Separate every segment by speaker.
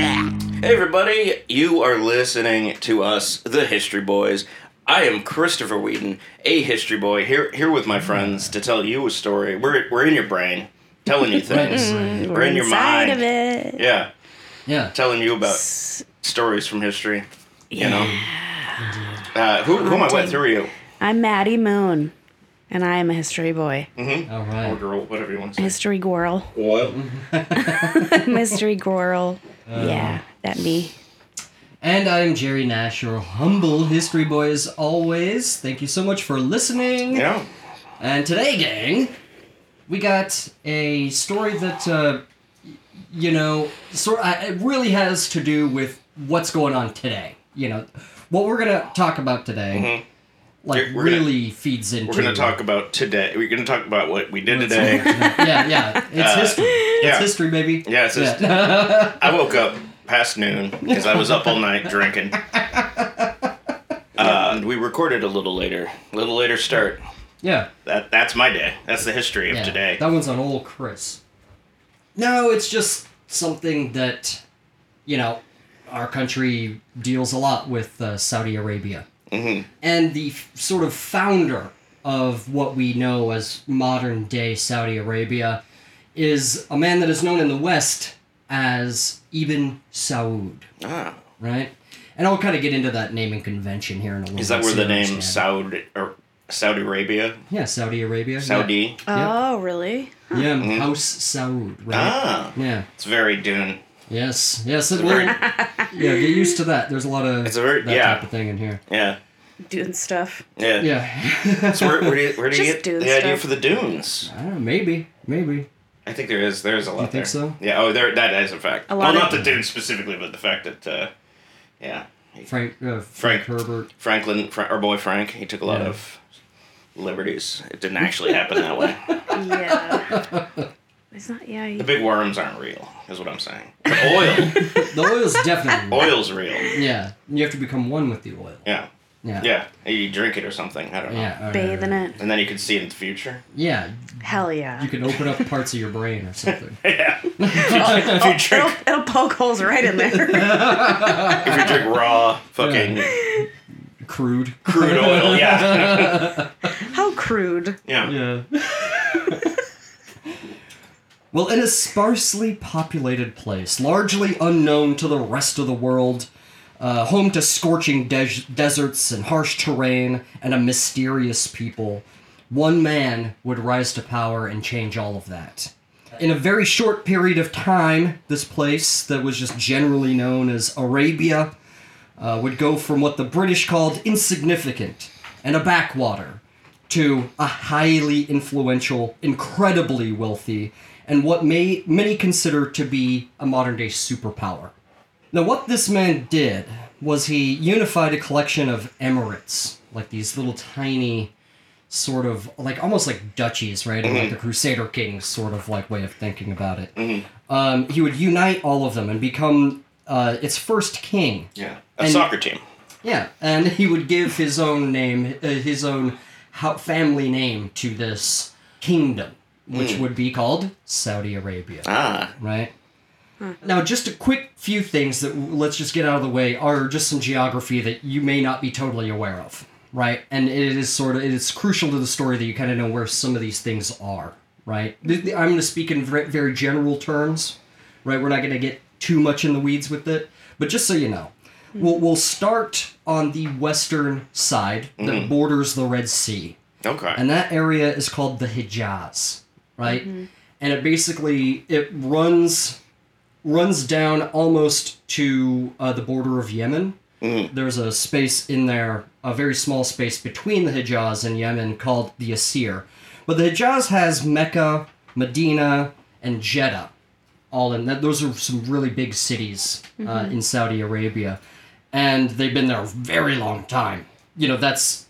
Speaker 1: Hey, everybody, you are listening to us, the History Boys. I am Christopher Whedon, a history boy, here here with my friends to tell you a story. We're, we're in your brain, telling you things.
Speaker 2: Right.
Speaker 1: We're in your
Speaker 3: inside
Speaker 1: mind.
Speaker 3: of it.
Speaker 1: Yeah,
Speaker 2: Yeah.
Speaker 1: telling you about stories from history, you know? Uh, who, who am I with? Who are you?
Speaker 3: I'm Maddie Moon, and I am a history boy,
Speaker 1: Mm.
Speaker 2: All
Speaker 1: Or
Speaker 2: right.
Speaker 1: girl, whatever you want to say.
Speaker 3: history girl,
Speaker 1: What?
Speaker 3: mystery girl.
Speaker 1: Uh,
Speaker 3: yeah, that me.
Speaker 2: And I'm Jerry Nash, your humble history boy as always. Thank you so much for listening.
Speaker 1: Yeah.
Speaker 2: And today, gang, we got a story that, uh, you know, sort uh, it really has to do with what's going on today. You know, what we're gonna talk about today, like
Speaker 1: Mm-hmm. We're- we're gonna-
Speaker 2: really feeds into.
Speaker 1: We're going to talk about today. We're going to talk about what we did today.
Speaker 2: yeah, yeah, it's history. It's
Speaker 1: Uh, yeah.
Speaker 2: history, baby.
Speaker 1: Yeah, it's just, I woke up past noon because I was up all night drinking. Uh, and we recorded a little later, a little later start.
Speaker 2: yeah.
Speaker 1: That that's my day. That's the history of
Speaker 2: Yeah,
Speaker 1: today.
Speaker 2: That one's on old Chris. No, it's just something that, you know, our country deals a lot with uh, Saudi Arabia. Mm-hmm. And the f- sort of founder of what we know as modern day Saudi Arabia is a man that is known in the West as Ibn Saud,
Speaker 1: Ah,
Speaker 2: right? And I'll kind of get into that naming convention here in a little
Speaker 1: is that
Speaker 2: bit,
Speaker 1: where
Speaker 2: so
Speaker 1: the
Speaker 2: you
Speaker 1: name
Speaker 2: understand.
Speaker 1: Saudi or Saudi Arabia,
Speaker 2: Yeah, Saudi Arabia. yeah.
Speaker 1: Saudi? Mm-hmm.
Speaker 3: Oh, really?
Speaker 2: Yeah, House Saud, right?
Speaker 1: Ah,
Speaker 2: Yeah.
Speaker 1: it's very Dune.
Speaker 2: Yes, yes, it will.
Speaker 1: Very-
Speaker 2: yeah, get used to that. There's a lot of
Speaker 1: It's a very-
Speaker 2: that
Speaker 1: yeah.
Speaker 2: type of thing in here.
Speaker 1: Yeah,
Speaker 3: Doing stuff.
Speaker 1: yeah.
Speaker 2: Yeah,
Speaker 1: So where, where do you, where do you
Speaker 3: Just
Speaker 1: get
Speaker 3: Dune
Speaker 1: the idea
Speaker 3: stuff.
Speaker 1: for the dunes?
Speaker 2: I don't know, maybe, maybe.
Speaker 1: I think there is there is a lot
Speaker 2: think
Speaker 1: there.
Speaker 2: so?
Speaker 1: Yeah. Oh, there that is a fact.
Speaker 3: A
Speaker 1: well,
Speaker 3: lot of-
Speaker 1: not the dunes specifically, but the fact that uh, yeah,
Speaker 2: Frank, uh,
Speaker 1: Frank.
Speaker 2: Frank, Herbert.
Speaker 1: Franklin, Fra- our boy Frank, he took a lot
Speaker 2: Yeah.
Speaker 1: of liberties. It didn't actually happen that way.
Speaker 3: Yeah. It's not. Yeah.
Speaker 1: The
Speaker 3: you-
Speaker 1: big worms aren't real, is what I'm saying. The
Speaker 2: The oil's definitely.
Speaker 1: oil, oil's real.
Speaker 2: Yeah, you have to become one with the oil.
Speaker 1: Yeah,
Speaker 2: Yeah.
Speaker 1: yeah. You drink it or something. I don't know.
Speaker 2: Yeah.
Speaker 3: Bathe in it.
Speaker 1: And then you can see in the future.
Speaker 2: Yeah,
Speaker 3: Hell
Speaker 2: you
Speaker 3: yeah.
Speaker 2: can open up parts of your brain or something.
Speaker 1: Yeah. if you
Speaker 3: Oh, It'll,
Speaker 1: drink,
Speaker 3: it'll poke holes right in there.
Speaker 1: if you drink raw fucking
Speaker 2: Crude.
Speaker 1: crude oil, yeah,
Speaker 3: How crude.
Speaker 1: yeah.
Speaker 2: Yeah. well, in a sparsely populated place, largely unknown to the rest of the world, uh, home to scorching des- deserts and harsh terrain and a mysterious people, one man would rise to power and change all of that. In a very short period of time, this place that was just generally known as Arabia uh, would go from what the British called insignificant and a backwater to a highly influential, incredibly wealthy, and what may many consider to be a modern day superpower. Now, what this man did was he unified a collection of emirates, like these little tiny, sort of like almost like duchies, right? In like the Crusader Kings sort of like way of thinking about it. Um, he would unite all of them and become uh, its first king.
Speaker 1: Yeah. A
Speaker 2: And-
Speaker 1: soccer team.
Speaker 2: Yeah, and he would give his own name, uh, his own ho- family name to this kingdom, which would be called Saudi Arabia,
Speaker 1: Ah.
Speaker 2: right? Now, just a quick few things that w- let's just get out of the way are just some geography that you may not be totally aware of, right? And it is sort of it is crucial to the story that you kind of know where some of these things are, right? Th- th- I'm going to speak in ver- very general terms, right? We're not going to get too much in the weeds with it, but just so you know, we'll, we'll start on the western side that borders the Red Sea,
Speaker 1: Okay.
Speaker 2: and that area is called the Hijaz, right? And it basically it runs runs down almost to uh, the border of Yemen. There's a space in there, a very small space between the Hijaz and Yemen called the Asir. But the Hijaz has Mecca, Medina, and Jeddah all in that those are some really big cities uh, in saudi arabia and they've been there a very long time you know that's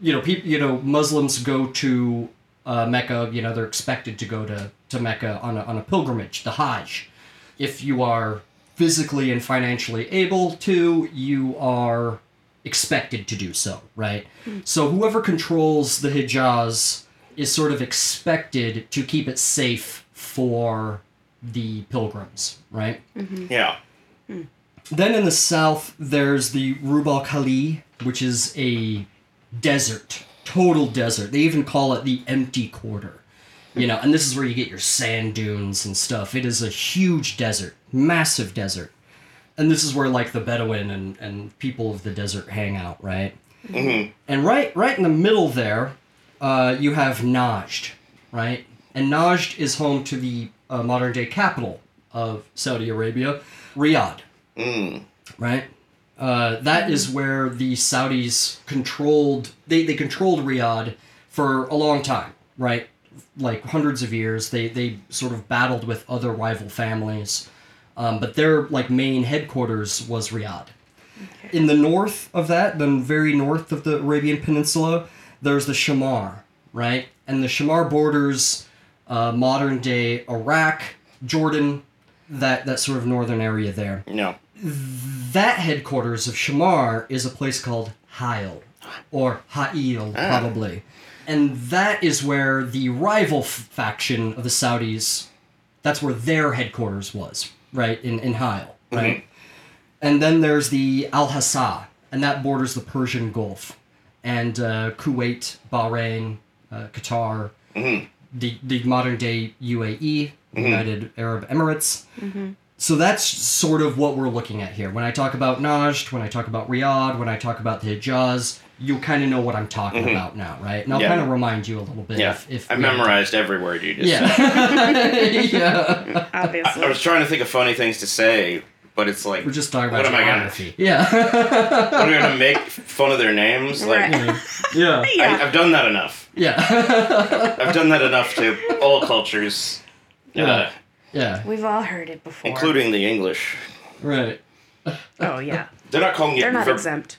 Speaker 2: you know people you know muslims go to uh, mecca you know they're expected to go to, to mecca on a, on a pilgrimage the hajj if you are physically and financially able to you are expected to do so right so whoever controls the hijaz is sort of expected to keep it safe for the pilgrims, right?
Speaker 1: yeah.
Speaker 2: Then in the south, there's the Rubal Khali, which is a desert, total desert. They even call it the empty quarter. You know, and this is where you get your sand dunes and stuff. It is a huge desert, massive desert. And this is where like the Bedouin and, and people of the desert hang out, right? And right right in the middle there, uh, you have Najd, right? And Najd is home to the uh, modern day capital of Saudi Arabia, Riyadh. Right? Uh, that is where the Saudis controlled they, they controlled Riyadh for a long time, right? Like hundreds of years. They they sort of battled with other rival families. Um, but their like main headquarters was Riyadh in the north of that, then very north of the Arabian Peninsula, there's the Shamar, right? And the Shamar borders uh, modern day Iraq, Jordan, that, that sort of northern area there.
Speaker 1: No.
Speaker 2: That headquarters of Shamar is a place called Hail, or Ha'il, probably. And that is where the rival f- faction of the Saudis, that's where their headquarters was, right? In, in Hail,
Speaker 1: Mm-hmm.
Speaker 2: right? And then there's the Al Hassa, and that borders the Persian Gulf and uh, Kuwait, Bahrain, uh, Qatar,
Speaker 1: Mm-hmm.
Speaker 2: the, the modern day UAE, E, United Arab Emirates. So that's sort of what we're looking at here. When I talk about Najd, when I talk about Riyadh, when I talk about the Hijaz, you kind of know what I'm talking about now, right? And I'll
Speaker 1: Mm-hmm. Yeah.
Speaker 2: kind of remind you a little bit
Speaker 1: Yeah.
Speaker 2: if, if
Speaker 1: I
Speaker 2: we-
Speaker 1: memorized every word you just said.
Speaker 2: Yeah. yeah.
Speaker 3: Obviously.
Speaker 1: I was trying to think of funny things to say, but it's like
Speaker 2: We're just talking
Speaker 1: What
Speaker 2: about
Speaker 1: am I gonna-
Speaker 2: geography. Yeah.
Speaker 1: I'm gonna make fun of their names. Like
Speaker 3: Right.
Speaker 2: yeah.
Speaker 1: I,
Speaker 3: yeah.
Speaker 1: I've done that enough.
Speaker 2: Yeah.
Speaker 1: I've done that enough to all cultures, uh,
Speaker 2: Yeah. yeah.
Speaker 3: We've all heard it before.
Speaker 1: including the English.
Speaker 2: Right.
Speaker 3: Oh, yeah.
Speaker 1: They're not calling it,
Speaker 3: They're not
Speaker 1: Ver-
Speaker 3: exempt.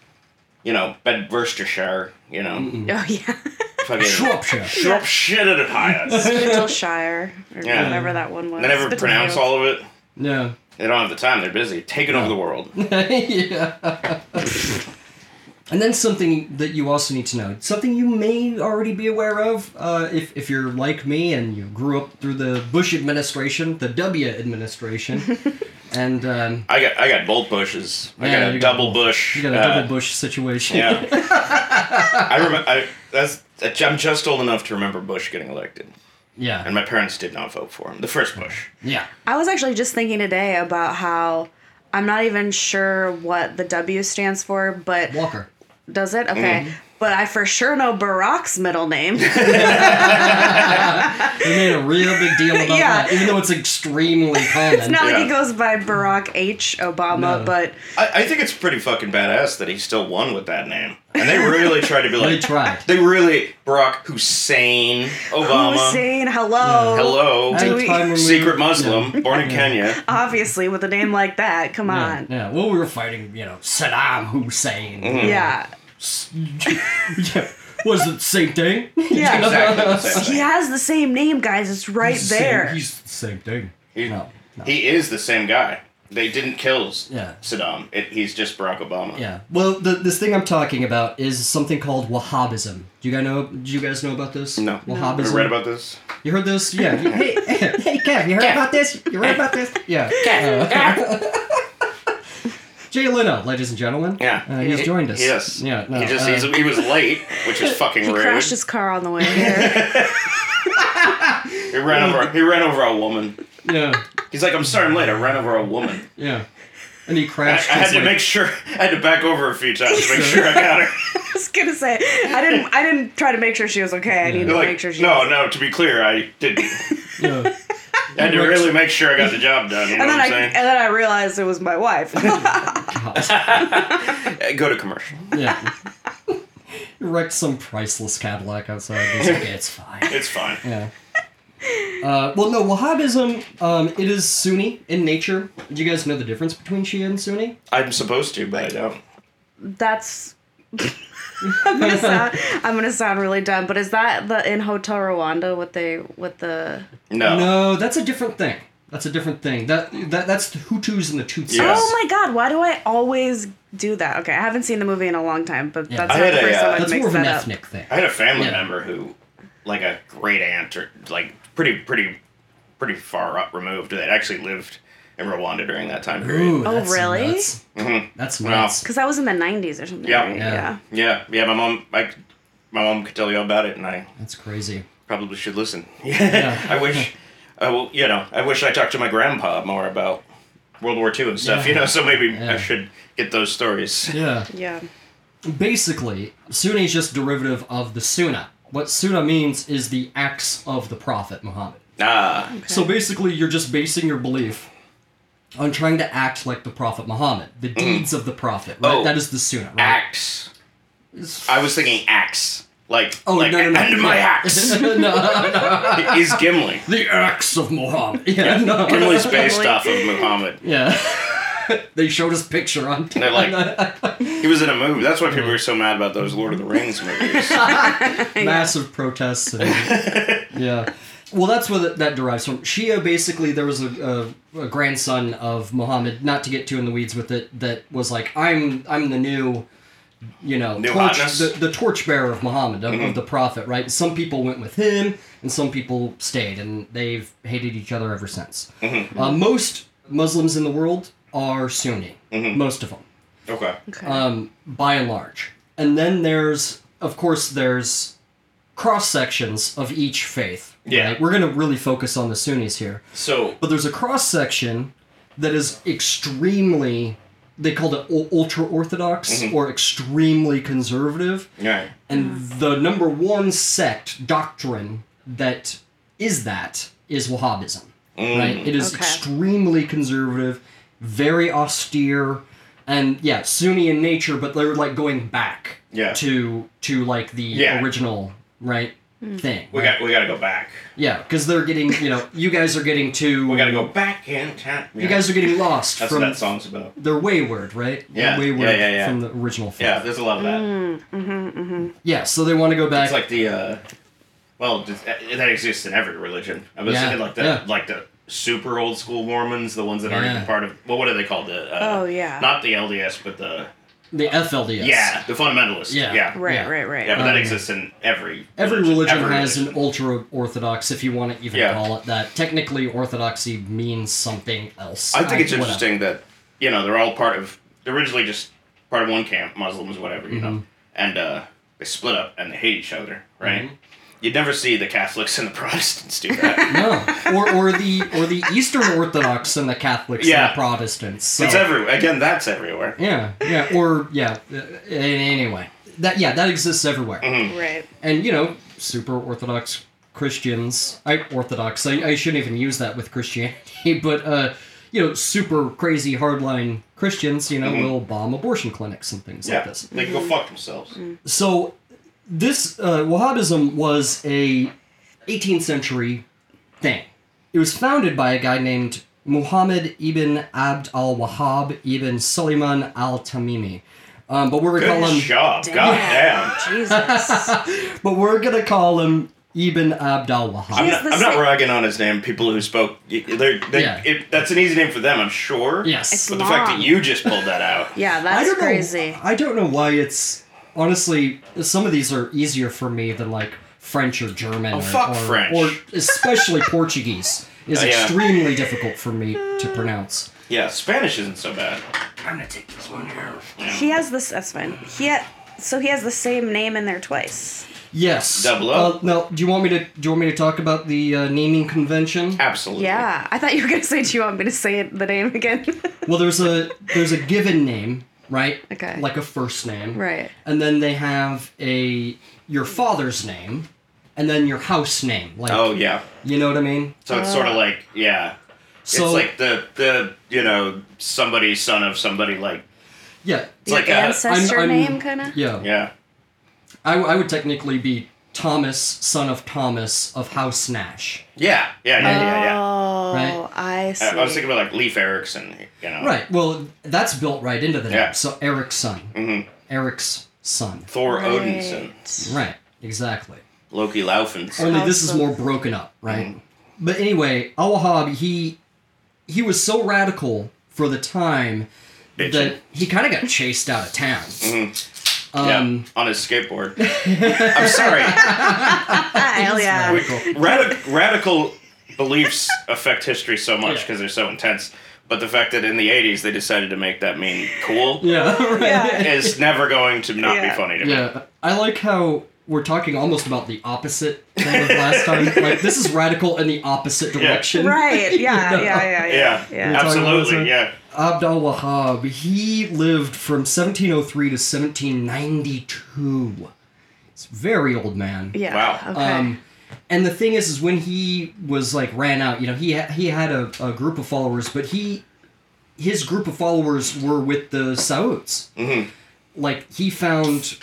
Speaker 1: you know, Bedworcestershire. You know,
Speaker 3: Oh, yeah.
Speaker 1: fucking
Speaker 2: Shropshire.
Speaker 1: Shropshire and Ohio.
Speaker 3: Littleshire, or
Speaker 1: Yeah.
Speaker 3: whatever that one was.
Speaker 1: They never
Speaker 3: The
Speaker 1: pronounce
Speaker 3: tomato.
Speaker 1: all of it.
Speaker 2: No.
Speaker 1: They don't have the time. They're busy taking over the world.
Speaker 2: yeah. and then something that you also need to know, something you may already be aware of, uh, if if you're like me and you grew up through the Bush administration, the W administration, and um,
Speaker 1: I got I got both bushes. I
Speaker 2: Yeah,
Speaker 1: got a
Speaker 2: you got
Speaker 1: double bush.
Speaker 2: you got a
Speaker 1: uh,
Speaker 2: double Bush situation.
Speaker 1: Yeah. I remember. I, that's I'm just old enough to remember Bush getting elected, and
Speaker 2: yeah.
Speaker 1: my parents did not vote for him. The first Bush.
Speaker 2: Yeah.
Speaker 3: I was actually just thinking today about how I'm not even sure what the W stands for, but
Speaker 2: Walker.
Speaker 3: does it?
Speaker 1: Mm-hmm.
Speaker 3: Okay. But I for sure know Barack's middle name.
Speaker 2: They made a real big deal about
Speaker 3: Yeah.
Speaker 2: that, even though it's extremely common.
Speaker 3: it's not like
Speaker 1: Yeah.
Speaker 3: he goes by Barack H. Obama,
Speaker 2: No.
Speaker 3: but
Speaker 1: I, I think it's pretty fucking badass that he still won with that name. And they really tried to be
Speaker 2: they
Speaker 1: like,
Speaker 2: tried.
Speaker 1: they really Barack Hussein Obama.
Speaker 3: Hussein, hello.
Speaker 1: Hello,
Speaker 2: At a
Speaker 3: we-
Speaker 2: time when we-
Speaker 1: secret Muslim, born in Kenya.
Speaker 3: Obviously, with a name like that, come
Speaker 2: Yeah,
Speaker 3: on.
Speaker 2: yeah. Well, we were fighting, you know, Saddam Hussein.
Speaker 1: Hmm.
Speaker 3: Yeah.
Speaker 1: Mm-hmm.
Speaker 2: yeah. Was it the same thing?
Speaker 3: Yeah.
Speaker 1: Exactly the same thing.
Speaker 3: He has the same name, guys. It's right
Speaker 2: He's the same-
Speaker 3: there.
Speaker 2: he's the same thing.
Speaker 1: He,
Speaker 2: No, no.
Speaker 1: he is the same guy. They didn't kill S-
Speaker 2: Yeah.
Speaker 1: Saddam. It, he's just Barack Obama.
Speaker 2: Yeah. Well, the, this thing I'm talking about is something called Wahhabism. Do you guys know? Do you guys know about this?
Speaker 1: No.
Speaker 3: Mm.
Speaker 2: Wahhabism.
Speaker 1: You read about this?
Speaker 2: You heard this? Yeah. You- hey, hey, Kev, you heard about this? You heard about this? Yeah. Uh, Jay Leno, ladies and gentlemen.
Speaker 1: Yeah.
Speaker 2: Uh, he's
Speaker 1: He-
Speaker 2: joined us.
Speaker 1: Yes.
Speaker 2: Yeah. No,
Speaker 1: he just
Speaker 2: uh,
Speaker 1: he's, he was late, which is fucking
Speaker 3: he
Speaker 1: rude.
Speaker 3: crashed his car on the way here.
Speaker 1: He ran over. He ran over a woman.
Speaker 2: yeah.
Speaker 1: He's like, I'm sorry, I'm late. I ran over a woman.
Speaker 2: Yeah. And he
Speaker 1: I, I
Speaker 2: crashed.
Speaker 1: had
Speaker 2: his,
Speaker 1: to
Speaker 2: like-
Speaker 1: make sure. I had to back over a few times to make sure I got her.
Speaker 3: I was gonna say I didn't. I didn't try to make sure she was okay. I needed
Speaker 1: They're
Speaker 3: to
Speaker 1: like,
Speaker 3: make sure she.
Speaker 1: no,
Speaker 3: was.
Speaker 1: no. To be clear, I didn't.
Speaker 2: Yeah.
Speaker 1: I had to really make sure I got the job done. You know
Speaker 3: And
Speaker 1: what
Speaker 3: then
Speaker 1: I'm
Speaker 3: I
Speaker 1: saying?
Speaker 3: and then I realized it was my wife.
Speaker 1: Uh, Go to commercial.
Speaker 2: Yeah. You wrecked some priceless Cadillac outside. It's okay, it's fine.
Speaker 1: It's fine.
Speaker 2: Yeah. Uh, well, no, Wahhabism, um, it is Sunni in nature. Do you guys know the difference between Shia and Sunni?
Speaker 1: I'm supposed to, but I don't.
Speaker 3: That's. I'm gonna sound. I'm gonna sound really dumb. But is that the in Hotel Rwanda? What they with the?
Speaker 1: No.
Speaker 2: No, that's a different thing. That's a different thing. That, that That's the Hutus and the Tutsis.
Speaker 1: Yes.
Speaker 3: Oh my God! Why do I always do that? Okay, I haven't seen the movie in a long time, but
Speaker 2: Yeah.
Speaker 3: that's
Speaker 1: I
Speaker 3: not
Speaker 1: had
Speaker 3: the
Speaker 1: a,
Speaker 3: first
Speaker 1: uh,
Speaker 3: time I've
Speaker 2: That's more
Speaker 3: mixed
Speaker 2: of an
Speaker 3: that up.
Speaker 2: ethnic thing.
Speaker 1: I had a family
Speaker 2: Yeah.
Speaker 1: member who, like a great aunt or like pretty, pretty, pretty far up removed that actually lived in Rwanda during that time
Speaker 2: Ooh,
Speaker 1: period.
Speaker 2: that's
Speaker 3: Oh, really?
Speaker 2: Nuts. That's
Speaker 1: Mm-hmm. Wow.
Speaker 2: nuts.
Speaker 3: Because that was in the 90s or something.
Speaker 1: Yeah.
Speaker 3: right?
Speaker 2: Yeah.
Speaker 3: yeah.
Speaker 1: Yeah, yeah. My mom, I, my mom could tell you all about it, and I
Speaker 2: That's crazy.
Speaker 1: probably should listen.
Speaker 2: Yeah.
Speaker 1: I wish. I will, you know, I wish I talked to my grandpa more about World War II and stuff. You know, so maybe
Speaker 2: Yeah.
Speaker 1: I should get those stories.
Speaker 2: Yeah.
Speaker 3: Yeah.
Speaker 2: Basically, Sunni is just derivative of the Sunnah. What Sunnah means is the acts of the Prophet Muhammad.
Speaker 1: Ah,
Speaker 2: So basically, you're just basing your belief on trying to act like the Prophet Muhammad, the deeds of the Prophet. Right?
Speaker 1: Mm. Oh.
Speaker 2: That is the Sunnah, right?
Speaker 1: axe. I was thinking axe, like
Speaker 2: Oh
Speaker 1: like
Speaker 2: no, no, no!
Speaker 1: and my
Speaker 2: Yeah.
Speaker 1: axe
Speaker 2: no, no, no.
Speaker 1: is Gimli.
Speaker 2: The axe of Muhammad. Yeah, no.
Speaker 1: Gimli's based
Speaker 3: Gimli.
Speaker 1: off of Muhammad.
Speaker 2: Yeah. they showed his picture on.
Speaker 1: They're like, he was in a movie. That's why people were so mad about those Lord of the Rings movies.
Speaker 2: massive protests. And, yeah. Well, that's where that, that derives from. Shia, basically, there was a, a, a grandson of Muhammad, not to get too in the weeds with it, that was like, I'm I'm the new, you know,
Speaker 1: New
Speaker 2: torch,
Speaker 1: hotness? Mm-hmm.
Speaker 2: the, the torchbearer of Muhammad, of, of the prophet, right? And some people went with him, and some people stayed, and they've hated each other ever since.
Speaker 1: Mm-hmm.
Speaker 2: Uh, most Muslims in the world are Sunni,
Speaker 1: Mm-hmm.
Speaker 2: most of them
Speaker 1: Okay.
Speaker 3: Okay.
Speaker 2: um, by and large. And then there's, of course, there's cross sections of each faith.
Speaker 1: Yeah.
Speaker 2: We're going to really focus on the Sunnis here.
Speaker 1: So
Speaker 2: But there's a cross section that is extremely, they called it ultra orthodox or extremely conservative.
Speaker 1: yeah,
Speaker 2: And the number one sect doctrine that is that is Wahhabism.
Speaker 1: Mm.
Speaker 2: Right? It is
Speaker 3: Okay.
Speaker 2: extremely conservative, very austere, and yeah, Sunni in nature, but they're like going back
Speaker 1: Yeah.
Speaker 2: to to like the
Speaker 1: Yeah.
Speaker 2: original right thing.
Speaker 1: we got we got to go back.
Speaker 2: yeah, because they're getting you know you guys are getting too
Speaker 1: We got to go back in time.
Speaker 2: you guys are getting lost
Speaker 1: That's
Speaker 2: from
Speaker 1: what that song's about.
Speaker 2: they're wayward, right? They're
Speaker 1: Yeah, yeah,
Speaker 2: wayward
Speaker 1: yeah, yeah.
Speaker 2: from the original. Faith.
Speaker 1: Yeah, there's a lot of that.
Speaker 2: yeah. So they want to go back.
Speaker 1: It's like the uh, well, just- uh, that exists in every religion. I was
Speaker 2: Yeah,
Speaker 1: thinking like the
Speaker 2: yeah.
Speaker 1: like the super old school Mormons, the ones that aren't
Speaker 2: Yeah.
Speaker 1: even part of well, what are they called? The uh,
Speaker 3: Oh, yeah.
Speaker 1: not the LDS, but the
Speaker 2: the FLDS.
Speaker 1: yeah, the fundamentalists.
Speaker 2: Yeah.
Speaker 1: Yeah, yeah,
Speaker 3: right,
Speaker 2: yeah.
Speaker 3: right, right,
Speaker 1: yeah. But that
Speaker 2: Um,
Speaker 1: exists in every
Speaker 2: Every religion
Speaker 1: Every
Speaker 2: has
Speaker 1: religion.
Speaker 2: an ultra orthodox, if you want to even
Speaker 1: Yeah.
Speaker 2: call it that. Technically, orthodoxy means something else.
Speaker 1: I think it's
Speaker 2: whatever.
Speaker 1: interesting that you know they're all part of they're originally just part of one camp, Muslims, whatever you
Speaker 2: Mm-hmm.
Speaker 1: know, and uh, they split up and they hate each other, right?
Speaker 2: Mm-hmm.
Speaker 1: You'd never see the Catholics and the Protestants do that.
Speaker 2: No, or, or the or the Eastern Orthodox and the Catholics
Speaker 1: Yeah.
Speaker 2: and the Protestants. So.
Speaker 1: it's everywhere. Again, that's everywhere.
Speaker 2: yeah, yeah, or yeah. uh, a- Anyway, that yeah, that exists everywhere,
Speaker 1: Mm-hmm.
Speaker 3: right.
Speaker 2: and you know, super orthodox Christians. I orthodox. I, I shouldn't even use that with Christianity, but uh, you know, super crazy hardline Christians. You know, will bomb abortion clinics and things like
Speaker 1: Mm-hmm. Yeah,
Speaker 2: this.
Speaker 1: they can go fuck themselves.
Speaker 3: Mm.
Speaker 2: So this uh, Wahhabism was a 18th century thing. It was founded by a guy named Muhammad ibn Abd al Wahhab ibn Sulaiman al Tamimi. Um, but we're gonna
Speaker 1: Good
Speaker 2: call him
Speaker 1: job.
Speaker 3: Yeah.
Speaker 1: God
Speaker 3: Jesus.
Speaker 2: but we're gonna call him Ibn Abd al Wahhab.
Speaker 1: I'm
Speaker 3: He's
Speaker 1: not,
Speaker 3: the
Speaker 1: I'm not
Speaker 3: same-
Speaker 1: ragging on his name. People who spoke, y- they're, they,
Speaker 2: Yeah.
Speaker 1: it, that's an easy name for them, I'm sure.
Speaker 2: Yes.
Speaker 1: But the fact that
Speaker 3: Long.
Speaker 1: you just pulled that out.
Speaker 3: Yeah,
Speaker 2: I
Speaker 3: that's
Speaker 2: don't
Speaker 3: crazy.
Speaker 2: know. I don't know why it's honestly some of these are easier for me than like French or German or,
Speaker 1: Oh, fuck
Speaker 2: or,
Speaker 1: French.
Speaker 2: or especially Portuguese is
Speaker 1: Oh, yeah.
Speaker 2: extremely difficult for me to pronounce.
Speaker 1: Yeah, Spanish isn't so bad.
Speaker 2: I'm gonna take this one here.
Speaker 3: He has this. That's fine. He ha- so he has the same name in there twice.
Speaker 2: Yes.
Speaker 1: Double O.
Speaker 2: Uh, now, do you want me to do you want me to talk about the uh, naming convention?
Speaker 1: Absolutely.
Speaker 3: Yeah, I thought you were gonna say. Do you want me to say it, the name again?
Speaker 2: Well, there's a there's a given name, right?
Speaker 3: Okay.
Speaker 2: Like a first name.
Speaker 3: right.
Speaker 2: And then they have a your father's name, and then your house name. Like
Speaker 1: Oh, yeah.
Speaker 2: you know what I mean?
Speaker 1: So it's
Speaker 3: Uh.
Speaker 1: sort of like, yeah.
Speaker 2: So
Speaker 1: it's like the, the, you know, somebody, son of somebody, like,
Speaker 2: yeah,
Speaker 1: it's like uh,
Speaker 3: Your
Speaker 1: a-
Speaker 3: ancestor
Speaker 2: I'm- I'm-
Speaker 3: name, kind of.
Speaker 2: yeah.
Speaker 1: yeah.
Speaker 2: I, w- I would technically be Thomas, son of Thomas of House Nash.
Speaker 1: Yeah. Yeah, yeah, yeah, yeah.
Speaker 3: Oh,
Speaker 2: Right.
Speaker 3: I see.
Speaker 1: I, I was thinking about, like, Leif Erikson, you know.
Speaker 2: Right. Well, that's built right into the name.
Speaker 1: Yeah.
Speaker 2: So Eric's son.
Speaker 1: Mhm.
Speaker 2: Eric's son.
Speaker 1: Thor
Speaker 3: Right.
Speaker 1: Odinson,
Speaker 2: Right. Exactly.
Speaker 1: Loki Laufenson.
Speaker 2: Only this is
Speaker 3: Awesome. Mm.
Speaker 2: more broken up, right? But anyway, Al Wahhab, he he was so radical for the time that
Speaker 1: Bitchin'.
Speaker 2: he kind of got chased out of town.
Speaker 3: Mm-hmm.
Speaker 2: Um,
Speaker 1: yeah, on his skateboard. I'm sorry.
Speaker 3: Ah, hell yeah.
Speaker 2: Radical.
Speaker 1: Radic- radical beliefs affect history so much
Speaker 2: Yeah.
Speaker 1: because they're so intense. But the fact that in the 80s they decided to make that meme cool
Speaker 2: Yeah, right.
Speaker 3: Yeah.
Speaker 1: is never going to not
Speaker 3: Yeah.
Speaker 1: be funny to me.
Speaker 2: Yeah, I like how we're talking almost about the opposite thing of last time. Like this is radical in the opposite direction.
Speaker 3: Right. Yeah. Yeah. Yeah.
Speaker 1: Yeah,
Speaker 3: Yeah. Yeah.
Speaker 2: Ab-
Speaker 1: absolutely.
Speaker 2: Talking
Speaker 1: Yeah.
Speaker 2: Abd al Wahhab, he lived from 1703 to 1792. It's a very old man.
Speaker 3: Yeah,
Speaker 1: Wow.
Speaker 3: Okay.
Speaker 2: Um, and the thing is, is when he was like ran out, you know, he ha- he had a, a group of followers, but he his group of followers were with the Sauds. Like he found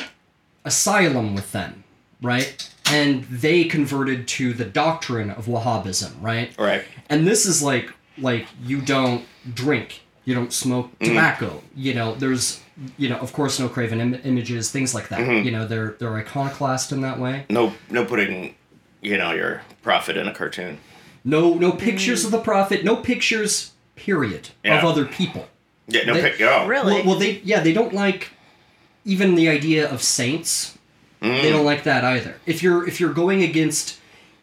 Speaker 2: asylum with them, right? And they converted to the doctrine of Wahhabism, right?
Speaker 1: Right.
Speaker 2: And this is like like you don't drink, you don't smoke tobacco. You know, there's you know, of course, no craven Im- images, things like that. You know, they're they're iconoclast in that way.
Speaker 1: No, no putting, you know, your prophet in a cartoon.
Speaker 2: No, no pictures of the prophet. No pictures. Period
Speaker 1: Yeah.
Speaker 2: of other people.
Speaker 1: Yeah. No.
Speaker 2: They-
Speaker 1: pic- oh.
Speaker 3: really?
Speaker 2: Well, well, they yeah, they don't like even the idea of saints. They don't like that either. If you're if you're going against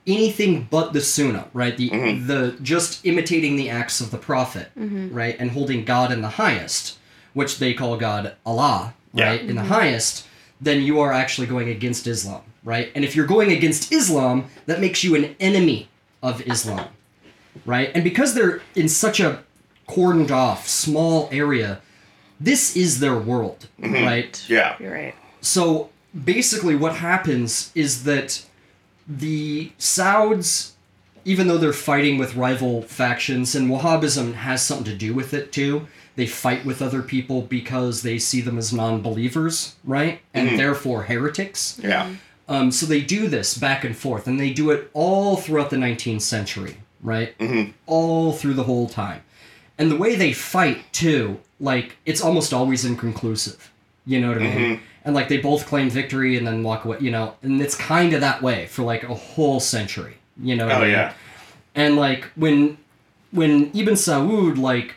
Speaker 2: anything but the Sunnah, right? The the just imitating the acts of the prophet, right, and holding God in the highest, which they call God Allah,
Speaker 1: Yeah.
Speaker 2: right, in the highest, then you are actually going against Islam, right? And if you're going against Islam, that makes you an enemy of Islam right? And because they're in such a cordoned off, small area, this is their world, right?
Speaker 1: Yeah.
Speaker 3: You're right.
Speaker 2: So basically, what happens is that the Sauds, even though they're fighting with rival factions, and Wahhabism has something to do with it too, they fight with other people because they see them as non believers, right? And therefore heretics.
Speaker 1: Yeah.
Speaker 3: Mm-hmm.
Speaker 2: Um, so they do this back and forth, and they do it all throughout the 19th century, right? Mm-hmm. All through the whole time. And the way they fight, too, like, it's almost always inconclusive. You know what I mean?
Speaker 1: Mm-hmm.
Speaker 2: And, like, they both claim victory and then walk away, you know? And it's kind of that way for, like, a whole century. You know what I
Speaker 1: Oh
Speaker 2: mean?
Speaker 1: yeah.
Speaker 2: and like when when Ibn Saud like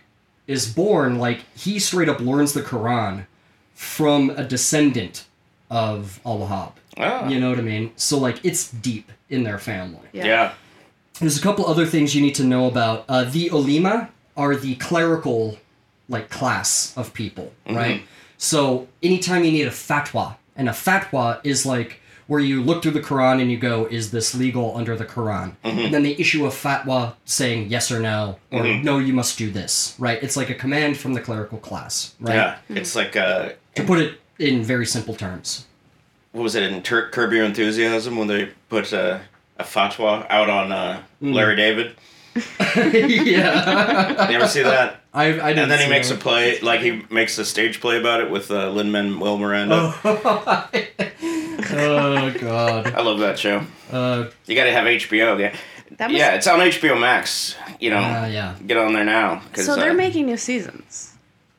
Speaker 2: is born, like he straight up learns the Quran from a descendant of Al Wahhab.
Speaker 1: Ah.
Speaker 2: You know what I mean? So like it's deep in their family.
Speaker 3: Yeah.
Speaker 1: Yeah.
Speaker 2: There's a couple other things you need to know about. Uh, the ulema are the clerical like class of people,
Speaker 1: Mm-hmm.
Speaker 2: right? So anytime you need a fatwa, and a fatwa is like where you look through the Quran and you go, is this legal under the Quran?
Speaker 1: Mm-hmm.
Speaker 2: And then they issue a fatwa saying yes or no, or
Speaker 1: Mm-hmm.
Speaker 2: no, you must do this, right? It's like a command from the clerical class, right?
Speaker 1: Yeah. It's like uh,
Speaker 2: To put it in very simple terms.
Speaker 1: what was it in Tur- Curb Your Enthusiasm when they put uh, a fatwa out on uh, Larry David?
Speaker 2: yeah.
Speaker 1: You ever see that?
Speaker 2: I, I didn't
Speaker 1: And then he
Speaker 2: see
Speaker 1: makes a
Speaker 2: that.
Speaker 1: play, like he makes a stage play about it with uh, Lin Manuel Miranda.
Speaker 2: Oh, God.
Speaker 1: I love that show.
Speaker 2: Uh,
Speaker 1: You got to have HBO. Yeah,
Speaker 3: That must-
Speaker 1: yeah, it's on HBO Max. You know,
Speaker 2: Ah, yeah.
Speaker 1: get on there now. 'cause,
Speaker 3: So they're
Speaker 1: uh,
Speaker 3: making new seasons.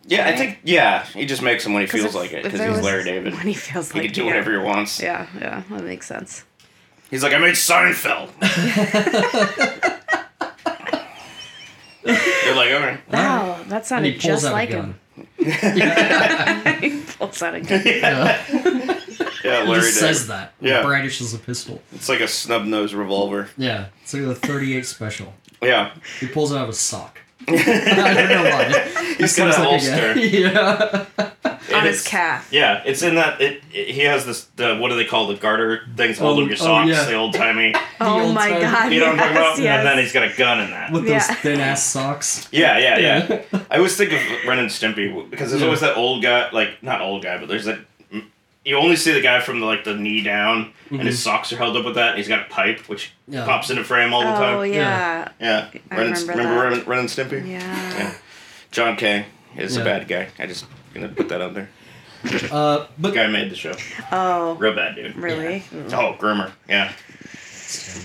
Speaker 1: Yeah, I think. Yeah, he just makes them when he
Speaker 3: 'Cause
Speaker 1: feels
Speaker 3: if-
Speaker 1: like it
Speaker 3: if
Speaker 1: because
Speaker 3: there
Speaker 1: he's
Speaker 3: was-
Speaker 1: Larry David.
Speaker 3: When he feels
Speaker 1: He
Speaker 3: like
Speaker 1: can do
Speaker 3: it,
Speaker 1: whatever
Speaker 3: yeah.
Speaker 1: he wants.
Speaker 3: Yeah, yeah, that makes sense.
Speaker 1: He's like, I made Seinfeld. You're like, all right.
Speaker 3: Wow, that
Speaker 2: And he
Speaker 3: sounded
Speaker 2: pulls
Speaker 3: just
Speaker 2: out
Speaker 3: like
Speaker 2: a gun.
Speaker 3: him. he pulls out a gun.
Speaker 1: Yeah,
Speaker 2: He
Speaker 1: Larry
Speaker 2: just says
Speaker 1: David.
Speaker 2: that.
Speaker 1: Yeah.
Speaker 2: Brandishes a pistol.
Speaker 1: It's like a snub nosed revolver.
Speaker 2: Yeah. It's like the 38 special.
Speaker 1: Yeah.
Speaker 2: He pulls it out of his sock. I don't know why.
Speaker 1: He's got a holster.
Speaker 2: yeah.
Speaker 1: And
Speaker 3: on his
Speaker 1: it's-
Speaker 3: calf.
Speaker 1: Yeah, it's in that. It, it- he has this. The, what do they call the garter things holding your
Speaker 2: oh,
Speaker 1: socks?
Speaker 2: yeah.
Speaker 1: The old timey.
Speaker 3: Oh
Speaker 2: old
Speaker 3: my
Speaker 2: time-
Speaker 3: god.
Speaker 1: You know what I'm talking about?
Speaker 3: yes, yes.
Speaker 1: And then he's got a gun in that.
Speaker 2: With
Speaker 3: Yeah.
Speaker 2: those thin ass socks.
Speaker 1: Yeah, yeah,
Speaker 2: Yeah.
Speaker 1: yeah. I always think of Ren and Stimpy because there's
Speaker 2: Yeah.
Speaker 1: always that old guy, like not old guy, but there's that. You only see the guy from like the knee down, and his socks are held up with that. And he's got a pipe which
Speaker 2: Mm-hmm. Yeah.
Speaker 1: pops into frame all the
Speaker 3: Oh
Speaker 1: time.
Speaker 3: yeah.
Speaker 1: Yeah,
Speaker 3: I
Speaker 1: Ren and,
Speaker 3: remember
Speaker 1: remember
Speaker 3: that.
Speaker 1: Ren, Ren and Stimpy?
Speaker 3: Yeah.
Speaker 1: Yeah. John K is
Speaker 2: Yeah.
Speaker 1: a bad guy. I just gonna put that out there.
Speaker 2: Uh,
Speaker 1: The
Speaker 2: but
Speaker 1: guy made the show.
Speaker 3: Oh.
Speaker 1: Real bad dude.
Speaker 3: Really?
Speaker 1: Oh, groomer. Yeah.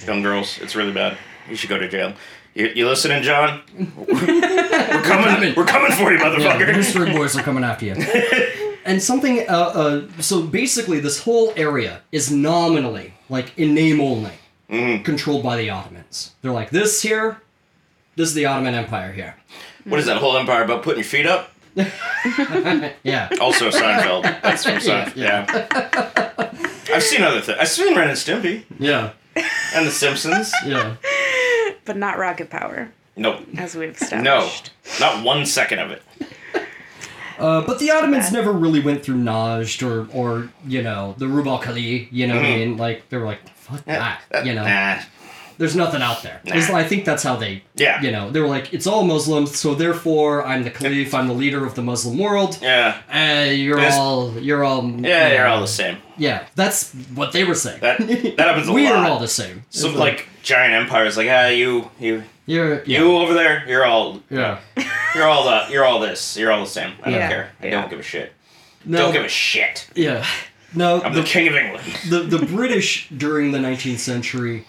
Speaker 1: Young girls, it's really bad. You should go to jail. You, you listening, John? we're coming. We're coming for you,
Speaker 2: yeah, the
Speaker 1: motherfucker.
Speaker 2: mystery boys are coming after you. And something, uh, uh, so basically, this whole area is nominally, like in name only,
Speaker 1: Mm-hmm.
Speaker 2: controlled by the Ottomans. They're like, this here, this is the Ottoman Empire here.
Speaker 1: What is that whole empire about putting your feet up?
Speaker 2: Yeah.
Speaker 1: Also Seinfeld. That's from Seinfeld.
Speaker 2: Yeah,
Speaker 1: Yeah. I've seen other things. I've seen Ren and Stimpy
Speaker 2: Yeah.
Speaker 1: and The Simpsons.
Speaker 2: Yeah.
Speaker 3: But not rocket power.
Speaker 1: Nope.
Speaker 3: as we've
Speaker 1: No.
Speaker 3: established.
Speaker 1: Not one second of it.
Speaker 2: Uh, but the Ottomans never really went through Najd or, or you know, the Rub al Khali. You know what I mean? Like they were like, fuck that. You know,
Speaker 1: Mm-hmm. Nah.
Speaker 2: there's nothing out there.
Speaker 1: Nah.
Speaker 2: It's- I think that's how they.
Speaker 1: Yeah.
Speaker 2: You know, they were like, it's all Muslims, so therefore I'm the Caliph. I'm the leader of the Muslim world.
Speaker 1: Yeah.
Speaker 2: Uh, you're
Speaker 1: Yes.
Speaker 2: all, you're all.
Speaker 1: Yeah, they're all the same.
Speaker 2: Yeah, that's what they were saying.
Speaker 1: That that happens a
Speaker 2: we
Speaker 1: lot.
Speaker 2: are all the same. It's
Speaker 1: Some like giant empires, like ah, you, you,
Speaker 2: you're
Speaker 1: you over there, you're all,
Speaker 2: Yeah.
Speaker 1: you're all the, you're all this, you're all the same. I
Speaker 3: Yeah.
Speaker 1: don't care. I
Speaker 3: Yeah.
Speaker 1: don't give a shit.
Speaker 2: No,
Speaker 1: Don't give a shit.
Speaker 2: Yeah. No,
Speaker 1: I'm
Speaker 2: the,
Speaker 1: the king of England.
Speaker 2: the, the British during the 19th century,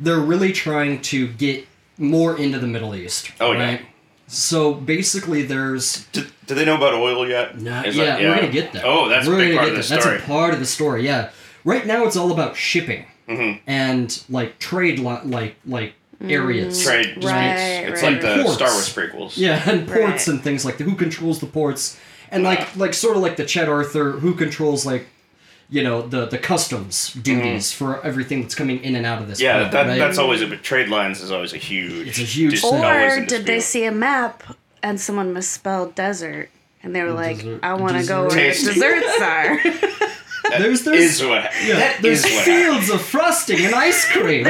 Speaker 2: they're really trying to get more into the Middle East.
Speaker 1: Oh, yeah.
Speaker 2: right? So basically, there's
Speaker 1: Do, do they know about oil yet?
Speaker 2: not,
Speaker 1: Is
Speaker 2: yeah,
Speaker 1: that-
Speaker 2: we're gonna get there.
Speaker 1: Oh, that's a
Speaker 2: we're
Speaker 1: big
Speaker 2: gonna
Speaker 1: part of
Speaker 2: get
Speaker 1: the
Speaker 2: there.
Speaker 1: story.
Speaker 2: That's a part of the story. Yeah, right now it's all about shipping
Speaker 1: Mm-hmm.
Speaker 2: and like trade, lo- like like areas.
Speaker 1: Trade disputes.
Speaker 3: Right,
Speaker 1: it's
Speaker 3: right,
Speaker 1: like the
Speaker 2: right.
Speaker 1: Star Wars prequels.
Speaker 2: Yeah, and ports
Speaker 3: Right.
Speaker 2: and things like that. Who controls the ports? And
Speaker 1: Ah.
Speaker 2: like like sort of like the Chet Arthur, who controls like you know the the customs duties for everything that's coming in and out of this.
Speaker 1: Mm-hmm. Yeah,
Speaker 2: port,
Speaker 1: that,
Speaker 2: right?
Speaker 1: that's always a bit. Trade lines is always a huge.
Speaker 2: It's a huge
Speaker 1: dis-
Speaker 2: thing.
Speaker 1: always
Speaker 3: Or
Speaker 1: in
Speaker 3: did they
Speaker 1: dispute.
Speaker 3: see a map and someone misspelled desert? And they were like,
Speaker 2: Dessert-
Speaker 3: I want to go
Speaker 2: dessert.
Speaker 3: where the
Speaker 1: Tasty.
Speaker 3: desserts are.
Speaker 2: there's there's
Speaker 1: Is what
Speaker 2: yeah,
Speaker 1: that is
Speaker 2: there's
Speaker 1: what happened.
Speaker 2: fields of frosting and ice cream.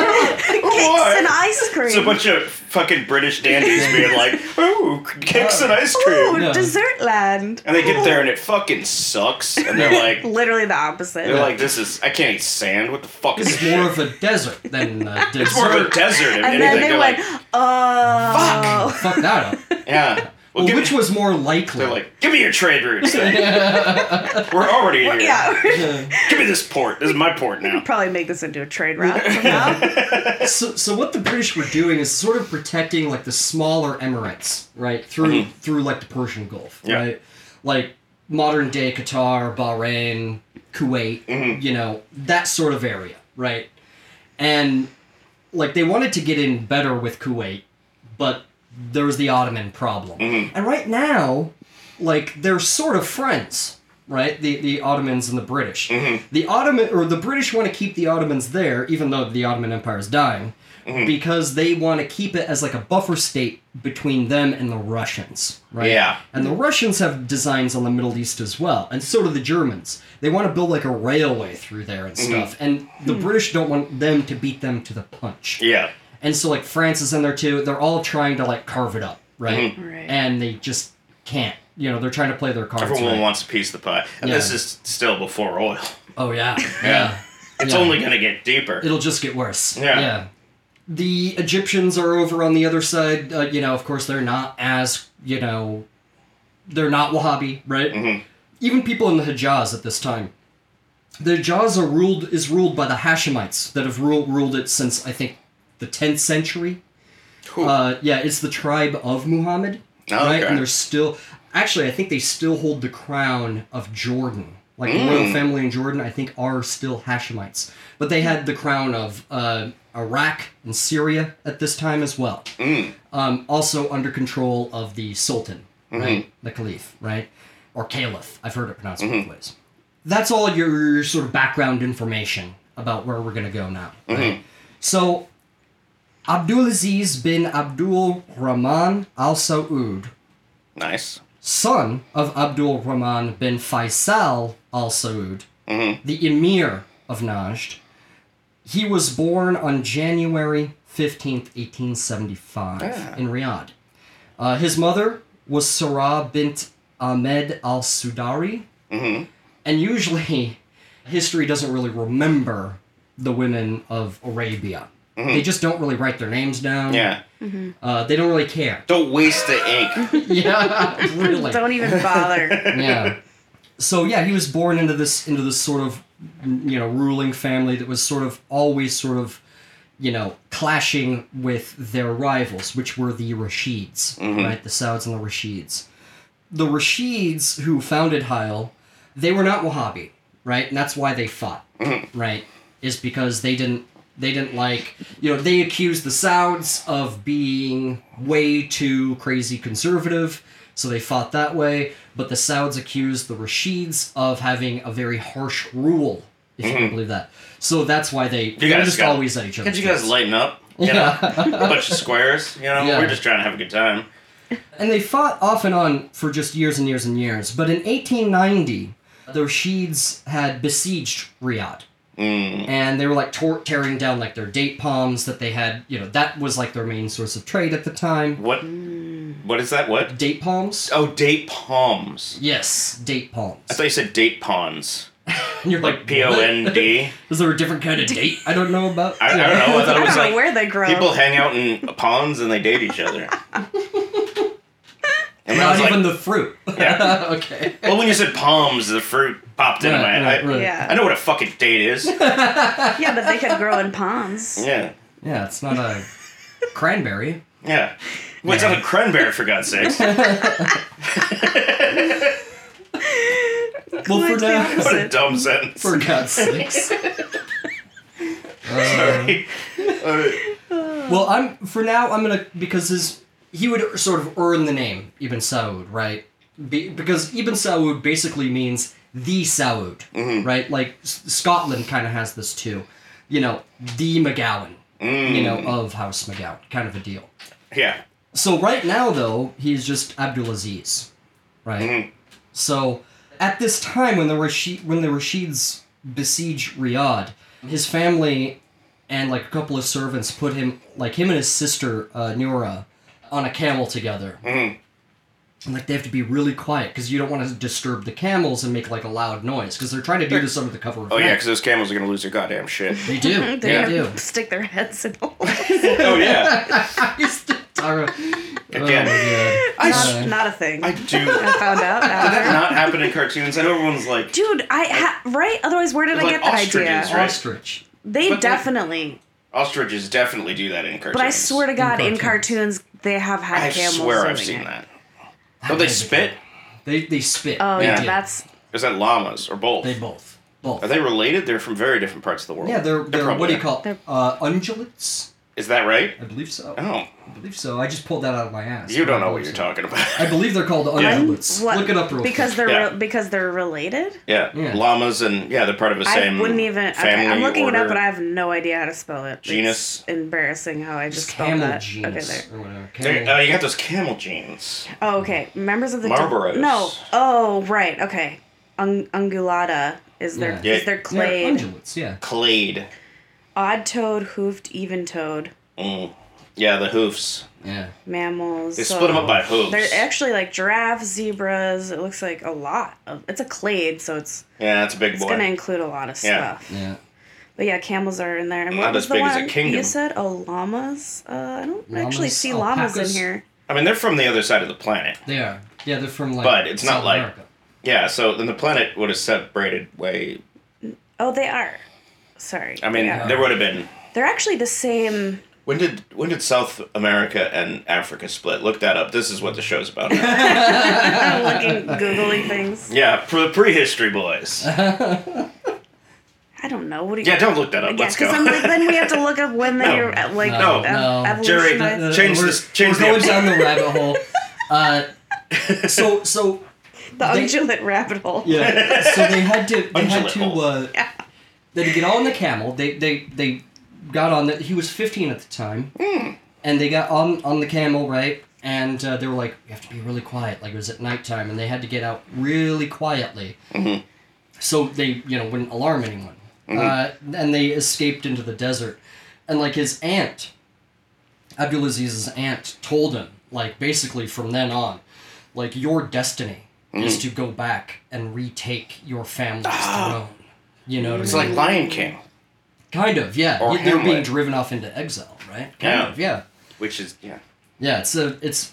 Speaker 3: Cakes and ice cream.
Speaker 1: It's a bunch of fucking British dandies being like, "Ooh, cakes and ice cream,"
Speaker 3: Ooh,
Speaker 2: Yeah.
Speaker 3: dessert land.
Speaker 1: and they get there and it fucking sucks, and they're like,
Speaker 3: Literally the opposite.
Speaker 1: They're like, this is. I can't eat sand. What the fuck is
Speaker 2: it's
Speaker 1: this?
Speaker 2: more of a desert than a dessert.
Speaker 1: It's more of a desert. If
Speaker 3: and
Speaker 1: anything.
Speaker 3: then they
Speaker 1: They're
Speaker 3: went,
Speaker 1: like,
Speaker 3: oh.
Speaker 2: Fuck that up.
Speaker 1: yeah. Well,
Speaker 2: Well,
Speaker 1: give
Speaker 2: which
Speaker 1: me,
Speaker 2: was more likely?
Speaker 1: They're like, give me your trade routes. Then. We're already here.
Speaker 3: Yeah,
Speaker 1: Give me this port. This is my port now.
Speaker 3: probably make this into a trade route somehow.
Speaker 2: so, so what the British were doing is sort of protecting like the smaller emirates, right, through through like the Persian Gulf,
Speaker 1: Mm-hmm. Yeah.
Speaker 2: right, like modern day Qatar, Bahrain, Kuwait,
Speaker 1: Mm-hmm.
Speaker 2: you know that sort of area, right, and like they wanted to get in better with Kuwait, but there was the Ottoman problem, and right now, like they're sort of friends. Right, the the Ottomans and the British. The Ottoman or the British want to keep the Ottomans there, even though the Ottoman Empire is dying, because they want to keep it as like a buffer state between them and the Russians. Right.
Speaker 1: Yeah.
Speaker 2: And the Russians have designs on the Middle East as well, and so do the Germans. They want to build like a railway through there and stuff, and the British don't want them to beat them to the punch.
Speaker 1: Yeah.
Speaker 2: And so like France is in there too. They're all trying to like carve it up, right?
Speaker 1: Mm-hmm.
Speaker 3: Right.
Speaker 2: And they just can't. You know, they're trying to play their cards.
Speaker 1: Everyone
Speaker 2: right.
Speaker 1: wants a piece of the pie. And this
Speaker 2: Yeah.
Speaker 1: is still before oil.
Speaker 2: Oh yeah.
Speaker 1: Yeah.
Speaker 2: Yeah.
Speaker 1: It's
Speaker 2: Yeah.
Speaker 1: only going to get deeper.
Speaker 2: It'll just get worse.
Speaker 1: Yeah.
Speaker 2: The Egyptians are over on the other side. Uh, you know, of course, they're not as, you know, they're not Wahhabi, right?
Speaker 1: Mm-hmm.
Speaker 2: Even people in the Hijaz at this time. The Hijaz are ruled is ruled by the Hashemites that have ruled ruled it since I think the 10th century.
Speaker 1: Whew.
Speaker 2: Uh, yeah, it's the tribe of Muhammad,
Speaker 1: Oh,
Speaker 2: right?
Speaker 1: okay.
Speaker 2: And they're still actually I think they still hold the crown of Jordan. Like the royal family in Jordan, I think are still Hashemites, but they had the crown of uh, Iraq and Syria at this time as well. Um, also under control of the Sultan, right? The Caliph, right? Or Caliph. I've heard it pronounced both ways that's all your, your sort of background information about where we're going to go now. right? So, Abdulaziz bin Abdul Rahman Al Saud,
Speaker 1: nice.
Speaker 2: son of Abdul Rahman bin Faisal Al Saud, the emir of Najd, he was born on January 15th, 1875 in Riyadh. Uh, his mother was Sarah bint Ahmed Al Sudari. And usually, history doesn't really remember the women of Arabia. They just don't really write their names down.
Speaker 1: Yeah.
Speaker 3: Mm.
Speaker 2: Uh, they don't really care.
Speaker 1: Don't waste the ink.
Speaker 2: Yeah, really.
Speaker 3: Don't even bother.
Speaker 2: Yeah. So yeah, he was born into this into this sort of you know ruling family that was sort of always sort of you know clashing with their rivals, which were the Rashids, right? The Sauds and the Rashids. The Rashids who founded Heil, they were not Wahhabi, right? And that's why they fought, right? Is because they didn't they didn't like you know they accused the Sauds of being way too crazy conservative, so they fought that way. But the Sauds accused the Rashids of having a very harsh rule if you can believe that. So that's why they
Speaker 1: You
Speaker 2: they're
Speaker 1: guys
Speaker 2: just
Speaker 1: got-
Speaker 2: always at each other.
Speaker 1: Can't you guys lighten up? You know, a bunch of squares. You know,
Speaker 2: Yeah.
Speaker 1: we're just trying to have a good time.
Speaker 2: And they fought off and on for just years and years and years. But in 1890, the Rashids had besieged Riyadh.
Speaker 1: Mm.
Speaker 2: And they were like tor- tearing down like their date palms that they had, you know, that was like their main source of trade at the time.
Speaker 1: What? What is that? What?
Speaker 2: Date palms?
Speaker 1: Oh, date palms.
Speaker 2: Yes, date palms.
Speaker 1: I thought you said date pawns.
Speaker 2: And you're like,
Speaker 1: Like P O N
Speaker 2: "What?
Speaker 1: D.
Speaker 2: Is there a different kind of date I don't know about?
Speaker 1: I, I don't know. I thought
Speaker 3: I
Speaker 1: it
Speaker 3: don't
Speaker 1: was
Speaker 3: know
Speaker 1: like
Speaker 3: where they grow.
Speaker 1: people hang out in ponds and they date each other. And I
Speaker 2: Not
Speaker 1: was like,
Speaker 2: even the fruit.
Speaker 1: Yeah.
Speaker 2: okay.
Speaker 1: well, when you said palms, the fruit popped into
Speaker 2: Right,
Speaker 1: my
Speaker 2: right,
Speaker 1: I-
Speaker 2: right.
Speaker 3: Yeah.
Speaker 1: I know what a fucking date is.
Speaker 3: yeah, but they could grow in ponds.
Speaker 1: yeah.
Speaker 2: Yeah, it's not a cranberry.
Speaker 1: Yeah. What's up with cranberry, for God's sakes? what
Speaker 2: Well, for
Speaker 3: Quite the
Speaker 2: now,
Speaker 3: opposite.
Speaker 1: a dumb sentence.
Speaker 2: for God's sakes. Uh,
Speaker 1: Uh,
Speaker 2: Well, I'm for now. I'm gonna because his he would sort of earn the name Ibn Saud, right? Be, because Ibn Saud basically means the Saud, right? Like S- Scotland kind of has this too, you know, the McGowan, you know, of House McGowan, kind of a deal.
Speaker 1: yeah.
Speaker 2: So right now, though, he's just Abdulaziz, right?
Speaker 1: Mm-hmm.
Speaker 2: So at this time, when the Rashid, when the Rashids besiege Riyadh, his family and like a couple of servants put him, like him and his sister uh, Nura, on a camel together.
Speaker 1: Mm-hmm.
Speaker 2: And like they have to be really quiet because you don't want to disturb the camels and make like a loud noise because they're trying to do this under the cover of
Speaker 1: Oh yeah,
Speaker 2: night.
Speaker 1: because those camels are gonna lose their goddamn shit.
Speaker 2: they do.
Speaker 3: They
Speaker 2: They do.
Speaker 3: stick their heads in holes.
Speaker 1: oh yeah.
Speaker 2: Tara-
Speaker 1: Again.
Speaker 2: Oh, my God.
Speaker 1: I
Speaker 3: not,
Speaker 2: Yeah.
Speaker 3: not a thing.
Speaker 1: I
Speaker 3: I,
Speaker 1: do.
Speaker 3: found out after.
Speaker 1: Not happen in cartoons. I know everyone's like,
Speaker 3: Dude, I ha- right. Otherwise, where did I
Speaker 1: Like
Speaker 3: get that
Speaker 1: ostriches,
Speaker 3: idea?
Speaker 1: right?
Speaker 2: Ostrich.
Speaker 3: They
Speaker 1: But they-
Speaker 3: definitely.
Speaker 1: ostriches definitely do that in cartoons.
Speaker 3: but I swear to God, in
Speaker 2: cartoons.
Speaker 3: cartoons, they have had
Speaker 1: I
Speaker 3: camels.
Speaker 1: swear I've
Speaker 3: doing
Speaker 1: seen
Speaker 3: it.
Speaker 1: that. Don't they spit?
Speaker 2: They they spit.
Speaker 3: Oh
Speaker 2: They
Speaker 3: yeah,
Speaker 2: do.
Speaker 3: that's
Speaker 1: Is that llamas or both?
Speaker 2: they both both.
Speaker 1: Are they related? They're from very different parts of the world.
Speaker 2: yeah, they're they're, what do you
Speaker 1: probably-
Speaker 2: call
Speaker 3: They're-
Speaker 2: uh, undulates?
Speaker 1: Is that right?
Speaker 2: I believe so.
Speaker 1: Oh,
Speaker 2: I believe so. I just pulled that out of my ass.
Speaker 1: you don't
Speaker 2: I
Speaker 1: know what
Speaker 2: believe
Speaker 1: you're
Speaker 2: so.
Speaker 1: talking
Speaker 2: I
Speaker 1: about.
Speaker 2: believe they're called
Speaker 1: Yeah.
Speaker 2: undulates.
Speaker 3: what
Speaker 2: Look it up real
Speaker 3: because
Speaker 2: quick.
Speaker 3: they're
Speaker 1: Yeah.
Speaker 3: re- because they're related.
Speaker 1: yeah.
Speaker 2: Yeah.
Speaker 1: llamas and yeah, they're part of the same.
Speaker 3: I wouldn't even.
Speaker 1: Family
Speaker 3: Okay, I'm looking it
Speaker 1: order.
Speaker 3: up, but I have no idea how to spell it.
Speaker 1: Genus.
Speaker 3: It's embarrassing how I just
Speaker 2: Just
Speaker 3: spelled
Speaker 2: camel
Speaker 3: that.
Speaker 2: genus
Speaker 3: Okay, there.
Speaker 2: or whatever.
Speaker 1: They're-
Speaker 2: Camel.
Speaker 1: Oh, you got those camel genes.
Speaker 3: Oh, okay. Members of the
Speaker 1: Marlboros.
Speaker 3: no. Oh, right. Okay. Un- ungulata is their
Speaker 2: Yeah.
Speaker 3: is their
Speaker 2: They're
Speaker 3: clade.
Speaker 2: undulates. Yeah.
Speaker 1: Clade.
Speaker 3: Odd toed, hoofed, even toed
Speaker 1: Mm. Yeah, the hoofs.
Speaker 2: Yeah.
Speaker 3: mammals.
Speaker 1: They
Speaker 3: so
Speaker 1: split them up by hoofs.
Speaker 3: They're actually like giraffes, zebras. It looks like a lot of. It's a clade, so it's
Speaker 1: yeah, that's a big
Speaker 3: it's
Speaker 1: boy.
Speaker 3: gonna include a lot of
Speaker 1: Yeah.
Speaker 3: stuff.
Speaker 2: Yeah.
Speaker 3: But yeah, camels are in there. And
Speaker 1: Not
Speaker 3: what was
Speaker 1: as
Speaker 3: the
Speaker 1: big as
Speaker 3: one
Speaker 1: a kingdom.
Speaker 3: you said? Oh, llamas. Uh, I don't actually
Speaker 2: Llamas,
Speaker 3: see llamas in
Speaker 2: alpacas.
Speaker 3: here.
Speaker 1: I mean, they're from the other side of the planet.
Speaker 2: They are. Yeah, they're from like.
Speaker 1: But it's not
Speaker 2: South
Speaker 1: like-
Speaker 2: America.
Speaker 1: Yeah, so then the planet would have separated way.
Speaker 3: Oh, they are. Sorry.
Speaker 1: I mean,
Speaker 3: they are.
Speaker 1: there would have been.
Speaker 3: they're actually the same.
Speaker 1: When did when did South America and Africa split? Look that up. This is what the show's about.
Speaker 3: I'm looking, googling things.
Speaker 1: yeah, for the prehistory boys.
Speaker 3: I don't know. What do you?
Speaker 1: Yeah, don't look that up.
Speaker 3: Yeah,
Speaker 1: Let's
Speaker 3: 'cause
Speaker 1: go.
Speaker 3: I'm like, then we have to look up when they
Speaker 1: No.
Speaker 3: were uh, like
Speaker 1: No.
Speaker 2: No.
Speaker 3: ev-
Speaker 1: Jerry,
Speaker 2: No, no,
Speaker 3: evolutionized.
Speaker 2: no,
Speaker 1: Change
Speaker 2: we're-
Speaker 1: this- change
Speaker 2: We're going
Speaker 1: the-
Speaker 2: down the rabbit hole. Uh, so so
Speaker 3: the
Speaker 2: they-
Speaker 3: ungulate rabbit hole.
Speaker 2: Yeah. so they had to. They had
Speaker 1: Undulate
Speaker 2: to.
Speaker 1: hole.
Speaker 2: Uh, They had to get on the camel. They they they got on. The, he was fifteen at the time, and they got on on the camel right. And uh, they were like, "You have to be really quiet." Like it was at nighttime, and they had to get out really quietly, so they you know wouldn't alarm anyone.
Speaker 1: Mm-hmm.
Speaker 2: Uh, and they escaped into the desert, and like his aunt, Abdulaziz's aunt, told him like basically from then on, like your destiny
Speaker 1: Mm-hmm.
Speaker 2: is to go back and retake your family's throne. You know, what
Speaker 1: Ah. It's
Speaker 2: I mean?
Speaker 1: like Lion King,
Speaker 2: Kind of, yeah.
Speaker 1: Or
Speaker 2: Yeah, They're being
Speaker 1: Hamlet.
Speaker 2: driven off into exile, right? Kind
Speaker 1: Yeah.
Speaker 2: of, yeah.
Speaker 1: which is yeah.
Speaker 2: Yeah, it's a, it's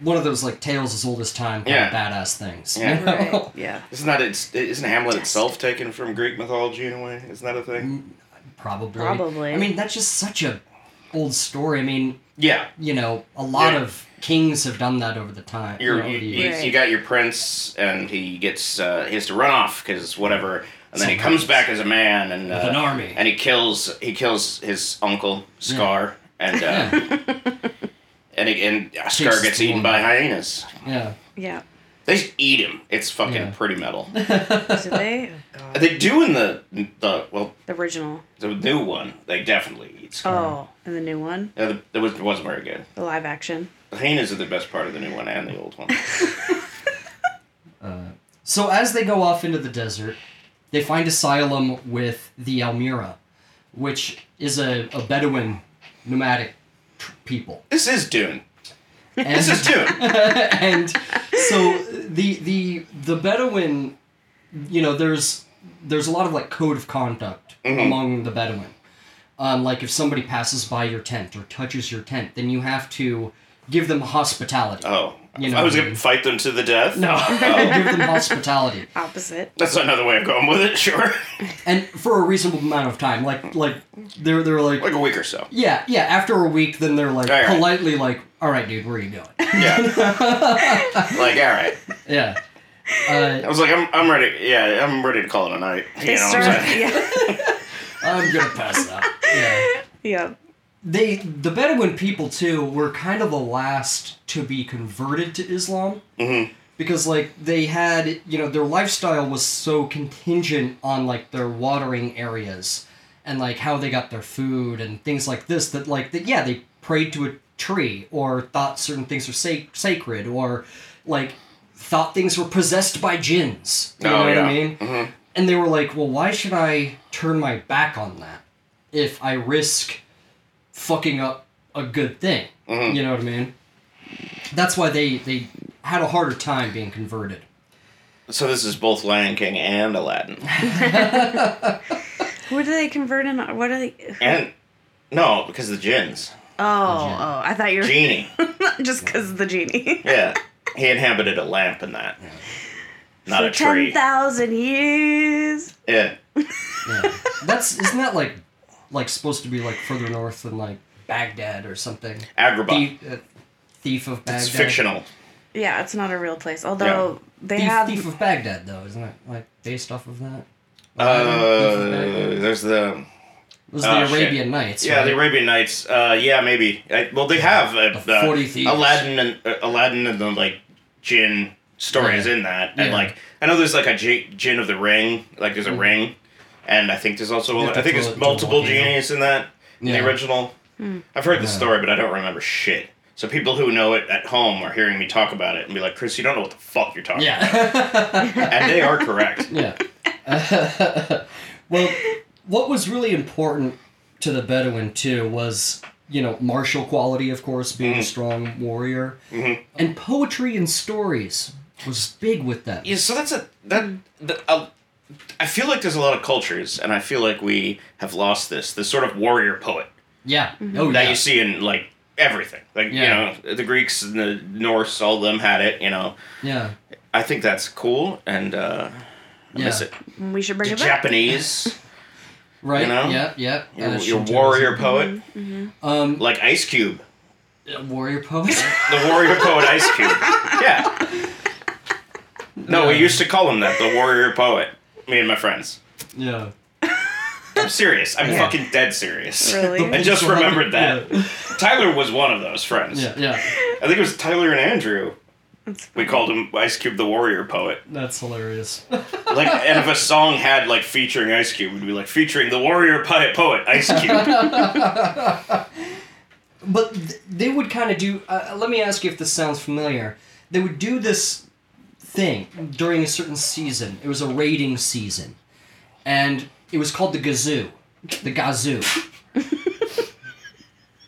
Speaker 2: one of those like tales as old as time kind
Speaker 1: Yeah.
Speaker 2: of badass things. you
Speaker 1: Yeah.
Speaker 2: know?
Speaker 3: Right. Yeah.
Speaker 1: Isn't that it's isn't Hamlet itself taken from Greek mythology in a way? Isn't that a
Speaker 3: Mm.
Speaker 1: thing?
Speaker 2: Probably.
Speaker 3: Probably.
Speaker 2: I mean, that's just such a old story. I mean,
Speaker 1: Yeah.
Speaker 2: you know, a lot
Speaker 1: Yeah.
Speaker 2: of kings have done that over the time.
Speaker 1: You're,
Speaker 2: know,
Speaker 1: you,
Speaker 2: over the
Speaker 1: you,
Speaker 2: years.
Speaker 1: you got your prince, and he gets uh, he has to run off because whatever, and then he
Speaker 2: Sometimes.
Speaker 1: comes back as a man and
Speaker 2: With
Speaker 1: uh,
Speaker 2: an army.
Speaker 1: and he kills he kills his uncle Scar, and uh, and he, and Scar
Speaker 2: Takes
Speaker 1: gets
Speaker 2: the
Speaker 1: eaten
Speaker 2: woman.
Speaker 1: by hyenas.
Speaker 2: yeah.
Speaker 3: Yeah.
Speaker 1: They just eat him. It's fucking
Speaker 2: Yeah.
Speaker 1: pretty metal.
Speaker 3: Do they? Oh, God.
Speaker 1: they do in the the well
Speaker 3: The original.
Speaker 1: the new one. They definitely eat. Skull.
Speaker 3: Oh, and the new one,
Speaker 1: Yeah, the- it was it wasn't very good.
Speaker 3: the live action.
Speaker 1: The hyenas are the best part of the new one and the old one.
Speaker 2: So as they go off into the desert, they find asylum with the Almira, which is a, a Bedouin nomadic tr- people.
Speaker 1: this is Dune.
Speaker 2: And,
Speaker 1: This is Dune.
Speaker 2: and so the the the Bedouin, you know, there's there's a lot of like code of conduct
Speaker 1: Mm-hmm.
Speaker 2: among the Bedouin. Um, like if somebody passes by your tent or touches your tent, then you have to give them hospitality.
Speaker 1: Oh,
Speaker 2: You
Speaker 1: I
Speaker 2: know
Speaker 1: was
Speaker 2: what I
Speaker 1: gonna
Speaker 2: mean.
Speaker 1: fight them to the death.
Speaker 2: No, give them hospitality.
Speaker 3: Opposite.
Speaker 1: That's another way of going with it. Sure,
Speaker 2: and for a reasonable amount of time. Like like they're they're like
Speaker 1: like a week or so.
Speaker 2: yeah yeah. After a week, then they're like
Speaker 1: All right.
Speaker 2: politely like, all right, dude, where are you going?
Speaker 1: Yeah. like all right.
Speaker 2: yeah. Uh,
Speaker 1: I was like, I'm, I'm ready. Yeah, I'm ready to call it a night. You
Speaker 3: They
Speaker 1: know what
Speaker 3: start.
Speaker 1: I'm saying?
Speaker 3: Yeah.
Speaker 2: I'm gonna pass out. Yeah.
Speaker 3: yeah.
Speaker 2: They the Bedouin people too were kind of the last to be converted to Islam.
Speaker 1: Mm-hmm.
Speaker 2: Because like they had, you know, their lifestyle was so contingent on like their watering areas and like how they got their food and things like this that like that yeah they prayed to a tree or thought certain things were sac- sacred or like thought things were possessed by jinns you
Speaker 1: Oh,
Speaker 2: know what
Speaker 1: yeah.
Speaker 2: i mean and they were like well why should i turn my back on that if i risk fucking up a good thing
Speaker 1: Mm-hmm.
Speaker 2: you know what i mean that's why they they had a harder time being converted
Speaker 1: So this is both Lion King and Aladdin.
Speaker 3: Who do they convert in? What are they?
Speaker 1: And no, because of the gins.
Speaker 3: Oh, oh! I thought you were
Speaker 1: Genie.
Speaker 3: just because the genie.
Speaker 1: Yeah. He inhabited a lamp in that. Not a
Speaker 3: For ten
Speaker 1: tree.
Speaker 3: thousand years.
Speaker 1: Yeah.
Speaker 2: Yeah. That's isn't that like like supposed to be like further north than like Baghdad or something?
Speaker 1: Agrabah.
Speaker 2: Thief, uh, thief of Baghdad.
Speaker 1: It's fictional.
Speaker 3: Yeah, it's not a real place. Although they
Speaker 2: Thief,
Speaker 3: have
Speaker 2: thief of Baghdad though, isn't it like based off of that?
Speaker 1: Uh,
Speaker 2: It
Speaker 1: there's the
Speaker 2: was
Speaker 1: oh,
Speaker 2: the
Speaker 1: shit.
Speaker 2: Arabian Nights.
Speaker 1: yeah
Speaker 2: right?
Speaker 1: the Arabian Nights. Uh, yeah, maybe. I, well, they have uh,
Speaker 2: The
Speaker 1: uh,
Speaker 2: 40 Thieves.
Speaker 1: Aladdin and uh, Aladdin and the like gin stories
Speaker 2: Yeah.
Speaker 1: in that, and
Speaker 2: Yeah. Mm-hmm.
Speaker 1: like I know there's like a gi- gin of the ring. Like there's a ring, and I think there's also
Speaker 2: have to
Speaker 1: I think
Speaker 2: throw
Speaker 1: there's
Speaker 2: it to
Speaker 1: multiple
Speaker 2: Volcano.
Speaker 1: genies in that in
Speaker 2: Yeah.
Speaker 1: the original. I've heard the
Speaker 2: Yeah.
Speaker 1: story, but I don't remember shit. So people who know it at home are hearing me talk about it and be like, "Chris, you don't know what the fuck you're talking about,"
Speaker 2: Yeah.
Speaker 1: and they are correct.
Speaker 2: yeah. well, what was really important to the Bedouin too was you know martial quality, of course, being
Speaker 1: Mm-hmm.
Speaker 2: a strong warrior, and poetry and stories was big with them.
Speaker 1: Yeah, so that's a that, that uh, I feel like there's a lot of cultures, and I feel like we have lost this this sort of warrior poet
Speaker 2: Yeah. Oh,
Speaker 1: that
Speaker 2: yeah.
Speaker 1: you see in like everything, like
Speaker 2: Yeah.
Speaker 1: you know the Greeks and the Norse, all of them had it. You know,
Speaker 2: yeah.
Speaker 1: I think that's cool, and uh, I miss
Speaker 2: Yeah.
Speaker 1: it.
Speaker 3: mm, we should bring
Speaker 1: The
Speaker 3: it back.
Speaker 1: Japanese,
Speaker 2: Right.
Speaker 1: you know?
Speaker 2: Yep. Yep.
Speaker 1: your,
Speaker 2: Uh,
Speaker 1: your
Speaker 2: Shinto
Speaker 1: warrior poet,
Speaker 2: was- Um,
Speaker 1: like Ice Cube,
Speaker 2: uh, warrior poet.
Speaker 1: the warrior poet Ice Cube. Yeah. No, we
Speaker 2: Yeah.
Speaker 1: used to call him that, the warrior poet. Me and my friends.
Speaker 2: yeah.
Speaker 1: I'm serious. I'm
Speaker 2: Yeah.
Speaker 1: fucking dead serious. I
Speaker 3: Really?
Speaker 1: just
Speaker 2: So how-
Speaker 1: remembered that. Tyler was one of those friends.
Speaker 2: Yeah. Yeah.
Speaker 1: I think it was Tyler and Andrew.
Speaker 3: That's
Speaker 1: We called him Ice Cube the Warrior Poet.
Speaker 2: That's hilarious.
Speaker 1: Like, and if a song had like featuring Ice Cube, we'd be like featuring the Warrior Poet, poet Ice Cube.
Speaker 2: But th- they would kind of do. Uh, let me ask you if this sounds familiar. They would do this thing during a certain season. It was a raiding season, and it was called the Gazoo, the Gazoo,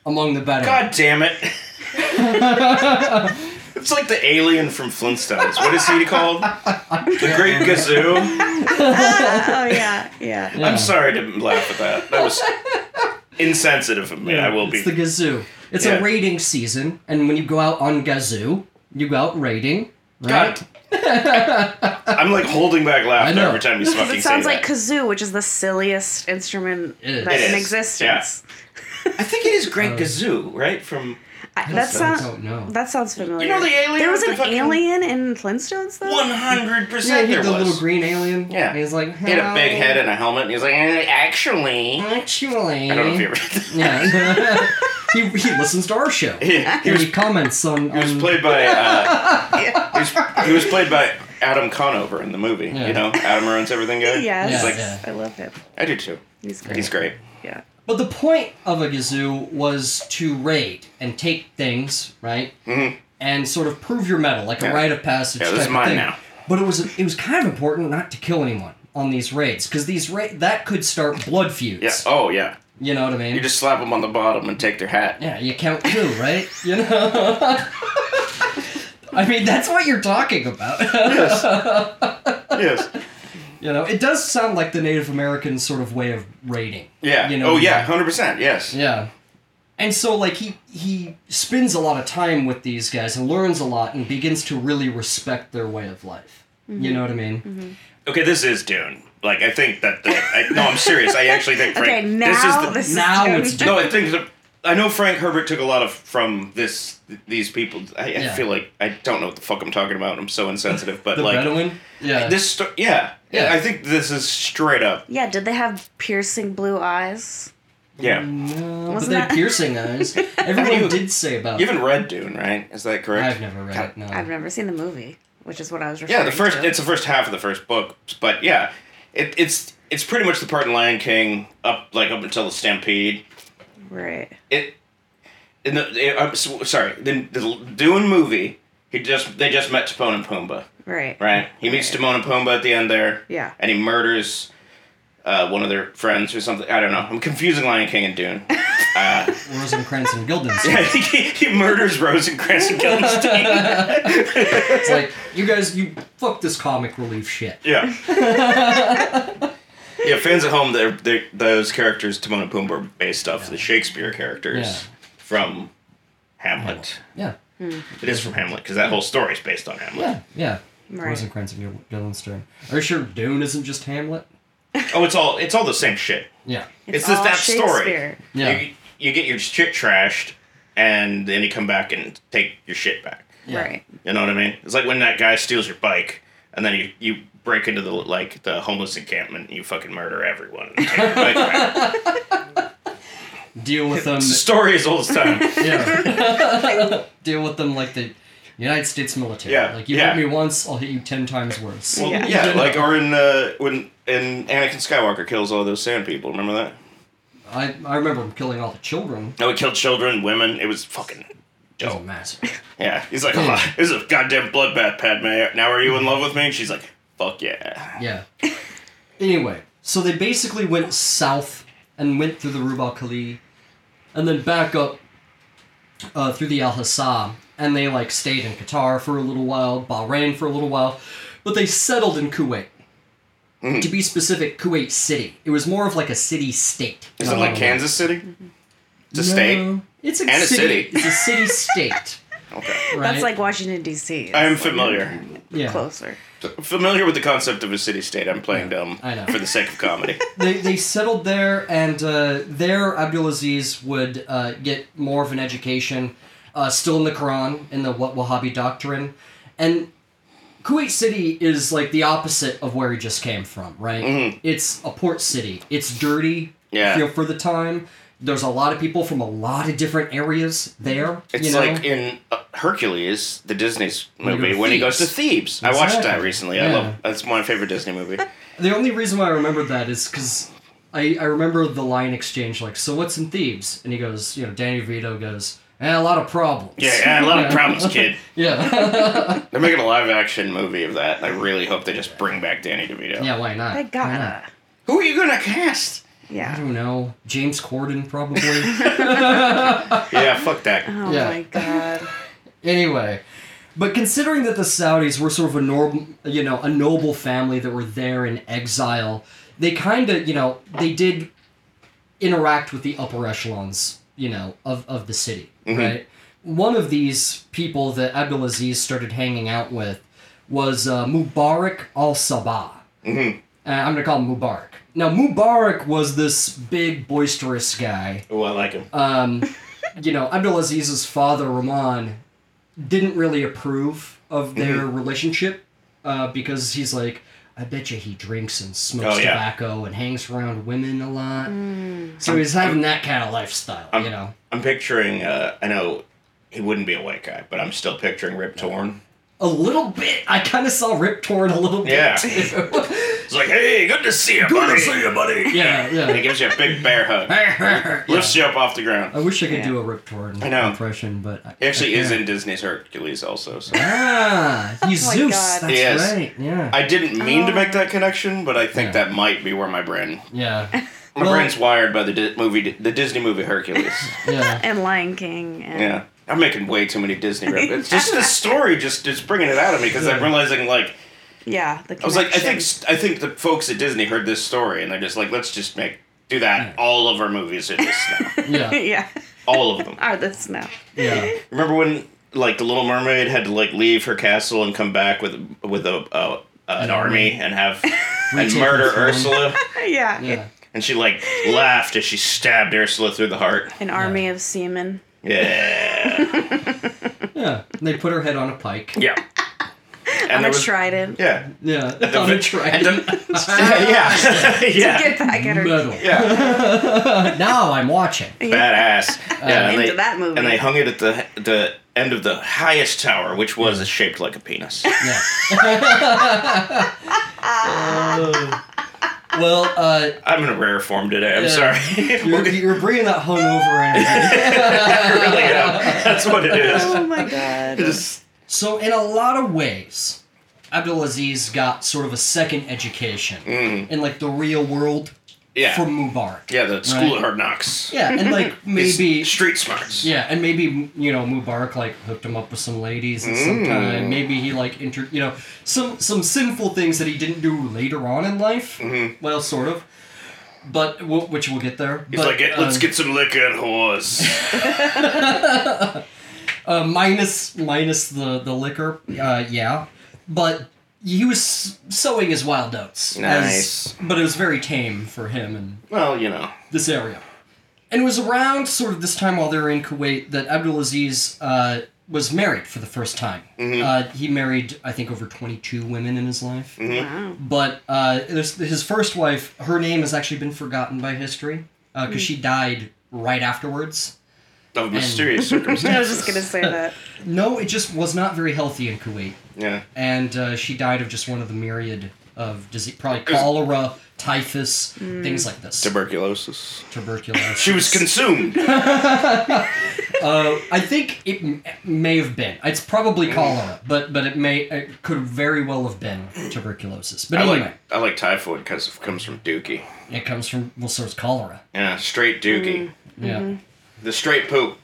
Speaker 2: among the better.
Speaker 1: God damn it! it's like the alien from Flintstones. What is he called? The Great Gazoo.
Speaker 3: oh yeah, yeah.
Speaker 1: I'm sorry to laugh at that. That was insensitive of me. I will be.
Speaker 2: It's the Gazoo. It's
Speaker 1: Yeah.
Speaker 2: a raiding season, and when you go out on Gazoo, you go out raiding, right?
Speaker 1: God. I'm like holding back
Speaker 2: I
Speaker 1: laughter
Speaker 2: know.
Speaker 1: every time you fucking
Speaker 3: Because it sounds
Speaker 1: say
Speaker 3: like
Speaker 1: that.
Speaker 3: kazoo, which is the silliest instrument
Speaker 2: It is.
Speaker 3: that's
Speaker 1: It
Speaker 3: in
Speaker 1: is, yeah.
Speaker 3: existence.
Speaker 1: I think it is
Speaker 2: Uh,
Speaker 1: Great Gazoo, right? From
Speaker 3: I, that
Speaker 2: I
Speaker 3: sounds.
Speaker 2: don't know.
Speaker 3: That sounds familiar.
Speaker 1: You know the alien
Speaker 3: There was
Speaker 1: with
Speaker 3: an
Speaker 1: the fucking-
Speaker 3: alien in Flintstones, though.
Speaker 1: one hundred
Speaker 2: yeah,
Speaker 1: percent.
Speaker 2: he
Speaker 1: There
Speaker 2: had the
Speaker 1: was.
Speaker 2: little green alien.
Speaker 1: Yeah.
Speaker 2: And he's like,
Speaker 1: He had a big
Speaker 2: "Hello."
Speaker 1: head and a helmet. And he was like, "Eh, actually,
Speaker 2: Actually.
Speaker 1: I don't know if you ever. He
Speaker 2: Yeah. he, he listens to our show.
Speaker 1: he
Speaker 2: He,
Speaker 1: was,
Speaker 2: he comments on.
Speaker 1: he was
Speaker 2: on-
Speaker 1: played by. Uh, he, was, he was played by Adam Conover in the movie.
Speaker 2: Yeah.
Speaker 1: You know, Adam ruins everything. Guy.
Speaker 3: Yes,
Speaker 1: He's
Speaker 2: Yeah,
Speaker 1: like,
Speaker 2: yeah.
Speaker 3: I love him.
Speaker 1: I do too.
Speaker 3: He's great.
Speaker 1: He's great.
Speaker 3: Yeah.
Speaker 2: But the point of a gazoo was to raid and take things, right?
Speaker 1: Mhm.
Speaker 2: And sort of prove your mettle, like
Speaker 1: Yeah.
Speaker 2: a rite of passage.
Speaker 1: Yeah, this
Speaker 2: type
Speaker 1: is
Speaker 2: of
Speaker 1: mine
Speaker 2: thing.
Speaker 1: now.
Speaker 2: But it was it was kind of important not to kill anyone on these raids because these ra- that could start blood feuds.
Speaker 1: Yeah. Oh yeah.
Speaker 2: You know what I mean?
Speaker 1: You just slap them on the bottom and take their hat.
Speaker 2: yeah, you count two, right? You know. I mean, that's what you're talking about.
Speaker 1: yes.
Speaker 2: you know, it does sound like the Native American sort of way of raiding.
Speaker 1: Yeah.
Speaker 2: You know
Speaker 1: oh
Speaker 2: what I
Speaker 1: yeah.
Speaker 2: mean?
Speaker 1: Hundred percent. Yes.
Speaker 2: Yeah. And so like he he spends a lot of time with these guys and learns a lot and begins to really respect their way of life. You
Speaker 3: Mm-hmm.
Speaker 2: know what I mean?
Speaker 1: Okay, this is Dune. Like I think that. The, I, no, I'm serious. I actually think. Frank,
Speaker 3: Okay, now this is,
Speaker 2: now
Speaker 3: Dune.
Speaker 2: it's
Speaker 1: no, I think that, I know Frank Herbert took a lot of from this these people. I, I
Speaker 2: Yeah.
Speaker 1: feel like I don't know what the fuck I'm talking about. I'm so insensitive, but
Speaker 2: The
Speaker 1: like
Speaker 2: Bedouin? Yeah.
Speaker 1: this sto- yeah, yeah,
Speaker 2: Yeah.
Speaker 1: I think this is straight up.
Speaker 3: Yeah, did they have piercing blue eyes?
Speaker 1: Yeah,
Speaker 2: Mm. no, but
Speaker 3: Wasn't
Speaker 2: they
Speaker 3: that-
Speaker 2: had piercing eyes. Everyone
Speaker 1: you-
Speaker 2: did say about
Speaker 1: you
Speaker 2: it.
Speaker 1: haven't read Dune, right? Is that correct?
Speaker 2: I've never read it, no.
Speaker 3: I've never seen the movie, which is what I was referring
Speaker 1: Yeah, the first
Speaker 3: to.
Speaker 1: it's the first half of the first book, but yeah, it, it's it's pretty much the part in Lion King up like up until the Stampede.
Speaker 3: right.
Speaker 1: it in the it, I'm s- sorry the, the Dune movie he just they just met Timon and Pumbaa
Speaker 3: Right.
Speaker 1: right he meets Timon and Pumbaa at the end there
Speaker 3: Yeah.
Speaker 1: and he murders uh, one of their friends or something I don't know I'm confusing Lion King and Dune uh,
Speaker 2: Rosencrantz and
Speaker 1: I
Speaker 2: Guildenstern.
Speaker 1: think he, he murders Rosencrantz and Guildenstern
Speaker 2: It's like you guys you fuck this comic relief shit.
Speaker 1: yeah yeah fans at home they're, they those characters Timon and Pumbaa are based off the Shakespeare characters
Speaker 2: Yeah.
Speaker 1: from Hamlet
Speaker 2: Yeah.
Speaker 1: it is from Hamlet because that whole story is based on Hamlet
Speaker 2: Yeah. Yeah.
Speaker 3: Right.
Speaker 2: Rosencrantz and Guil- Guildenstern. Are you sure Dune isn't just Hamlet?
Speaker 1: Oh, it's all it's all the same shit.
Speaker 2: Yeah.
Speaker 1: It's, just
Speaker 3: all
Speaker 1: that story.
Speaker 3: Shakespeare.
Speaker 2: Yeah.
Speaker 1: You, you get your shit trashed, and then you come back and take your shit back.
Speaker 2: Yeah.
Speaker 3: Right.
Speaker 1: You know what I mean? It's like when that guy steals your bike, and then you you break into the like the homeless encampment, and you fucking murder everyone. And take your bike back.
Speaker 2: Deal with them.
Speaker 1: It's a story as old as time.
Speaker 2: Yeah. Deal with them like the United States military.
Speaker 1: Yeah,
Speaker 2: Like you
Speaker 1: yeah.
Speaker 2: hit me once, I'll hit you ten times worse.
Speaker 1: Well,
Speaker 3: Yeah.
Speaker 1: yeah. like or in uh, when in Anakin Skywalker kills all those sand people. Remember that?
Speaker 2: I, I remember him killing all the children.
Speaker 1: No, he killed children, women. It was fucking.
Speaker 2: It was a massacre.
Speaker 1: Yeah, he's like, "Ugh, this is a goddamn bloodbath, Padme. Now are you in love with me? And she's like, fuck yeah.
Speaker 2: Yeah. Anyway, so they basically went south and went through the Rub Khali, and then back up uh, through the Al Hassam, and they like stayed in Qatar for a little while, Bahrain for a little while, but they settled in Kuwait.
Speaker 1: Mm-hmm.
Speaker 2: To be specific, Kuwait City. It was more of like a city state.
Speaker 1: Is it like Kansas City? It's a state.
Speaker 2: It's a
Speaker 1: And a
Speaker 2: city.
Speaker 1: city.
Speaker 2: It's a city state.
Speaker 1: Okay.
Speaker 2: Right?
Speaker 3: That's like Washington D.C.
Speaker 1: I am
Speaker 3: It's like
Speaker 1: familiar.
Speaker 2: yeah.
Speaker 3: Closer.
Speaker 1: Familiar with the concept of a city state. I'm playing dumb
Speaker 2: I know.
Speaker 1: for the sake of comedy.
Speaker 2: they, they settled there, and uh, there Abdulaziz would uh, get more of an education, uh, still in the Quran, in the Wah- Wahhabi doctrine. And Kuwait City is like the opposite of where he just came from, right? It's a port city. It's dirty
Speaker 1: Mm-hmm. Yeah.
Speaker 2: you know, for the time. There's a lot of people from a lot of different areas there.
Speaker 1: It's
Speaker 2: you know?
Speaker 1: like in uh, Hercules, the Disney's
Speaker 2: you go
Speaker 1: movie,
Speaker 2: to
Speaker 1: when he goes
Speaker 2: Thebes.
Speaker 1: to Thebes. I watched that
Speaker 2: Exactly.
Speaker 1: recently. I
Speaker 2: Yeah.
Speaker 1: love that's my favorite Disney movie.
Speaker 2: The only reason why I remember that is because I, I remember the line exchange, like, so what's in Thebes? And he goes, you know, Danny Vito goes, eh, a lot of problems.
Speaker 1: Yeah, yeah, a lot of problems, kid.
Speaker 2: Yeah.
Speaker 1: They're making a live action movie of that. and I really hope they just bring back Danny DeVito.
Speaker 2: yeah, why not?
Speaker 3: They
Speaker 2: Why
Speaker 3: gotta.
Speaker 2: not?
Speaker 1: Who are you gonna cast?
Speaker 2: I
Speaker 3: Yeah.
Speaker 2: don't know. James Corden, probably.
Speaker 1: Yeah, fuck that.
Speaker 3: Oh
Speaker 2: Yeah.
Speaker 3: my god.
Speaker 2: anyway. But considering that the Saudis were sort of a normal, you know, a noble family that were there in exile, they kind of, you know, they did interact with the upper echelons, you know, of, of the city, right? One of these people that Abdulaziz started hanging out with was uh, Mubarak al Sabah. Mm-hmm. Uh, I'm going to call him Mubarak. Now, Mubarak was this big, boisterous guy.
Speaker 1: Oh, I like him.
Speaker 2: Um, you know, Abdulaziz's father, Rahman, didn't really approve of their
Speaker 1: Mm-hmm.
Speaker 2: relationship uh, because he's like, I bet you he drinks and smokes
Speaker 1: Oh, yeah.
Speaker 2: tobacco and hangs around women a lot.
Speaker 3: Mm.
Speaker 2: So he's having that kind of lifestyle, you know?
Speaker 1: I'm picturing. Uh, I know he wouldn't be a white guy, but I'm still picturing Rip Torn.
Speaker 2: A little bit. I kind of saw Rip Torn a little bit.
Speaker 1: Yeah.
Speaker 2: too.
Speaker 1: It's like, hey, good to see you, good buddy. Good to see you, buddy. And he
Speaker 2: yeah,
Speaker 1: gives you a big bear hug,
Speaker 2: yeah.
Speaker 1: lifts you up off the ground.
Speaker 2: I wish I could
Speaker 3: Yeah.
Speaker 2: do a Rip Torn
Speaker 1: I know.
Speaker 2: impression, but I,
Speaker 1: He actually
Speaker 2: I
Speaker 1: is
Speaker 2: can't.
Speaker 1: in Disney's Hercules also. So.
Speaker 2: Ah, he's
Speaker 3: Oh my
Speaker 2: Zeus.
Speaker 3: God.
Speaker 2: That's
Speaker 1: He is.
Speaker 2: right. Yeah.
Speaker 1: I didn't mean to
Speaker 3: Oh.
Speaker 1: make that connection, but I think
Speaker 2: Yeah.
Speaker 1: that might be where my brain.
Speaker 2: yeah.
Speaker 1: My
Speaker 2: Well-
Speaker 1: brain's wired by the di- movie, the Disney movie Hercules.
Speaker 2: Yeah.
Speaker 3: and Lion King. And
Speaker 1: yeah, I'm making way too many Disney. rep- It's just the story, just it's bringing it out of me because I'm
Speaker 2: Yeah.
Speaker 1: realizing like
Speaker 3: yeah. The
Speaker 1: I was like, I think
Speaker 3: connection.
Speaker 1: I think the folks at Disney heard this story and they're just like, let's just make do that. All of our movies are this now.
Speaker 2: Yeah.
Speaker 3: yeah.
Speaker 1: All of them.
Speaker 3: Are this now?
Speaker 2: Yeah.
Speaker 1: Remember when like the Little Mermaid had to like leave her castle and come back with with a uh, an
Speaker 2: Yeah.
Speaker 1: army and have and
Speaker 2: Retake
Speaker 1: murder
Speaker 2: the throne.
Speaker 1: Ursula,
Speaker 3: yeah.
Speaker 2: Yeah.
Speaker 1: and she like laughed as she stabbed Ursula through the heart.
Speaker 3: An army of seamen.
Speaker 1: Yeah,
Speaker 2: Yeah. And They put her head on a pike.
Speaker 1: yeah. And
Speaker 3: I'm
Speaker 1: there
Speaker 3: a
Speaker 1: was-
Speaker 3: trident.
Speaker 1: Yeah,
Speaker 2: Yeah. on a
Speaker 1: And
Speaker 2: trident.
Speaker 1: the- yeah, yeah,
Speaker 3: Get back at her.
Speaker 2: Metal.
Speaker 1: yeah.
Speaker 2: Now I'm watching.
Speaker 1: Badass. Yeah, and
Speaker 3: Into that movie.
Speaker 1: And they hung it at the the end of the highest tower, which was shaped like a penis.
Speaker 2: Yeah. Uh, well, uh,
Speaker 1: I'm in a rare form today. I'm
Speaker 2: Yeah.
Speaker 1: sorry.
Speaker 2: you're, you're bringing that home over. And
Speaker 1: Really, yeah. That's what it is.
Speaker 3: Oh my god.
Speaker 1: Just-
Speaker 2: so, in a lot of ways, Abdulaziz got sort of a second education in like the real world
Speaker 1: Mm. yeah.
Speaker 2: from Mubarak.
Speaker 1: yeah, the school
Speaker 2: Right.
Speaker 1: of hard knocks.
Speaker 2: Yeah, and like maybe
Speaker 1: Street smarts.
Speaker 2: Yeah, and maybe you know Mubarak like hooked him up with some ladies at
Speaker 1: Mm.
Speaker 2: some time. Maybe he like inter you know some some sinful things that he didn't do later on in life. Well, sort of, but w- which we'll get there.
Speaker 1: Mm-hmm. He's like, "Eh, let's get some liquor and whores.
Speaker 2: uh, minus minus the the liquor. Uh, yeah, but he was sowing his wild oats. as-
Speaker 1: Nice.
Speaker 2: but it was very tame for him and
Speaker 1: well, you know.
Speaker 2: this area. And it was around sort of this time while they were in Kuwait that Abdulaziz uh, was married for the first time. Uh, he married, I think, over 22 women in his life.
Speaker 3: Wow.
Speaker 2: But uh, this- his first wife, her name has actually been forgotten by history because she died right afterwards.
Speaker 1: Of mysterious
Speaker 3: I
Speaker 1: circumstances.
Speaker 3: was just gonna say that.
Speaker 2: No, it just was not very healthy in Kuwait.
Speaker 1: Yeah.
Speaker 2: And uh, she died of just one of the myriad of disease, probably cholera, typhus, things like this.
Speaker 1: Tuberculosis.
Speaker 2: Tuberculosis.
Speaker 1: She was consumed.
Speaker 2: Uh, I think it m- may have been. It's
Speaker 1: Mm.
Speaker 2: probably cholera, but but it may it could very well have been tuberculosis. But
Speaker 1: I
Speaker 2: anyway,
Speaker 1: like I like typhoid because it comes from Dookie.
Speaker 2: it comes from well, so it's cholera.
Speaker 1: Yeah,
Speaker 2: Hmm.
Speaker 1: straight Dookie.
Speaker 2: Yeah.
Speaker 1: The straight poop.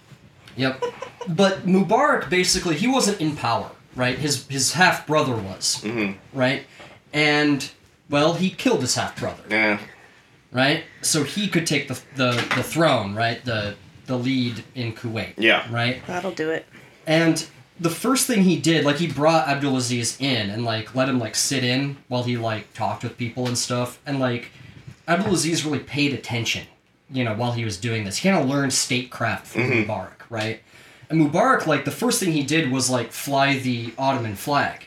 Speaker 2: Yep. But Mubarak basically he wasn't in power, right? His his half brother was,
Speaker 1: Mm-hmm.
Speaker 2: right? And well, he killed his half brother,
Speaker 1: Yeah.
Speaker 2: right? So he could take the, the the throne, right? The the lead in Kuwait.
Speaker 1: Yeah.
Speaker 2: Right.
Speaker 3: That'll do it.
Speaker 2: And the first thing he did, like he brought Abdulaziz in and like let him like sit in while he like talked with people and stuff. And like Abdulaziz really paid attention, you know, while he was doing this. He kind of learned statecraft from Mubarak, right? And Mubarak, like the first thing he did was like fly the Ottoman flag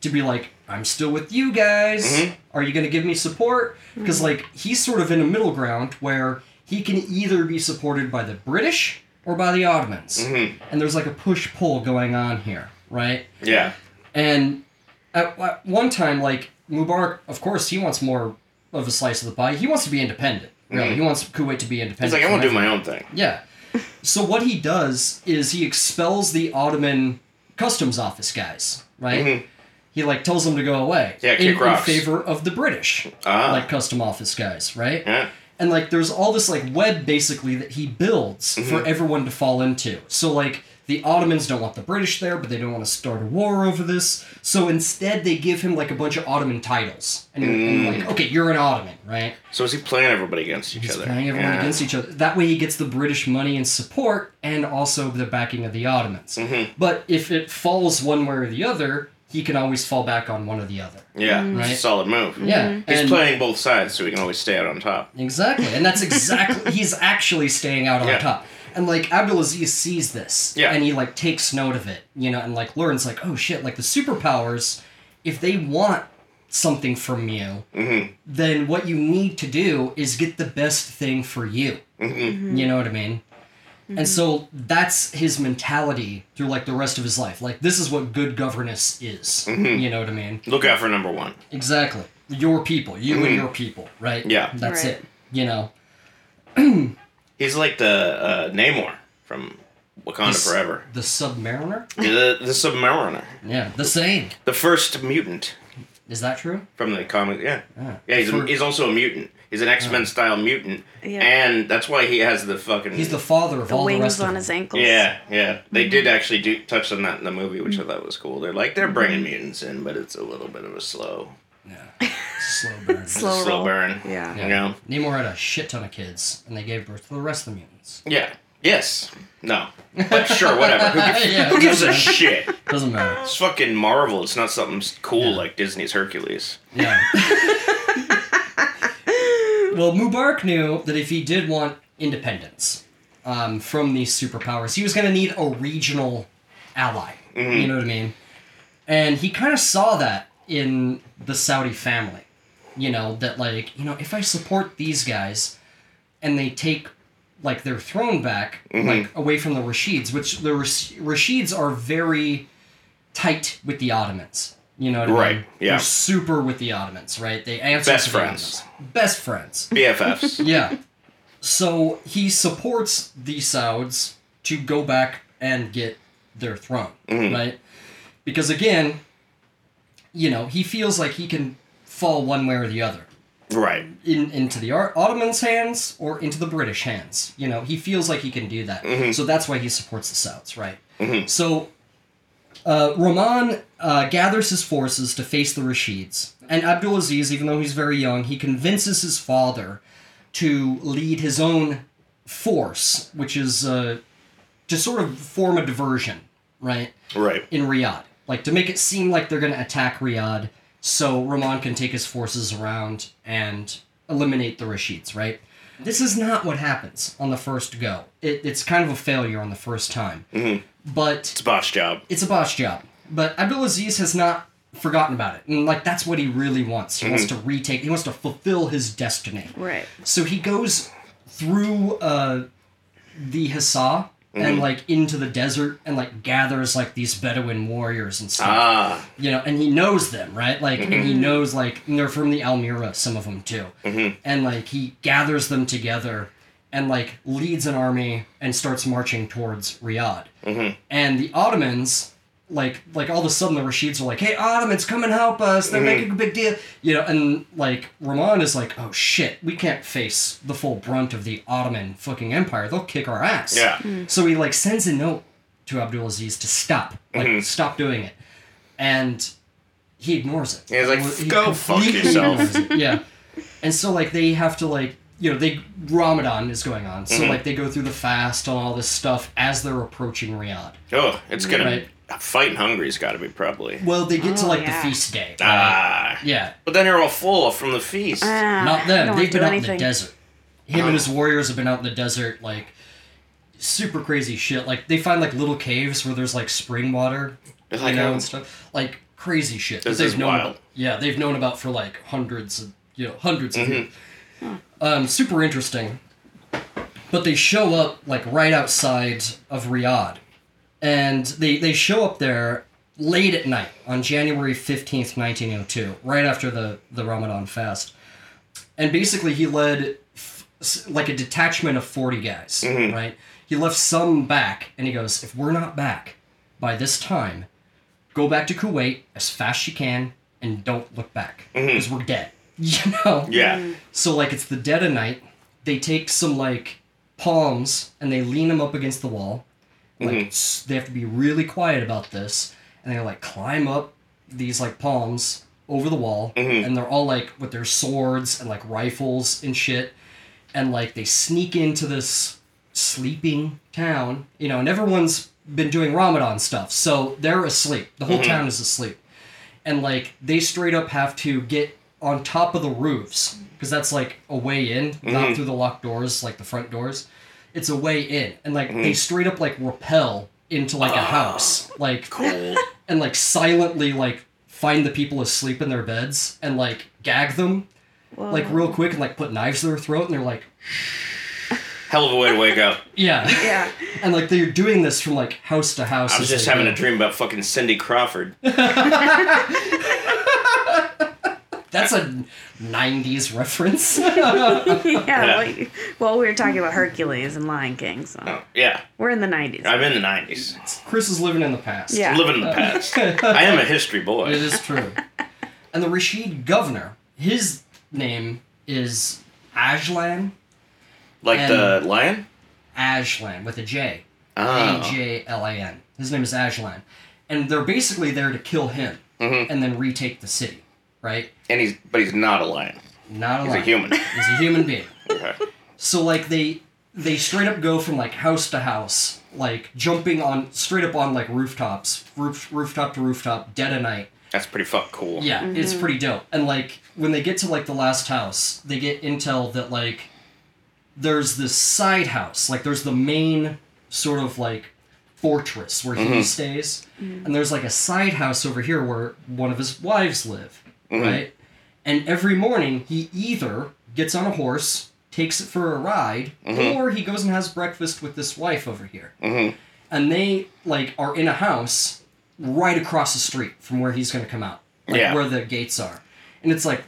Speaker 2: to be like, I'm still with you guys.
Speaker 1: Mm-hmm.
Speaker 2: Are you going to give me support? Because like he's sort of in a middle ground where he can either be supported by the British or by the Ottomans,
Speaker 1: Mm-hmm.
Speaker 2: and there's like a push pull going on here, right?
Speaker 1: Yeah.
Speaker 2: And at, at one time, like Mubarak, of course, he wants more of a slice of the pie. He wants to be independent. Really, he wants Kuwait to be independent.
Speaker 1: Mm-hmm. He's like, I
Speaker 2: from
Speaker 1: want to do
Speaker 2: everything."
Speaker 1: my own thing.
Speaker 2: Yeah. So what he does is he expels the Ottoman customs office guys, right? He like tells them to go away.
Speaker 1: Mm-hmm. Yeah,
Speaker 2: in,
Speaker 1: kick rocks.
Speaker 2: in favor of the British,
Speaker 1: Ah.
Speaker 2: like custom office guys, right?
Speaker 1: Yeah.
Speaker 2: And like there's all this like web basically that he builds for
Speaker 1: Mm-hmm.
Speaker 2: everyone to fall into. So like the Ottomans don't want the British there, but they don't want to start a war over this. So instead they give him like a bunch of Ottoman titles. And, and
Speaker 1: Mm.
Speaker 2: like, okay, you're an Ottoman, right?
Speaker 1: So is he playing everybody against each other?
Speaker 2: Playing everyone
Speaker 1: Yeah.
Speaker 2: against each other. That way he gets the British money and support and also the backing of the Ottomans. But if it falls one way or the other, he can always fall back on one or the other.
Speaker 1: Yeah, it's a
Speaker 2: Hmm. Right.
Speaker 1: solid move.
Speaker 2: Yeah,
Speaker 1: He's
Speaker 2: and-
Speaker 1: playing both sides, so he can always stay out on top.
Speaker 2: Exactly, and that's exactly he's actually staying out on
Speaker 1: Yeah.
Speaker 2: top. And like Abdulaziz sees this,
Speaker 1: Yeah.
Speaker 2: and he like takes note of it, you know. And like Lauren's like, oh shit, like the superpowers, if they want something from you,
Speaker 1: Mm-hmm.
Speaker 2: then what you need to do is get the best thing for you.
Speaker 1: Mm-hmm.
Speaker 2: You know what I mean? And so that's his mentality through like the rest of his life. Like this is what good governance is.
Speaker 1: Mm-hmm.
Speaker 2: You know what I mean?
Speaker 1: Look out for number one.
Speaker 2: Exactly. Your people, you and your people, right?
Speaker 1: Mm-hmm. Yeah.
Speaker 2: That's
Speaker 3: Right.
Speaker 2: it. You know.
Speaker 1: He's like the uh, Namor from Wakanda
Speaker 2: s-
Speaker 1: Forever.
Speaker 2: The Submariner?
Speaker 1: the, the Submariner.
Speaker 2: Yeah, the same.
Speaker 1: The first mutant
Speaker 2: Is that true?
Speaker 1: from the comic. Yeah.
Speaker 2: Yeah.
Speaker 1: Yeah, he's, a,
Speaker 2: For-
Speaker 1: he's also a mutant. He's an X Men style mutant.
Speaker 3: Yeah.
Speaker 1: And that's why he has the fucking.
Speaker 2: He's the father of
Speaker 3: The
Speaker 2: all the
Speaker 3: wings
Speaker 2: rest
Speaker 3: on
Speaker 2: of
Speaker 3: his
Speaker 2: them.
Speaker 3: ankles.
Speaker 1: Yeah, yeah. They
Speaker 3: Mm-hmm.
Speaker 1: did actually do touch on that in the movie, which I thought was cool. They're like they're bringing
Speaker 3: Mm-hmm.
Speaker 1: mutants in, but it's a little bit of a slow,
Speaker 2: Yeah. Slow burn.
Speaker 1: it's a
Speaker 3: Slow,
Speaker 1: slow
Speaker 3: roll.
Speaker 1: burn.
Speaker 3: Yeah.
Speaker 1: you know.
Speaker 2: Namor had a shit ton of kids, and they gave birth to the rest of the mutants.
Speaker 1: Yeah. Yes. No. But sure, whatever. Who gives,
Speaker 2: Yeah,
Speaker 1: who gives a shit?
Speaker 2: Doesn't matter.
Speaker 1: It's fucking Marvel. It's not something s- cool like Disney's Hercules.
Speaker 2: Yeah. well, Mubarak knew that if he did want independence um, from these superpowers, he was going to need a regional ally.
Speaker 1: Mm-hmm.
Speaker 2: You know what I mean? And he kind of saw that in the Saudi family. You know, that like, you know, if I support these guys and they take like their throne back,
Speaker 1: Mm-hmm.
Speaker 2: like away from the Rashids, which the Rash- Rashids are very tight with the Ottomans. You know what I mean?
Speaker 1: Right, yeah.
Speaker 2: They're super with the Ottomans, right? They answer
Speaker 1: Best
Speaker 2: to the
Speaker 1: friends.
Speaker 2: Ottomans. Best friends.
Speaker 1: BFFs.
Speaker 2: Yeah. So he supports the Sauds to go back and get their throne, right? Because again, you know, he feels like he can fall one way or the other
Speaker 1: right.
Speaker 2: in, into the Ar- Ottomans' hands or into the British hands. You know, he feels like he can do that. So that's why he supports the Sauds, right? So uh, Rahman uh, gathers his forces to face the Rashids. And Abdulaziz, even though he's very young, he convinces his father to lead his own force, which is uh, to sort of form a diversion, right?
Speaker 1: Right.
Speaker 2: in Riyadh. Like to make it seem like they're going to attack Riyadh so Rahman can take his forces around and eliminate the Rashids, right? This is not what happens on the first go. It, it's kind of a failure on the first time. But
Speaker 1: It's a botch job.
Speaker 2: it's a botch job. But Abdulaziz has not forgotten about it. And like that's what he really wants. He wants to retake, he wants to fulfill his destiny.
Speaker 3: Right.
Speaker 2: So he goes through uh, the Hassa and like into the desert and like gathers like these Bedouin warriors and stuff.
Speaker 1: Ah.
Speaker 2: You know, and he knows them, right? Like, and he knows like and they're from the Almira, some of them too. And like he gathers them together and like leads an army and starts marching towards Riyadh. And the Ottomans. Like, like all of a sudden the Rashids are like, "Hey, Ottomans, come and help us! They're making a big deal," you know. And like Rahman is like, "Oh shit, we can't face the full brunt of the Ottoman fucking Empire. They'll kick our ass."
Speaker 1: Yeah.
Speaker 2: So he like sends a note to Abdulaziz to stop, like stop doing it, and he ignores it.
Speaker 1: He's like,
Speaker 2: He
Speaker 1: "Go fuck
Speaker 2: completely
Speaker 1: yourself."
Speaker 2: ignores it, Yeah, and so like they have to like you know they Ramadan is going on,
Speaker 1: Mm-hmm.
Speaker 2: so like they go through the fast and all this stuff as they're approaching Riyadh.
Speaker 1: Oh, it's gonna.
Speaker 2: Right.
Speaker 1: Fighting hungry's got to be probably.
Speaker 2: Well, they get to
Speaker 3: Oh,
Speaker 2: like
Speaker 3: yeah.
Speaker 2: the feast day. right?
Speaker 1: Ah.
Speaker 2: yeah,
Speaker 1: But then they're all full from the feast.
Speaker 3: Ah,
Speaker 2: Not
Speaker 3: don't
Speaker 2: them.
Speaker 3: wanna
Speaker 2: They've been
Speaker 3: do
Speaker 2: out in
Speaker 3: anything.
Speaker 2: the desert. Him
Speaker 1: Ah.
Speaker 2: and his warriors have been out in the desert, like super crazy shit. Like they find like little caves where there's like spring water,
Speaker 1: It's
Speaker 2: you
Speaker 1: like,
Speaker 2: know,
Speaker 1: um,
Speaker 2: and stuff. Like crazy shit
Speaker 1: This
Speaker 2: that they've
Speaker 1: is
Speaker 2: known
Speaker 1: wild.
Speaker 2: about. Yeah, they've known about for like hundreds of you know hundreds
Speaker 1: Mm-hmm.
Speaker 2: of years. Um, super interesting. But they show up like right outside of Riyadh, and they they show up there late at night on January fifteenth, nineteen o two, right after the the Ramadan fast and basically he led f- s- like a detachment of 40 guys right he left some back and he goes if we're not back by this time go back to kuwait as fast as you can and don't look back because we're dead you know
Speaker 1: yeah.
Speaker 2: so like it's the dead of night. They take some like palms and they lean them up against the wall. Like s- they have to be really quiet about this, and they like climb up these like palms over the wall, and they're all like with their swords and like rifles and shit, and like they sneak into this sleeping town, you know, and everyone's been doing Ramadan stuff, so they're asleep. The whole town is asleep. and like they straight up have to get on top of the roofs because that's like a way in, not through the locked doors, like the front doors. It's a way in, and like they straight up like rappel into like a house, like
Speaker 1: Cool.
Speaker 2: and like silently like find the people asleep in their beds and like gag them like real quick and like put knives to their throat and they're like
Speaker 1: Hell of a way to wake up.
Speaker 2: yeah
Speaker 3: Yeah.
Speaker 2: and like they're doing this from like house to house
Speaker 1: I was
Speaker 2: as
Speaker 1: just
Speaker 2: they
Speaker 1: having
Speaker 2: go.
Speaker 1: a dream about fucking Cindy Crawford.
Speaker 2: that's a 90s reference
Speaker 3: yeah,
Speaker 1: Yeah.
Speaker 3: Like, well, we were talking about Hercules and Lion King, so
Speaker 1: Oh, yeah,
Speaker 3: we're in the 90s.
Speaker 1: I'm in the nineties.
Speaker 2: chris is living in the past
Speaker 3: Yeah.
Speaker 1: I'm living in the past. I am a history
Speaker 2: It
Speaker 1: boy.
Speaker 2: is true. and the Rashid governor, his name is Ajlan.
Speaker 1: Like the lion.
Speaker 2: Ajlan with a J. A
Speaker 1: Oh,
Speaker 2: J L A N. His name is Ajlan. And they're basically there to kill him
Speaker 1: Mm-hmm.
Speaker 2: and then retake the city, right?
Speaker 1: and he's but he's not a lion.
Speaker 2: Not a
Speaker 1: He's a
Speaker 2: lion.
Speaker 1: human.
Speaker 2: He's a human being.
Speaker 1: Okay.
Speaker 2: So like they they straight up go from like house to house, like jumping on straight up on like rooftops, roof rooftop to rooftop, dead of night,
Speaker 1: That's pretty fuck cool.
Speaker 2: Yeah, it's pretty dope. And like when they get to like the last house, they get intel that like there's this side house, like there's the main sort of like fortress where he stays, and there's like a side house over here where one of his wives live, right? And every morning he either gets on a horse, takes it for a ride, or he goes and has breakfast with this wife over here. And they like are in a house right across the street from where he's going to come out, like
Speaker 1: Yeah.
Speaker 2: where the gates are. And it's like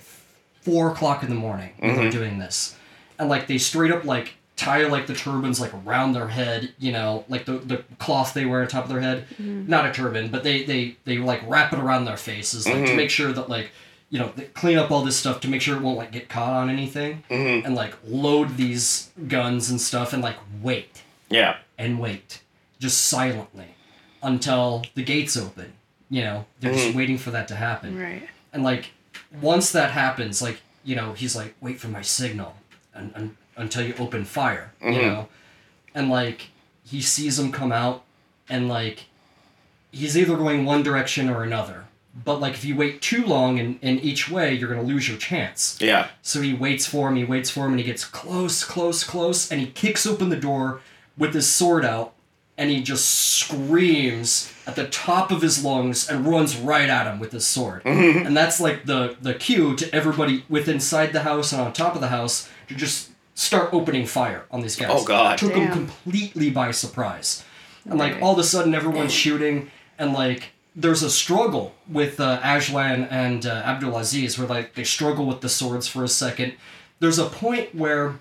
Speaker 2: four o'clock in the morning when they're doing this, and like they straight up like tie like the turbans like around their head, you know, like the the cloth they wear on top of their head, not a turban, but they they they like wrap it around their faces like to make sure that like. You know, they clean up all this stuff to make sure it won't like get caught on anything,
Speaker 1: Mm-hmm.
Speaker 2: and like load these guns and stuff, and like wait
Speaker 1: Yeah.
Speaker 2: and wait, just silently, until the gates open. You know, they're just waiting for that to happen.
Speaker 3: Right.
Speaker 2: And like, once that happens, like you know, he's like, wait for my signal, and, and until you open fire. You know, and like he sees him come out, and like he's either going one direction or another. But like, if you wait too long in, in each way, you're gonna lose your chance.
Speaker 1: Yeah.
Speaker 2: So he waits for him, he waits for him, and he gets close, close, close, and he kicks open the door with his sword out, and he just screams at the top of his lungs and runs right at him with his sword.
Speaker 1: Mm-hmm.
Speaker 2: And that's like the, the cue to everybody with inside the house and on top of the house to just start opening fire on these guys.
Speaker 1: Oh, God.
Speaker 2: Took him
Speaker 3: Damn.
Speaker 2: completely by surprise. And like
Speaker 3: Right.
Speaker 2: all of a sudden everyone's shooting and like there's a struggle with uh, Ajlan and uh, Abdulaziz where like they struggle with the swords for a second. There's a point where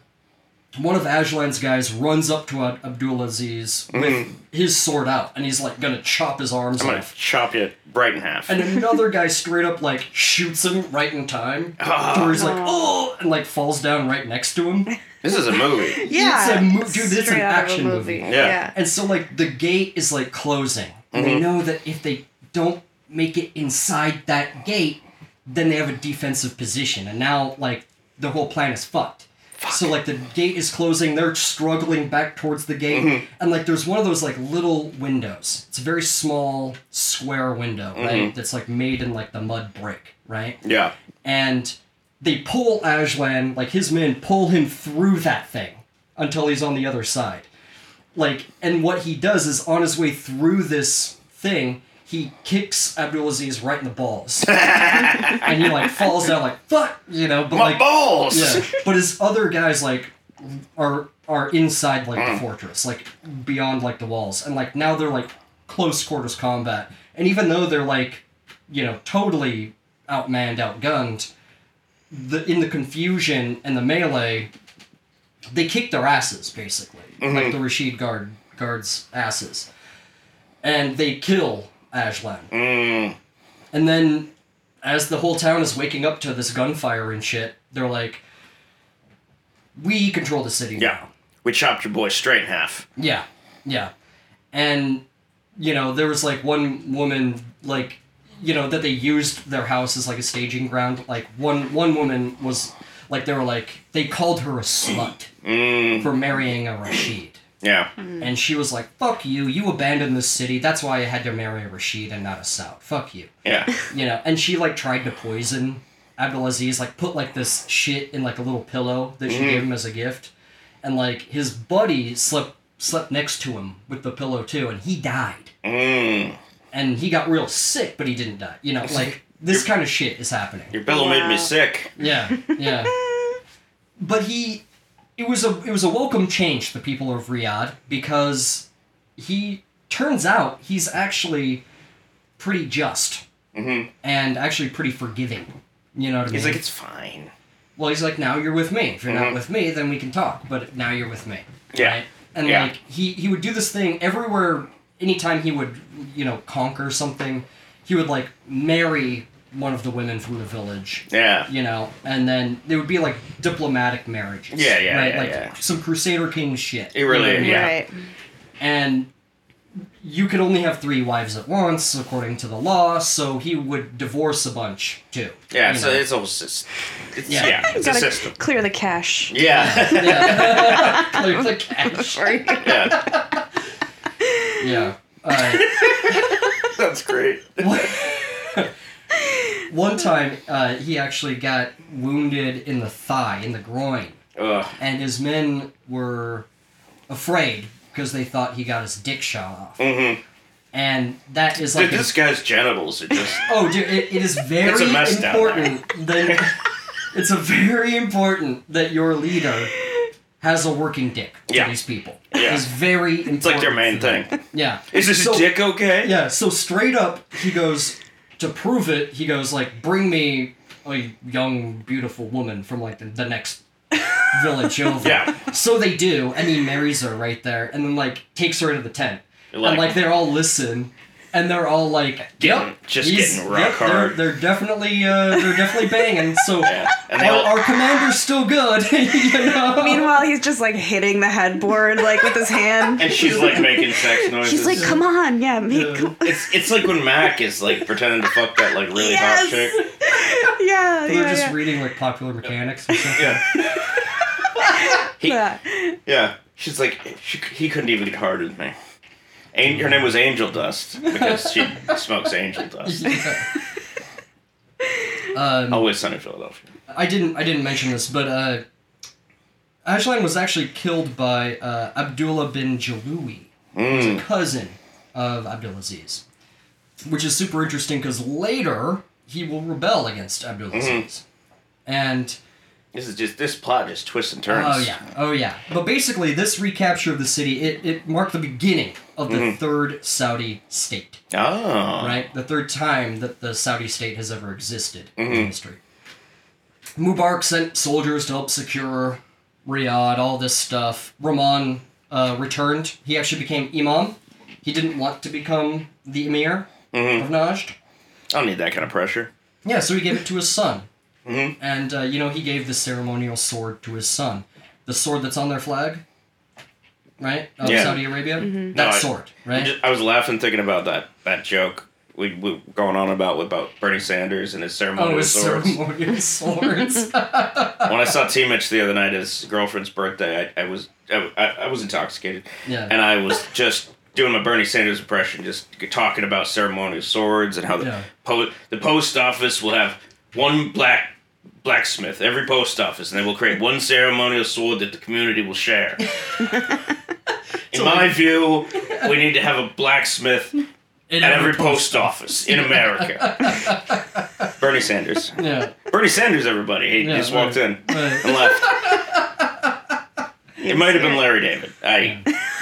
Speaker 2: one of Ajlan's guys runs up to Ab- Abdulaziz with his sword out and he's like gonna chop his arms
Speaker 1: I'm gonna
Speaker 2: off.
Speaker 1: chop you right in half.
Speaker 2: And another guy straight up like shoots him right in time. to where he's like, oh, and like falls down right next to him.
Speaker 1: This is a movie.
Speaker 3: Yeah.
Speaker 2: a mo- dude, it's an
Speaker 3: straight out of a
Speaker 2: action movie.
Speaker 1: Yeah.
Speaker 3: Yeah.
Speaker 2: And so like the gate is like closing. And they know that if they don't make it inside that gate, then they have a defensive position. And now like their whole plan is fucked. So like the gate is closing, they're struggling back towards the gate, and like there's one of those like little windows. It's a very small square window, right? That's like made in like the mud brick, right?
Speaker 1: Yeah.
Speaker 2: and they pull Ajlan, like his men pull him through that thing until he's on the other side. Like, and what he does is on his way through this thing, he kicks Abdulaziz right in the balls. and he like falls down like fuck, you know, but
Speaker 1: My
Speaker 2: like
Speaker 1: balls.
Speaker 2: yeah. But his other guys like are are inside like the fortress, like beyond like the walls, and like now they're like close quarters combat. And even though they're like, you know, totally outmanned, outgunned, the in the confusion and the melee, they kick their asses basically, like the Rashid guard guards asses, and they kill Ajlan. And then, as the whole town is waking up to this gunfire and shit, they're like, "We control the city
Speaker 1: Yeah.
Speaker 2: now."
Speaker 1: We chopped your boy straight in half.
Speaker 2: Yeah, yeah. And you know, there was like one woman, like you know, that they used their house as like a staging ground. Like one one woman was like they were like they called her a slut for marrying a Rashid.
Speaker 1: Yeah.
Speaker 3: Mm-hmm.
Speaker 2: And she was like, fuck you, you abandoned this city. That's why I had to marry Rashid and not a Saud. Fuck you.
Speaker 1: Yeah.
Speaker 2: You know, and she like tried to poison Abdulaziz, like put like this shit in like a little pillow that she gave him as a gift. And like his buddy slept slept next to him with the pillow too, and he died.
Speaker 1: Mm.
Speaker 2: And he got real sick, but he didn't die. You know, like this kind of shit is happening.
Speaker 1: Your pillow made me
Speaker 3: Wow.
Speaker 1: sick.
Speaker 2: Yeah, yeah. but he, it was a it was a welcome change to the people of Riyadh because he turns out he's actually pretty just
Speaker 1: Mhm.
Speaker 2: and actually pretty forgiving. You know what I
Speaker 1: He's
Speaker 2: mean?
Speaker 1: like, it's fine.
Speaker 2: well, he's like, now you're with me. If you're
Speaker 1: Mhm.
Speaker 2: not with me, then we can talk. But now you're with me.
Speaker 1: Yeah.
Speaker 2: Right? And
Speaker 1: Yeah.
Speaker 2: like he he would do this thing everywhere. Anytime he would you know conquer something, he would like marry one of the women from the village
Speaker 1: Yeah.
Speaker 2: you know, and then there would be like diplomatic marriages.
Speaker 1: Yeah, yeah,
Speaker 2: right?
Speaker 1: yeah,
Speaker 2: like
Speaker 1: yeah.
Speaker 2: some Crusader King shit.
Speaker 1: It really-
Speaker 2: You know?
Speaker 1: Yeah.
Speaker 3: Right.
Speaker 2: And you could only have three wives at once, according to the law. So he would divorce a bunch too.
Speaker 1: Yeah.
Speaker 2: you
Speaker 1: So
Speaker 2: know?
Speaker 1: it's all system. It's,
Speaker 2: Yeah.
Speaker 1: yeah. It's a
Speaker 3: Gotta
Speaker 1: system.
Speaker 3: clear the cache.
Speaker 1: Yeah.
Speaker 2: yeah, clear the cache.
Speaker 1: yeah.
Speaker 2: Yeah. Uh,
Speaker 1: That's great.
Speaker 2: one time, uh, he actually got wounded in the thigh, in the groin,
Speaker 1: Ugh.
Speaker 2: and his men were afraid because they thought he got his dick shot off.
Speaker 1: Mm-hmm.
Speaker 2: and that is like
Speaker 1: Dude,
Speaker 2: a-
Speaker 1: this guy's genitals are just.
Speaker 2: oh dude it, it is very
Speaker 1: It's a mess down
Speaker 2: important that it's a very important that your leader has a working dick to
Speaker 1: Yeah.
Speaker 2: these people
Speaker 1: Yeah.
Speaker 2: it's very important
Speaker 1: It's like their main
Speaker 2: for them.
Speaker 1: thing.
Speaker 2: yeah
Speaker 1: Is this
Speaker 2: So-
Speaker 1: dick okay?
Speaker 2: yeah so straight up he goes to prove it he goes like bring me a young beautiful woman from like the, the next village over
Speaker 1: Yeah.
Speaker 2: so they do, and he marries her right there, and then like takes her into the tent,
Speaker 1: You're like-
Speaker 2: and like they are all listen, and they're all like, "Yep,
Speaker 1: Getting- just
Speaker 2: he's-
Speaker 1: getting rock
Speaker 2: yep,
Speaker 1: hard."
Speaker 2: They're, they're definitely, uh, they're definitely banging. So
Speaker 1: Yeah. And they
Speaker 2: our,
Speaker 1: all-
Speaker 2: our commander's still good, you know.
Speaker 3: Meanwhile, he's just like hitting the headboard like with his hand.
Speaker 1: And she's like making sex noises.
Speaker 3: She's like, "Come on, yeah, make,
Speaker 2: Yeah.
Speaker 3: come-
Speaker 1: It's it's like when Mac is like pretending to fuck that like really hot
Speaker 3: yes,
Speaker 1: chick.
Speaker 3: yeah,
Speaker 2: they were
Speaker 3: yeah,
Speaker 2: just
Speaker 3: yeah.
Speaker 2: reading like popular mechanics. And stuff.
Speaker 1: Yeah. He-
Speaker 3: Yeah.
Speaker 1: Yeah. She's like she, he couldn't even get hard with me. An- her name was Angel Dust because she smokes angel dust.
Speaker 2: Um,
Speaker 1: Always sunny in Philadelphia.
Speaker 2: I didn't I didn't mention this, but uh, Ajlan was actually killed by uh, Abdullah bin Jalui,
Speaker 1: Mm.
Speaker 2: who's a cousin of Abdulaziz, which is super interesting because later he will rebel against Abdulaziz, and
Speaker 1: This is just this plot just twists and turns.
Speaker 2: oh yeah, oh yeah. But basically, this recapture of the city it, it marked the beginning of the third Saudi state
Speaker 1: Oh.
Speaker 2: right? The third time that the Saudi state has ever existed
Speaker 1: Mm-hmm.
Speaker 2: in history. Mubarak sent soldiers to help secure Riyadh, all this stuff. Rahman uh, returned. He actually became imam. He didn't want to become the emir
Speaker 1: Mm-hmm.
Speaker 2: of Najd.
Speaker 1: I don't need that kind of pressure.
Speaker 2: Yeah, so he gave it to his son.
Speaker 1: Mhm.
Speaker 2: And, uh, you know, he gave the ceremonial sword to his son. The sword that's on their flag, right? Of
Speaker 1: Yeah.
Speaker 2: Saudi Arabia? That
Speaker 1: No, I-
Speaker 2: sword,
Speaker 1: I,
Speaker 2: right?
Speaker 1: just- I was laughing thinking about that that joke we we were going on about about Bernie Sanders and his ceremonial
Speaker 2: oh, his
Speaker 1: swords.
Speaker 2: ceremonial swords.
Speaker 1: when I saw T Mitch the other night at his girlfriend's birthday, I, I was I, I I was intoxicated,
Speaker 2: yeah.
Speaker 1: and I was just doing my Bernie Sanders impression, just talking about ceremonial swords and how the
Speaker 2: Yeah.
Speaker 1: po- the post office will have one black blacksmith every post office, and they will create one ceremonial sword that the community will share. In my view, we need to have a blacksmith
Speaker 2: In
Speaker 1: at every post office in America. Bernie Sanders.
Speaker 2: Yeah.
Speaker 1: Bernie Sanders, everybody. He
Speaker 2: Yeah,
Speaker 1: just walked
Speaker 2: right.
Speaker 1: in
Speaker 2: Right.
Speaker 1: and left. It might have been Larry David. I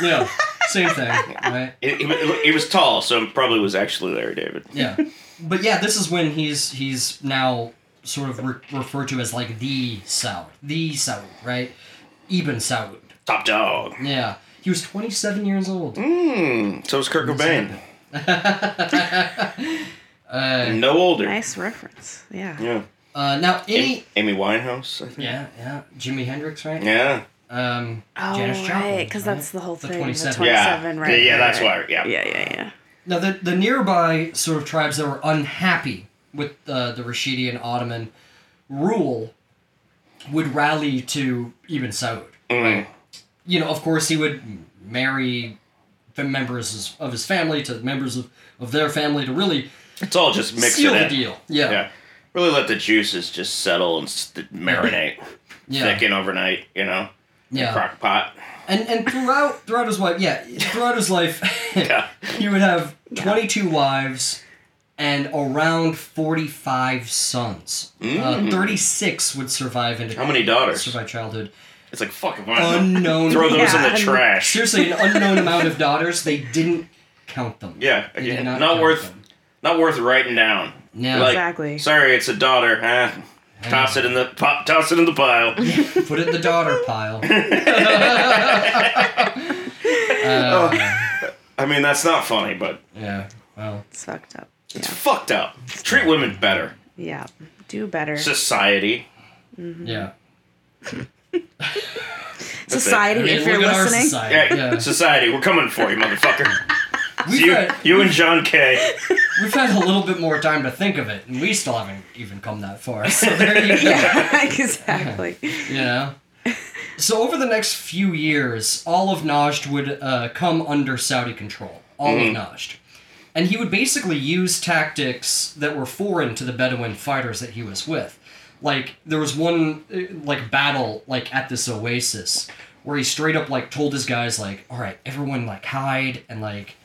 Speaker 2: Yeah. Same thing, right?
Speaker 1: he, he- he was tall, so it probably was actually Larry David.
Speaker 2: Yeah. But yeah, this is when he's he's now sort of re- referred to as like the Saud, the Saud, right? Ibn Saud.
Speaker 1: Top dog.
Speaker 2: Yeah. He was 27 years old.
Speaker 1: Mm, so was Kurt Cobain.
Speaker 2: Uh,
Speaker 1: No older.
Speaker 3: Nice reference. Yeah.
Speaker 1: Yeah.
Speaker 2: uh, now
Speaker 1: A-
Speaker 2: any
Speaker 1: Amy Winehouse. I think.
Speaker 2: yeah yeah Jimi Hendrix right
Speaker 1: Yeah.
Speaker 2: um
Speaker 3: Oh,
Speaker 2: Janis Joplin
Speaker 3: right, because that's the whole
Speaker 2: The
Speaker 3: thing.
Speaker 2: 27.
Speaker 3: The
Speaker 1: Yeah.
Speaker 3: 27,
Speaker 1: yeah.
Speaker 3: right?
Speaker 1: yeah,
Speaker 3: right,
Speaker 1: That's
Speaker 3: right.
Speaker 1: why. Yeah.
Speaker 3: Yeah, yeah, yeah.
Speaker 2: Now, the, the nearby sort of tribes that were unhappy with uh, the Rashidian Ottoman rule would rally to Ibn Saud.
Speaker 1: Mm.
Speaker 2: You know, of course, he would marry the members of his family to members of, of their family to really
Speaker 1: It's all just mixed
Speaker 2: seal
Speaker 1: in.
Speaker 2: the deal. Yeah.
Speaker 1: Yeah. Really let the juices just settle and st- marinate,
Speaker 2: Yeah.
Speaker 1: thicken overnight. You know,
Speaker 2: yeah.
Speaker 1: crock pot.
Speaker 2: And and throughout throughout his life, yeah, throughout his life,
Speaker 1: Yeah.
Speaker 2: he would have twenty two wives and around forty five sons. Uh, Thirty six would survive into
Speaker 1: Mm. How many daughters?
Speaker 2: survive childhood.
Speaker 1: It's like fuck. if I
Speaker 2: Unknown.
Speaker 1: Throw those
Speaker 3: Yeah,
Speaker 1: in the
Speaker 3: and-
Speaker 1: trash.
Speaker 2: Seriously, an unknown amount of daughters. They didn't count them.
Speaker 1: Yeah,
Speaker 2: They did
Speaker 1: again,
Speaker 2: not
Speaker 1: not,
Speaker 2: count
Speaker 1: worth,
Speaker 2: them.
Speaker 1: not worth writing down.
Speaker 2: Yeah.
Speaker 1: Like,
Speaker 3: Exactly.
Speaker 1: Sorry, it's a daughter. Huh? Toss it in the pop, toss it in the pile.
Speaker 2: Put it in the daughter pile.
Speaker 3: Oh.
Speaker 2: Uh,
Speaker 1: I mean, that's not funny, but
Speaker 2: Yeah. Well.
Speaker 3: It's fucked up.
Speaker 1: it's
Speaker 3: Yeah.
Speaker 1: fucked up. Treat women better.
Speaker 3: Yeah. Do better.
Speaker 1: Society.
Speaker 2: Yeah.
Speaker 3: Society,
Speaker 2: I mean,
Speaker 3: if you're
Speaker 2: look at our
Speaker 3: listening.
Speaker 2: society.
Speaker 1: Yeah,
Speaker 2: Yeah.
Speaker 1: society. We're coming for you, motherfucker.
Speaker 2: We've
Speaker 1: you,
Speaker 2: had-
Speaker 1: you and John K.
Speaker 2: We've had a little bit more time to think of it, and we still haven't even come that far. So there you go.
Speaker 3: yeah, exactly.
Speaker 2: You know? So over the next few years, all of Najd would uh, come under Saudi control. All of Najd. And he would basically use tactics that were foreign to the Bedouin fighters that he was with. Like there was one uh, like battle like at this oasis where he straight up like told his guys like, "All right, everyone like hide and like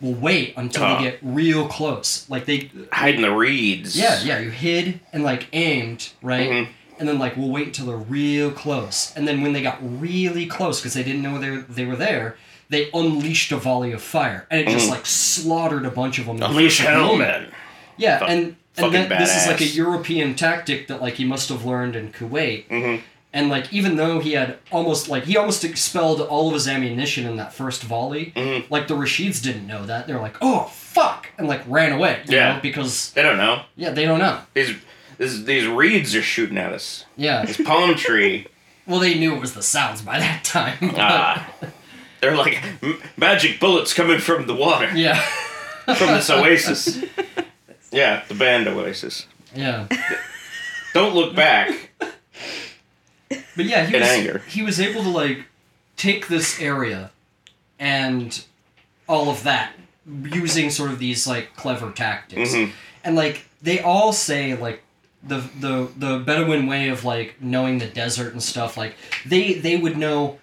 Speaker 2: we'll wait until
Speaker 1: Uh-huh.
Speaker 2: we get real close." Like they
Speaker 1: Hiding the reeds.
Speaker 2: yeah, yeah. You hid and like aimed, right?
Speaker 1: Mm-hmm.
Speaker 2: And then like we'll wait until they're real close. And then when they got really close, because they didn't know they were, they were there, they unleashed a volley of fire, and it just like slaughtered a bunch of them. in the
Speaker 1: Unleash
Speaker 2: first
Speaker 1: Mm-hmm. hell,
Speaker 2: moment.
Speaker 1: man.
Speaker 2: Yeah,
Speaker 1: Fuck-
Speaker 2: and and
Speaker 1: fucking
Speaker 2: that, this is like a
Speaker 1: badass.
Speaker 2: European tactic that like he must have learned in Kuwait.
Speaker 1: Mm-hmm.
Speaker 2: And like even though he had almost like he almost expelled all of his ammunition in that first volley,
Speaker 1: Mm-hmm.
Speaker 2: like the Rashids didn't know that. They're like, "Oh fuck," and like ran away. you
Speaker 1: Yeah.
Speaker 2: know, because
Speaker 1: They don't know.
Speaker 2: yeah, they don't know.
Speaker 1: These, these these reeds are shooting at us.
Speaker 2: Yeah.
Speaker 1: This palm tree.
Speaker 2: Well, they knew it was the South by that time. but-
Speaker 1: Ah. They're like "M- magic bullets coming from the water,
Speaker 2: yeah.
Speaker 1: from this oasis. Yeah, the band Oasis.
Speaker 2: Yeah.
Speaker 1: Don't look back.
Speaker 2: But yeah, he
Speaker 1: In
Speaker 2: was,
Speaker 1: anger.
Speaker 2: he was able to, like, take this area and all of that using sort of these, like, clever tactics.
Speaker 1: Mm-hmm.
Speaker 2: And, like, they all say, like, the, the the Bedouin way of like knowing the desert and stuff like they they would know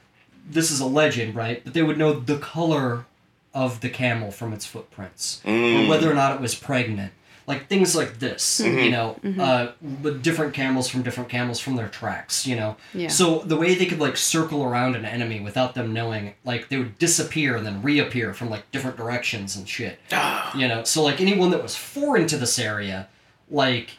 Speaker 2: this is a legend right but they would know the color of the camel from its footprints or whether or not it was pregnant like things like this you know uh, with different camels from different camels from their tracks you know
Speaker 3: Yeah.
Speaker 2: so the way they could like circle around an enemy without them knowing like they would disappear and then reappear from like different directions and shit you know so like anyone that was foreign to this area like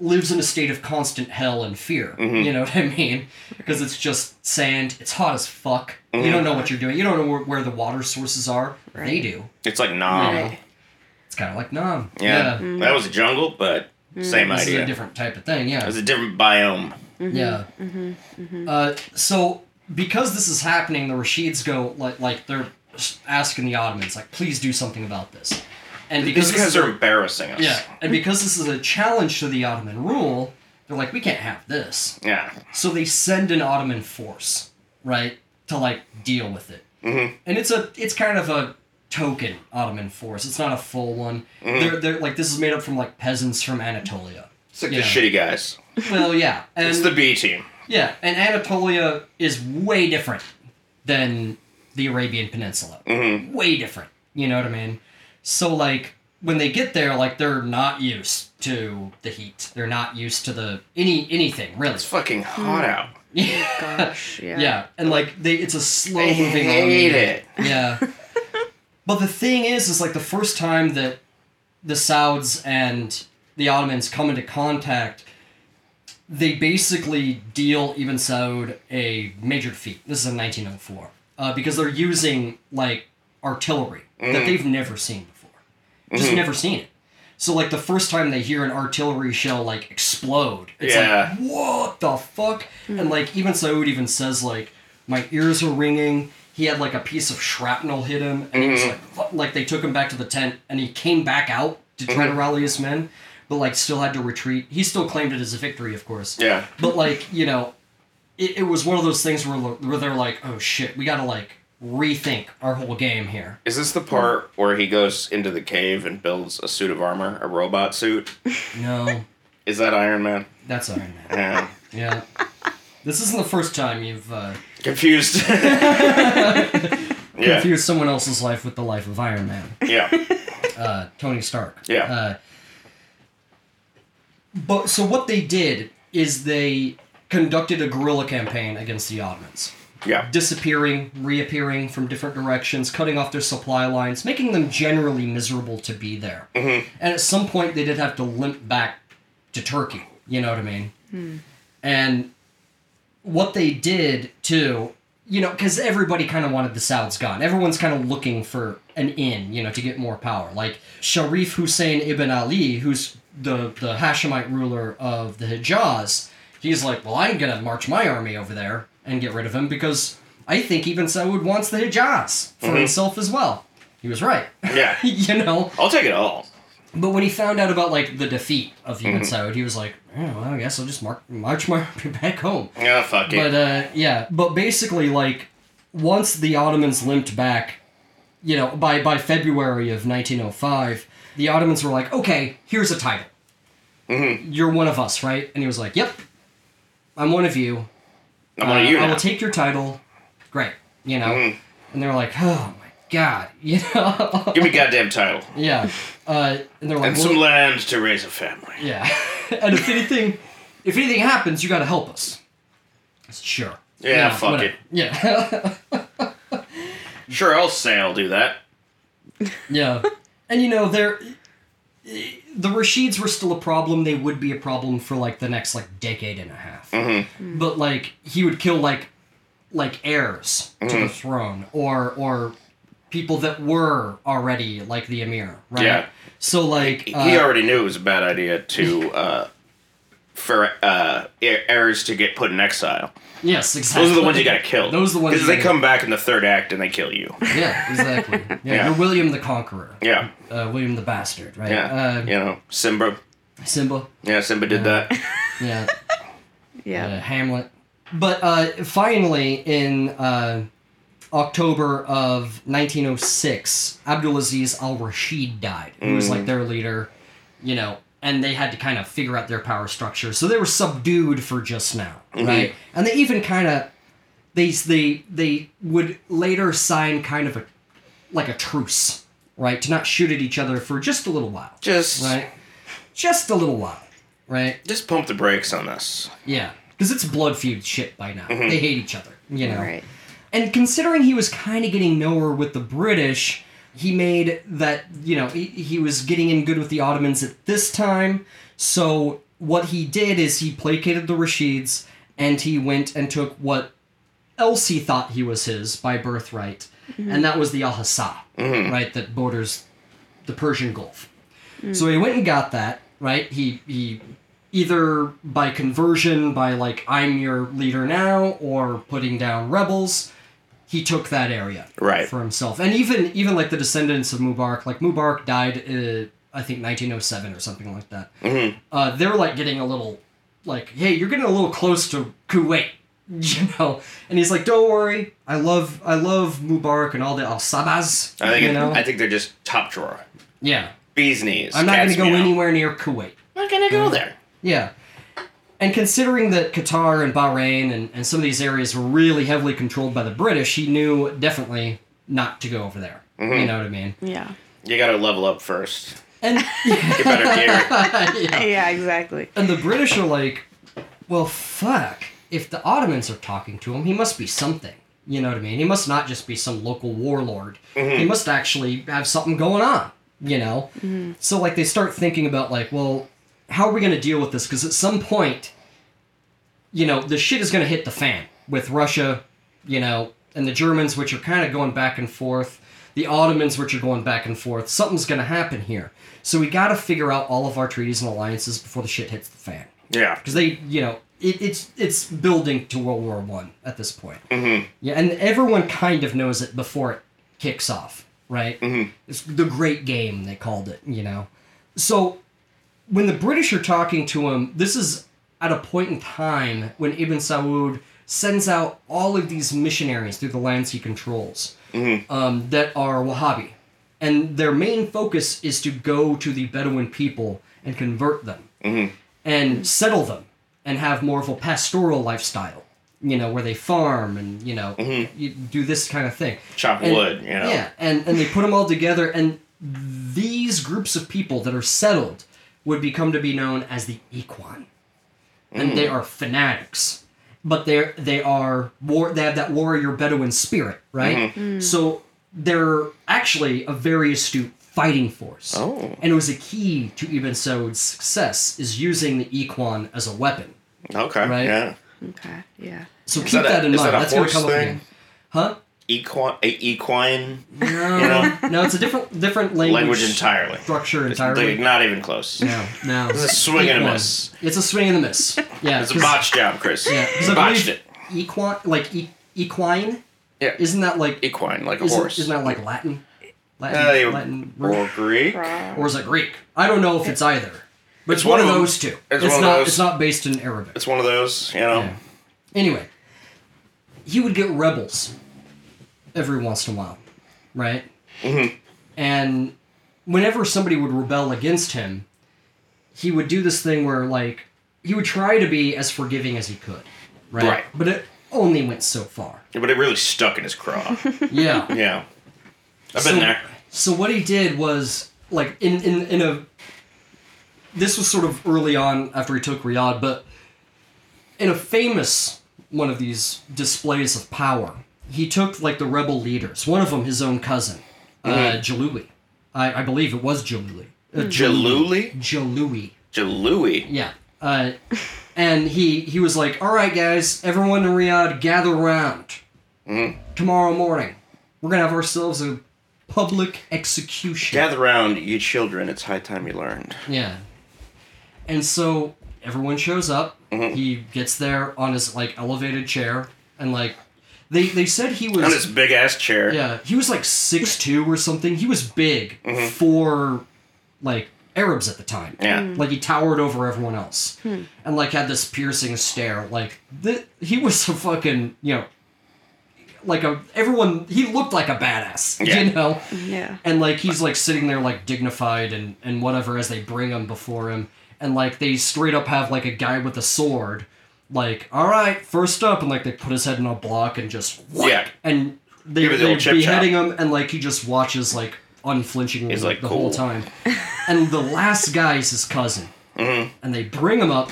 Speaker 2: lives in a state of constant hell and fear
Speaker 1: Mm-hmm.
Speaker 2: you know what i mean because it's just sand it's hot as fuck you
Speaker 1: Mm-hmm.
Speaker 2: don't know what you're doing you don't know where, where the water sources are they
Speaker 3: Right.
Speaker 2: do
Speaker 1: It's like nom.
Speaker 3: Right.
Speaker 2: it's kind of like nom
Speaker 1: Uh-huh. Yeah, that was a jungle, but same
Speaker 2: This is
Speaker 1: idea. Mm-hmm.
Speaker 2: a different typ of thing, yeah.
Speaker 1: it was a different biome.
Speaker 2: Yeah. Uh, so because this is happening, the Rashids go like like they're asking the Ottomans like, please do something about this. And because
Speaker 1: These
Speaker 2: this
Speaker 1: guys
Speaker 2: is
Speaker 1: are
Speaker 2: a-
Speaker 1: embarrassing us.
Speaker 2: yeah, and because this is a challenge to the Ottoman rule, they're like, we can't have this.
Speaker 1: Yeah.
Speaker 2: So they send an Ottoman force, right, to like deal with it. Mm-hmm. And it's a it's kind of a token Ottoman force. It's not a full one.
Speaker 1: Mm-hmm.
Speaker 2: They're they're like this is made up from like peasants from Anatolia.
Speaker 1: It's like
Speaker 2: Yeah.
Speaker 1: the shitty guys.
Speaker 2: Well, yeah, and
Speaker 1: It's the B team.
Speaker 2: yeah, and Anatolia is way different than the Arabian Peninsula. Way different. You know what I mean? So like when they get there, like they're not used to the heat. They're not used to the any anything really.
Speaker 1: It's fucking hot out.
Speaker 3: Gosh, yeah.
Speaker 2: Yeah, and like they, it's a slow
Speaker 1: I
Speaker 2: moving.
Speaker 1: hate it.
Speaker 2: Yeah. but the thing is, is like the first time that the Sauds and the Ottomans come into contact, they basically deal Ibn Saud a major defeat. This is in 1904. Uh, because they're using like artillery
Speaker 1: Mm.
Speaker 2: that they've never seen before. Just
Speaker 1: Mm-hmm.
Speaker 2: never seen it. So like the first time they hear an artillery shell like explode, it's
Speaker 1: Yeah.
Speaker 2: like what the fuck?
Speaker 1: Hmm.
Speaker 2: And like even Saud even says like my ears are ringing. He had like a piece of shrapnel hit him, and he
Speaker 1: Mm-hmm.
Speaker 2: was like fu- like they took him back to the tent, and he came back out to try
Speaker 1: Mm-hmm.
Speaker 2: to rally his men, but like still had to retreat. He still claimed it as a victory, of course.
Speaker 1: Yeah.
Speaker 2: But like you know, it, it was one of those things where where they're like, oh shit, we gotta like rethink our whole game here.
Speaker 1: Is this the part where he goes into the cave and builds a suit of armor, a robot suit?
Speaker 2: No,
Speaker 1: Is that Iron Man?
Speaker 2: that's Iron Man.
Speaker 1: Yeah.
Speaker 2: Yeah. This isn't the first time you've uh,
Speaker 1: Confused. yeah.
Speaker 2: confused someone else's life with the life of Iron Man.
Speaker 1: Yeah.
Speaker 2: uh, Tony Stark.
Speaker 1: Yeah.
Speaker 2: Uh, but so what they did is they conducted a guerrilla campaign against the Ottomans,
Speaker 1: Yeah.
Speaker 2: disappearing, reappearing from different directions, cutting off their supply lines, making them generally miserable to be there. And at some point, they did have to limp back to Turkey. You know what I mean? And what they did too, you know, because everybody kind of wanted the Sauds gone. Everyone's kind of looking for an in, you know, to get more power. Like Sharif Hussein ibn Ali, who's the the Hashemite ruler of the Hijaz, he's like, well, I'm gonna march my army over there and get rid of him because I think even Saud wants the Hijaz for himself as well. He was right,
Speaker 1: Yeah.
Speaker 2: you know.
Speaker 1: I'll take it all.
Speaker 2: But when he found out about like the defeat of Ibn Saud, he was like, oh, well, I guess I'll just march march my army back home.
Speaker 1: Yeah, fuck it.
Speaker 2: But uh, yeah, but basically, like once the Ottomans limped back, you know, by by February of 1905, the Ottomans were like, "Okay, here's a title.
Speaker 1: Mm-hmm.
Speaker 2: You're one of us, right?" And he was like, "Yep, I'm one of you.
Speaker 1: I'm on
Speaker 2: Uh,
Speaker 1: a you now.
Speaker 2: I
Speaker 1: Mm-hmm.
Speaker 2: will take your title. Great, you know." And they were like, "Oh my god, you know,
Speaker 1: Give me a goddamn title.
Speaker 2: yeah." Uh, and they're like,
Speaker 1: And
Speaker 2: "Well,
Speaker 1: some land to raise a family.
Speaker 2: "Yeah," and if anything, if anything happens, you got to help us. Sure.
Speaker 1: Yeah, fuck
Speaker 2: whatever.
Speaker 1: it.
Speaker 2: Yeah.
Speaker 1: Sure, I'll say I'll do that.
Speaker 2: Yeah. And you know, they're the Rashids were still a problem. They would be a problem for like the next like decade and a half.
Speaker 1: Mm-hmm.
Speaker 2: But like he would kill like like heirs to
Speaker 1: Mm-hmm.
Speaker 2: the throne or or people that were already like the emir, right?
Speaker 1: Yeah.
Speaker 2: So like
Speaker 1: He
Speaker 2: uh,
Speaker 1: already knew it was a bad idea to, uh, for uh, heir- heirs to get put in exile.
Speaker 2: yes, exactly.
Speaker 1: Those are the ones you gotta kill.
Speaker 2: Those are the ones
Speaker 1: Because
Speaker 2: you
Speaker 1: they
Speaker 2: gotta-
Speaker 1: come back in the third act and they kill you.
Speaker 2: Yeah, exactly. Yeah,
Speaker 1: Yeah.
Speaker 2: you're William the Conqueror.
Speaker 1: Yeah.
Speaker 2: Uh, William the Bastard, right?
Speaker 1: Yeah.
Speaker 2: Uh,
Speaker 1: you know, Simba.
Speaker 2: Simba.
Speaker 1: Yeah, Simba did that.
Speaker 2: Yeah. uh,
Speaker 3: Yeah.
Speaker 2: Hamlet. But uh, finally, in uh, October of 1906, Abdulaziz al Rashid died, who was like their leader, you know, and they had to kind of figure out their power structure. So they were subdued for just now, right? And they even kind of. They, they they would later sign kind of a like a truce, right? To not shoot at each other for just a little while,
Speaker 1: Just,
Speaker 2: right? Just a little while, right?
Speaker 1: just pump the brakes on this.
Speaker 2: Yeah, because it's blood feud shit by now. They hate each other, you know.
Speaker 3: Right.
Speaker 2: And considering he was kind of getting nowhere with the British, he made that you know he, he was getting in good with the Ottomans at this time. So what he did is he placated the Rashids and he went and took what else he thought he was his by birthright, and that was the Al Hasa, right? That borders the Persian Gulf. So he went and got that, right? He he either by conversion, by like I'm your leader now, or putting down rebels, he took that area
Speaker 1: Right.
Speaker 2: for himself. And even even like the descendants of Mubarak, like Mubarak died, uh, I think 1907 or something like that. Uh, they're like getting a little like, hey, you're getting a little close to Kuwait. You know, and he's like, "Don't worry, I love, I love Mubarak and all the Al Sabas."
Speaker 1: I think,
Speaker 2: you know,
Speaker 1: I think they're just top drawer.
Speaker 2: yeah.
Speaker 1: Bees knees.
Speaker 2: I'm not going
Speaker 1: Cat's
Speaker 2: to go
Speaker 1: meow.
Speaker 2: anywhere near Kuwait.
Speaker 1: I'm not gonna go there.
Speaker 2: Yeah. And considering that Qatar and Bahrain and, and some of these areas were really heavily controlled by the British, he knew definitely not to go over there.
Speaker 1: Mm-hmm.
Speaker 2: You know what I mean?
Speaker 3: Yeah.
Speaker 1: You gotta level up first.
Speaker 2: And
Speaker 1: Get better gear.
Speaker 2: yeah.
Speaker 3: Yeah. Exactly.
Speaker 2: and the British are like, well, fuck. If the Ottomans are talking to him, he must be something. You know what I mean? He must not just be some local warlord. He must actually have something going on. You know. So like they start thinking about like, well, how are we going to deal with this? Because at some point, you know, the shit is going to hit the fan with Russia, you know, and the Germans, which are kind of going back and forth, the Ottomans, which are going back and forth. Something's going to happen here. So we got to figure out all of our treaties and alliances before the shit hits the fan.
Speaker 1: Yeah.
Speaker 2: Because they, you know, it, it's it's building to World War One at this point. Mm-hmm. Yeah, and everyone kind of knows it before it kicks off, right? Mm-hmm. It's the Great Game they called it, you know. So when the British are talking to him, this is at a point in time when Ibn Saud sends out all of these missionaries through the lands he controls um, that are Wahhabi. And their main focus is to go to the Bedouin people and convert them and settle them and have more of a pastoral lifestyle, you know, where they farm and, you know, you do this kind of thing.
Speaker 1: Chop
Speaker 2: And-
Speaker 1: wood, you know.
Speaker 2: Yeah, and, and they put them all together, and these groups of people that are settled would become to be known as the Equan. And
Speaker 1: Mm.
Speaker 2: they are fanatics. But they're they are war they have that warrior Bedouin spirit,
Speaker 1: Mm-hmm.
Speaker 2: right? So they're actually a very astute fighting force.
Speaker 1: Oh.
Speaker 2: And it was a key to Ibn Saud's success is using the Equan as a weapon.
Speaker 1: Okay.
Speaker 2: Right.
Speaker 1: Yeah.
Speaker 3: Okay. Yeah.
Speaker 2: So keep
Speaker 1: that
Speaker 2: that,
Speaker 1: a-
Speaker 2: in
Speaker 1: is
Speaker 2: mind.
Speaker 1: that a
Speaker 2: That's gonna
Speaker 1: horse
Speaker 2: come up
Speaker 1: thing?
Speaker 2: again. Huh?
Speaker 1: Equine. Equine
Speaker 2: No,
Speaker 1: know?
Speaker 2: no, it's a different different language,
Speaker 1: language entirely.
Speaker 2: structure
Speaker 1: They're
Speaker 2: entirely.
Speaker 1: not even close.
Speaker 2: No, no. It's
Speaker 1: a swing and a miss.
Speaker 2: It's a swing and a miss. Yeah,
Speaker 1: It's a
Speaker 2: 'cause-
Speaker 1: botched job, Chris.
Speaker 2: Yeah, 'cause I
Speaker 1: botched
Speaker 2: believe
Speaker 1: it.
Speaker 2: Equine, like e- equine,
Speaker 1: Yeah.
Speaker 2: isn't that like
Speaker 1: Equine, like a
Speaker 2: isn't,
Speaker 1: horse.
Speaker 2: Isn't that like Latin? Latin,
Speaker 1: Uh, they-
Speaker 2: Latin
Speaker 1: or
Speaker 2: root?
Speaker 1: Greek.
Speaker 3: Raw.
Speaker 2: or is it Greek? I don't know if it's either. But it's
Speaker 1: one
Speaker 2: one of
Speaker 1: of 'em.
Speaker 2: those two.
Speaker 1: It's
Speaker 2: It's,
Speaker 1: one of
Speaker 2: not.
Speaker 1: those.
Speaker 2: It's not based in Arabic.
Speaker 1: It's one of those, you know.
Speaker 2: Yeah. Anyway, he would get rebels every once in a while, right? And whenever somebody would rebel against him, he would do this thing where, like, he would try to be as forgiving as he could, right?
Speaker 1: Right.
Speaker 2: But it only went so far.
Speaker 1: But it really stuck in his craw.
Speaker 2: Yeah.
Speaker 1: yeah. I've
Speaker 2: so,
Speaker 1: been there.
Speaker 2: So what he did was like in in in a. This was sort of early on after he took Riyadh, but in a famous one of these displays of power, he took like the rebel leaders. One of them, his own cousin, uh, Jaluli. I, I believe it was Jaluli. Uh,
Speaker 1: Hmm. Jaluli?
Speaker 2: Jaluli.
Speaker 1: Jalui.
Speaker 2: Yeah. Uh, and he he was like, "All right, guys, everyone in Riyadh, gather around. Tomorrow morning, we're gonna have ourselves a public execution."
Speaker 1: Gather round, you children. It's high time you learned.
Speaker 2: Yeah. And so everyone shows up.
Speaker 1: Mm-hmm.
Speaker 2: He gets there on his like elevated chair, and like they they said he was
Speaker 1: On his big ass chair.
Speaker 2: yeah he was like six two or something. He was big for like Arabs at the time.
Speaker 1: Mm-hmm. Yeah.
Speaker 2: Like he towered over everyone else, and like had this piercing stare. Like th- he was a fucking you know, like a everyone. He looked like a badass,
Speaker 1: Yeah.
Speaker 2: you know.
Speaker 3: Yeah.
Speaker 2: And like he's like sitting there like dignified and and whatever as they bring him before him, and like they straight up have like a guy with a sword, like all right, first up, and like they put his head in a block and just whack,
Speaker 1: Yeah.
Speaker 2: and they
Speaker 1: Give it the
Speaker 2: they're
Speaker 1: old chip
Speaker 2: beheading him, and like he just watches like unflinchingly
Speaker 1: He's like,
Speaker 2: the
Speaker 1: "Cool."
Speaker 2: whole time, and the last guy is his cousin,
Speaker 1: Mm-hmm.
Speaker 2: and they bring him up.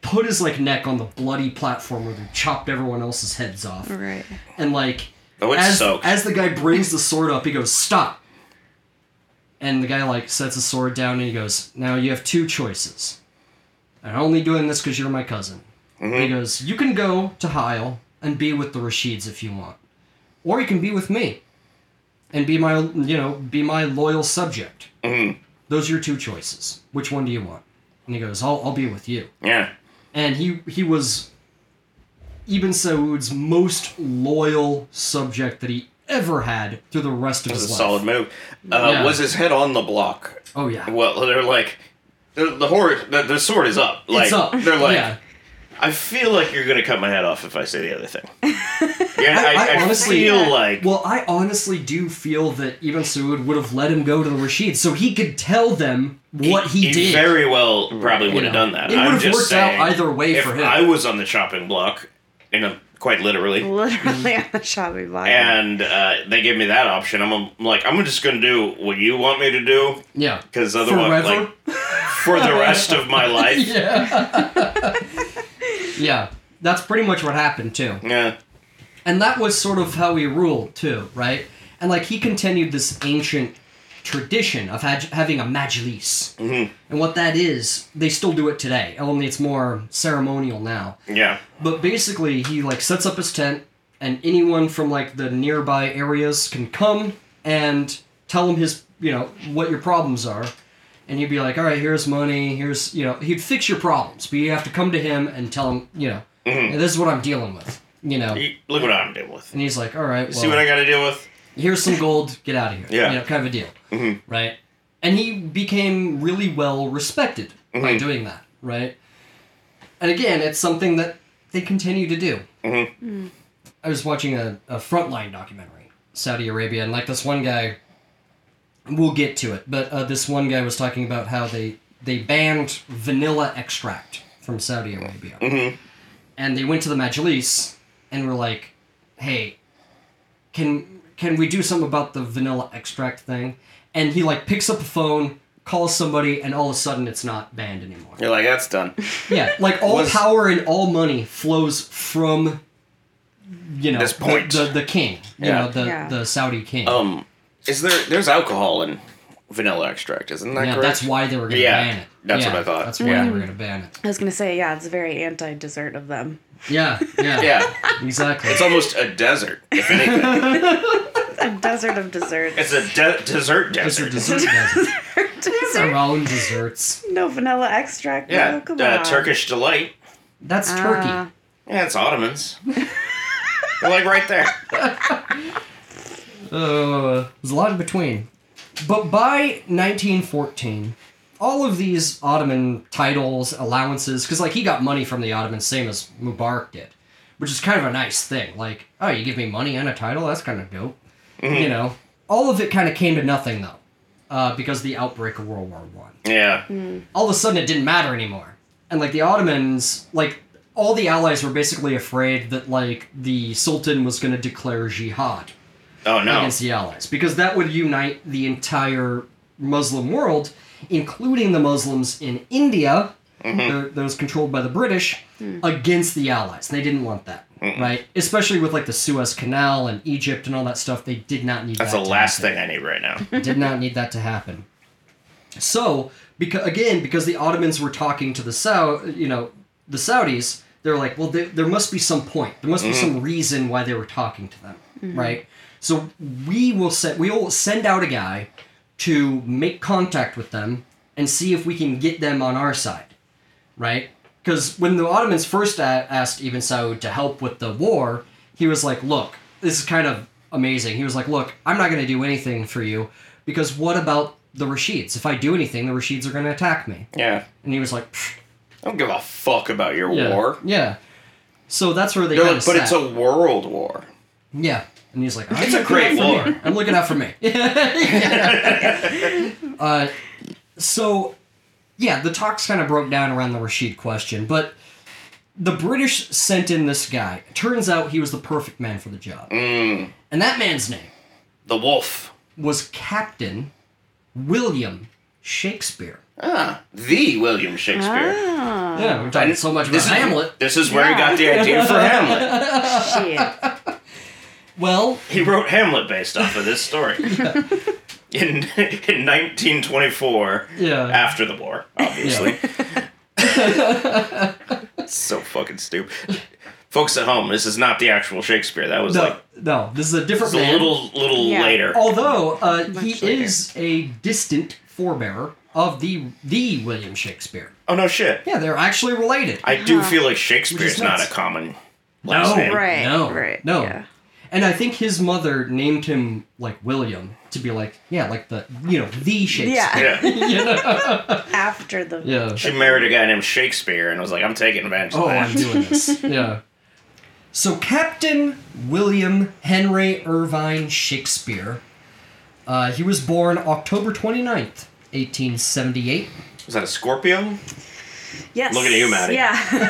Speaker 2: Put his like neck on the bloody platform where they chopped everyone else's heads off,
Speaker 3: Right.
Speaker 2: and like
Speaker 1: Oh, it's
Speaker 2: as,
Speaker 1: soaked.
Speaker 2: as the guy brings the sword up, he goes, Stop. And the guy like sets the sword down and he goes, Now you have two choices. I'm only doing this because you're my cousin. And
Speaker 1: Mm-hmm.
Speaker 2: he goes, You can go to Heil and be with the Rashids if you want. Or you can be with me. And be my you know, be my loyal subject.
Speaker 1: Mm-hmm.
Speaker 2: Those are your two choices. Which one do you want? And he goes, I'll I'll be with you
Speaker 1: Yeah.
Speaker 2: and he he was Ibn Saud's most loyal subject that he ever had through the rest of
Speaker 1: It was
Speaker 2: his
Speaker 1: a
Speaker 2: life.
Speaker 1: solid move. Uh,
Speaker 2: Yeah.
Speaker 1: Was his head on the block?
Speaker 2: Oh yeah,
Speaker 1: Well, they're like, the, the horse, the, the sword is up. Like,
Speaker 2: it's up.
Speaker 1: They're like,
Speaker 2: yeah.
Speaker 1: I feel like you're gonna cut my head off if I say the other thing. Yeah, I,
Speaker 2: I- I
Speaker 1: I
Speaker 2: honestly-
Speaker 1: feel
Speaker 3: Yeah.
Speaker 1: like
Speaker 2: Well, I honestly do feel that Ibn Saud would have let him go to the Rashid so he could tell them what he,
Speaker 1: he
Speaker 2: did.
Speaker 1: very well probably would have
Speaker 2: know,
Speaker 1: done that.
Speaker 2: it
Speaker 1: I'm
Speaker 2: would've
Speaker 1: just
Speaker 2: worked out
Speaker 1: saying,
Speaker 2: either way
Speaker 1: if
Speaker 2: for him.
Speaker 1: I was on the chopping block, you know, quite literally,
Speaker 3: Literally on the shopping block.
Speaker 1: and uh, they gave me that option. I'm, I'm like, I'm just gonna do what you want me to do
Speaker 2: yeah.
Speaker 1: because
Speaker 2: Forever.
Speaker 1: otherwise, like, for the rest of my life, yeah.
Speaker 2: yeah. yeah. That's pretty much what happened too. And that was sort of how he ruled too, right? And like he continued this ancient tradition of had, having a majlis. Mm-hmm. And what that is, they still do it today, only it's more ceremonial now.
Speaker 1: yeah,
Speaker 2: But basically, he like sets up his tent, and anyone from like the nearby areas can come and tell him his, you know, what your problems are. And he'd be like, all right, here's money, here's, you know, he'd fix your problems, but you have to come to him and tell him, you know, "Hey, this is what I'm dealing with, you know.
Speaker 1: You- look what I'm dealing with.
Speaker 2: And he's like, all right, well,
Speaker 1: See what I got to deal with?
Speaker 2: here's some gold, get out of here.
Speaker 1: Yeah. Mm-hmm.
Speaker 2: You know, kind of a deal. Right? And he became really well respected
Speaker 1: Mm-hmm.
Speaker 2: by doing that, right? And again, it's something that they continue to do.
Speaker 1: Mm-hmm.
Speaker 2: I was watching a, a frontline documentary, Saudi Arabia, and like this one guy, we'll get to it, but uh, this one guy was talking about how they they banned vanilla extract from Saudi Arabia,
Speaker 1: Mm-hmm.
Speaker 2: and they went to the Majlis and were like, "Hey, can can we do something about the vanilla extract thing?" And he like picks up a phone, calls somebody, and all of a sudden it's not banned anymore.
Speaker 1: You're like, that's done.
Speaker 2: Yeah, like all
Speaker 1: Was-
Speaker 2: power and all money flows from you know
Speaker 1: This point.
Speaker 2: the the, the king, you
Speaker 1: Yeah.
Speaker 2: know the
Speaker 3: Yeah.
Speaker 2: the Saudi king.
Speaker 1: Um, is there? There's alcohol in vanilla extract, isn't that
Speaker 2: yeah,
Speaker 1: correct?
Speaker 2: that's why they were gonna
Speaker 1: Yeah,
Speaker 2: ban it.
Speaker 1: that's
Speaker 2: Yeah,
Speaker 1: what I thought.
Speaker 2: That's why
Speaker 1: Yeah.
Speaker 2: they were gonna ban it.
Speaker 3: I was gonna say, yeah, it's very anti-dessert of them.
Speaker 2: Yeah, yeah,
Speaker 1: yeah,
Speaker 2: exactly.
Speaker 1: it's almost a desert. If anything,
Speaker 3: A desert of desserts.
Speaker 1: it's a de- desert
Speaker 2: It's
Speaker 1: desert.
Speaker 2: a dessert desert. It's
Speaker 3: Dessert.
Speaker 2: our own desserts.
Speaker 3: No vanilla extract.
Speaker 1: yeah,
Speaker 3: no, Oh, come
Speaker 1: uh,
Speaker 3: on.
Speaker 1: Turkish delight.
Speaker 2: That's
Speaker 1: Uh.
Speaker 3: Ah.
Speaker 2: Turkey.
Speaker 1: Yeah, it's Ottomans. They're like right there.
Speaker 2: Uh, there's a lot in between. But by 1914, all of these Ottoman titles, allowances, because like he got money from the Ottomans, same as Mubarak did, which is kind of a nice thing. Like, oh, you give me money and a title, that's kind of dope.
Speaker 1: Mm-hmm.
Speaker 2: You know, all of it kind of came to nothing though, uh, because of the outbreak of World War One
Speaker 1: Yeah,
Speaker 3: Mm.
Speaker 2: all of a sudden it didn't matter anymore. And like the Ottomans, like all the allies were basically afraid that like the Sultan was going to declare jihad
Speaker 1: Oh no.
Speaker 2: against the allies because that would unite the entire Muslim world, including the Muslims in India,
Speaker 1: Mm-hmm.
Speaker 2: tho- that was controlled by the British, against the allies. They didn't want that, right? Especially with like the Suez Canal and Egypt and all that stuff. They did not need
Speaker 1: That's
Speaker 2: that
Speaker 1: the
Speaker 2: to
Speaker 1: last
Speaker 2: happen
Speaker 1: thing I need right now.
Speaker 2: did not need that to happen. So, because again, because the Ottomans were talking to the Sau, you know, the Saudis, they're like, well, there, there must be some point, there must be some reason why they were talking to them, right? So we will set, we will send out a guy to make contact with them and see if we can get them on our side, right? Because when the Ottomans first a- asked Ibn Saud to help with the war, he was like, "Look, this is kind of amazing." He was like, "Look, I'm not going to do anything for you because what about the Rashids? If I do anything, the Rashids are going to attack me."
Speaker 1: Yeah,
Speaker 2: And he was like, "Pfft,
Speaker 1: I don't give a fuck about your
Speaker 2: "Yeah,
Speaker 1: war.
Speaker 2: yeah." So that's where they.
Speaker 1: They're
Speaker 2: kinda
Speaker 1: like, but it's
Speaker 2: sat.
Speaker 1: a world war.
Speaker 2: Yeah. And he's like, I'm
Speaker 1: It's a
Speaker 2: looking
Speaker 1: great
Speaker 2: out
Speaker 1: war.
Speaker 2: for me. I'm looking out for me. uh, so, yeah, the talks kind of broke down around the Rashid question, but the British sent in this guy. Turns out he was the perfect man for the job.
Speaker 1: Mm.
Speaker 2: And that man's name
Speaker 1: The wolf.
Speaker 2: was Captain William Shakespeare.
Speaker 1: Ah, the William Shakespeare.
Speaker 3: Ah,
Speaker 2: yeah, we're talking so much about
Speaker 1: This is-
Speaker 2: Hamlet.
Speaker 1: This is where he
Speaker 3: Yeah.
Speaker 1: got the idea for Hamlet.
Speaker 3: shit.
Speaker 2: Well,
Speaker 1: He wrote Hamlet based off of this story. In, in 1924,
Speaker 2: Yeah.
Speaker 1: after the war, obviously. so fucking stupid. Folks at home, this is not the actual Shakespeare. That was like
Speaker 2: no, no, this is a different
Speaker 1: it's a
Speaker 2: man.
Speaker 1: little little
Speaker 3: Yeah.
Speaker 1: later.
Speaker 2: Although uh, he
Speaker 3: later.
Speaker 2: is a distant forebearer of the the William Shakespeare.
Speaker 1: Oh no shit.
Speaker 2: Yeah, they're actually related.
Speaker 1: I do feel like Shakespeare's
Speaker 2: is
Speaker 1: not
Speaker 2: nuts.
Speaker 1: a common last name.
Speaker 3: Uh-huh. Right,
Speaker 2: no,
Speaker 3: right,
Speaker 2: no.
Speaker 3: yeah.
Speaker 2: And I think his mother named him like William to be like, yeah, like the you know the Shakespeare.
Speaker 3: Yeah,
Speaker 1: Yeah.
Speaker 2: Yeah.
Speaker 3: after the
Speaker 2: yeah.
Speaker 1: She married a guy named Shakespeare and was like, I'm taking advantage of
Speaker 2: Oh,
Speaker 1: that.
Speaker 2: I'm doing this. yeah. So Captain William Henry Irvine Shakespeare. Uh, he was born October 29th, 1878.
Speaker 1: was that a Scorpio?
Speaker 3: yes.
Speaker 1: Look at you, Maddie.
Speaker 3: Yeah, I know.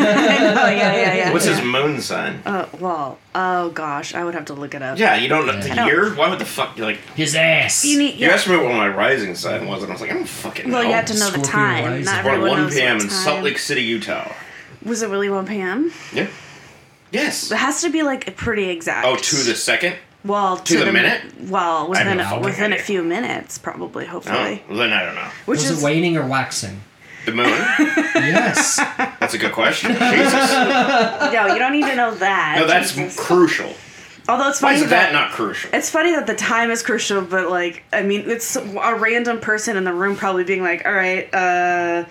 Speaker 3: Yeah, yeah, yeah.
Speaker 1: What's
Speaker 3: yeah.
Speaker 1: his moon sign?
Speaker 3: Uh, well, oh gosh, I would have to look it up.
Speaker 1: Yeah, you don't know the
Speaker 3: Yeah.
Speaker 1: year? Why would the fuck you like
Speaker 2: His ass.
Speaker 3: you need.
Speaker 1: you
Speaker 3: yeah.
Speaker 1: asked me what my rising sign was and I was like, I don't fucking
Speaker 3: Well,
Speaker 1: know.
Speaker 3: you have to know the
Speaker 2: Scorpio
Speaker 3: time.
Speaker 2: rising.
Speaker 1: It's
Speaker 3: Not
Speaker 1: born
Speaker 3: everyone
Speaker 1: at one
Speaker 3: knows
Speaker 1: PM
Speaker 3: what
Speaker 1: in
Speaker 3: time.
Speaker 1: Salt Lake City, Utah.
Speaker 3: Was it really 1 p.m.?
Speaker 1: Yeah. Yes.
Speaker 3: It has to be like pretty exact.
Speaker 1: Oh, to the second?
Speaker 3: well to,
Speaker 1: the
Speaker 3: mi-
Speaker 1: minute?
Speaker 3: Well,
Speaker 1: have
Speaker 3: within
Speaker 1: no fucking
Speaker 3: within a
Speaker 1: idea.
Speaker 3: few minutes, probably,
Speaker 1: Oh,
Speaker 3: hopefully.
Speaker 1: then I don't know.
Speaker 3: Which
Speaker 2: Was
Speaker 3: is
Speaker 2: it waning or waxing?
Speaker 1: The moon?
Speaker 2: Yes.
Speaker 1: that's a good question. Jesus.
Speaker 3: no, you don't need to know that.
Speaker 1: No, that's
Speaker 3: Jesus.
Speaker 1: crucial.
Speaker 3: although it's
Speaker 1: Why
Speaker 3: funny
Speaker 1: is that not crucial?
Speaker 3: It's funny that the time is crucial, but like, I mean, it's a random person in the room probably being like, "All right, uh,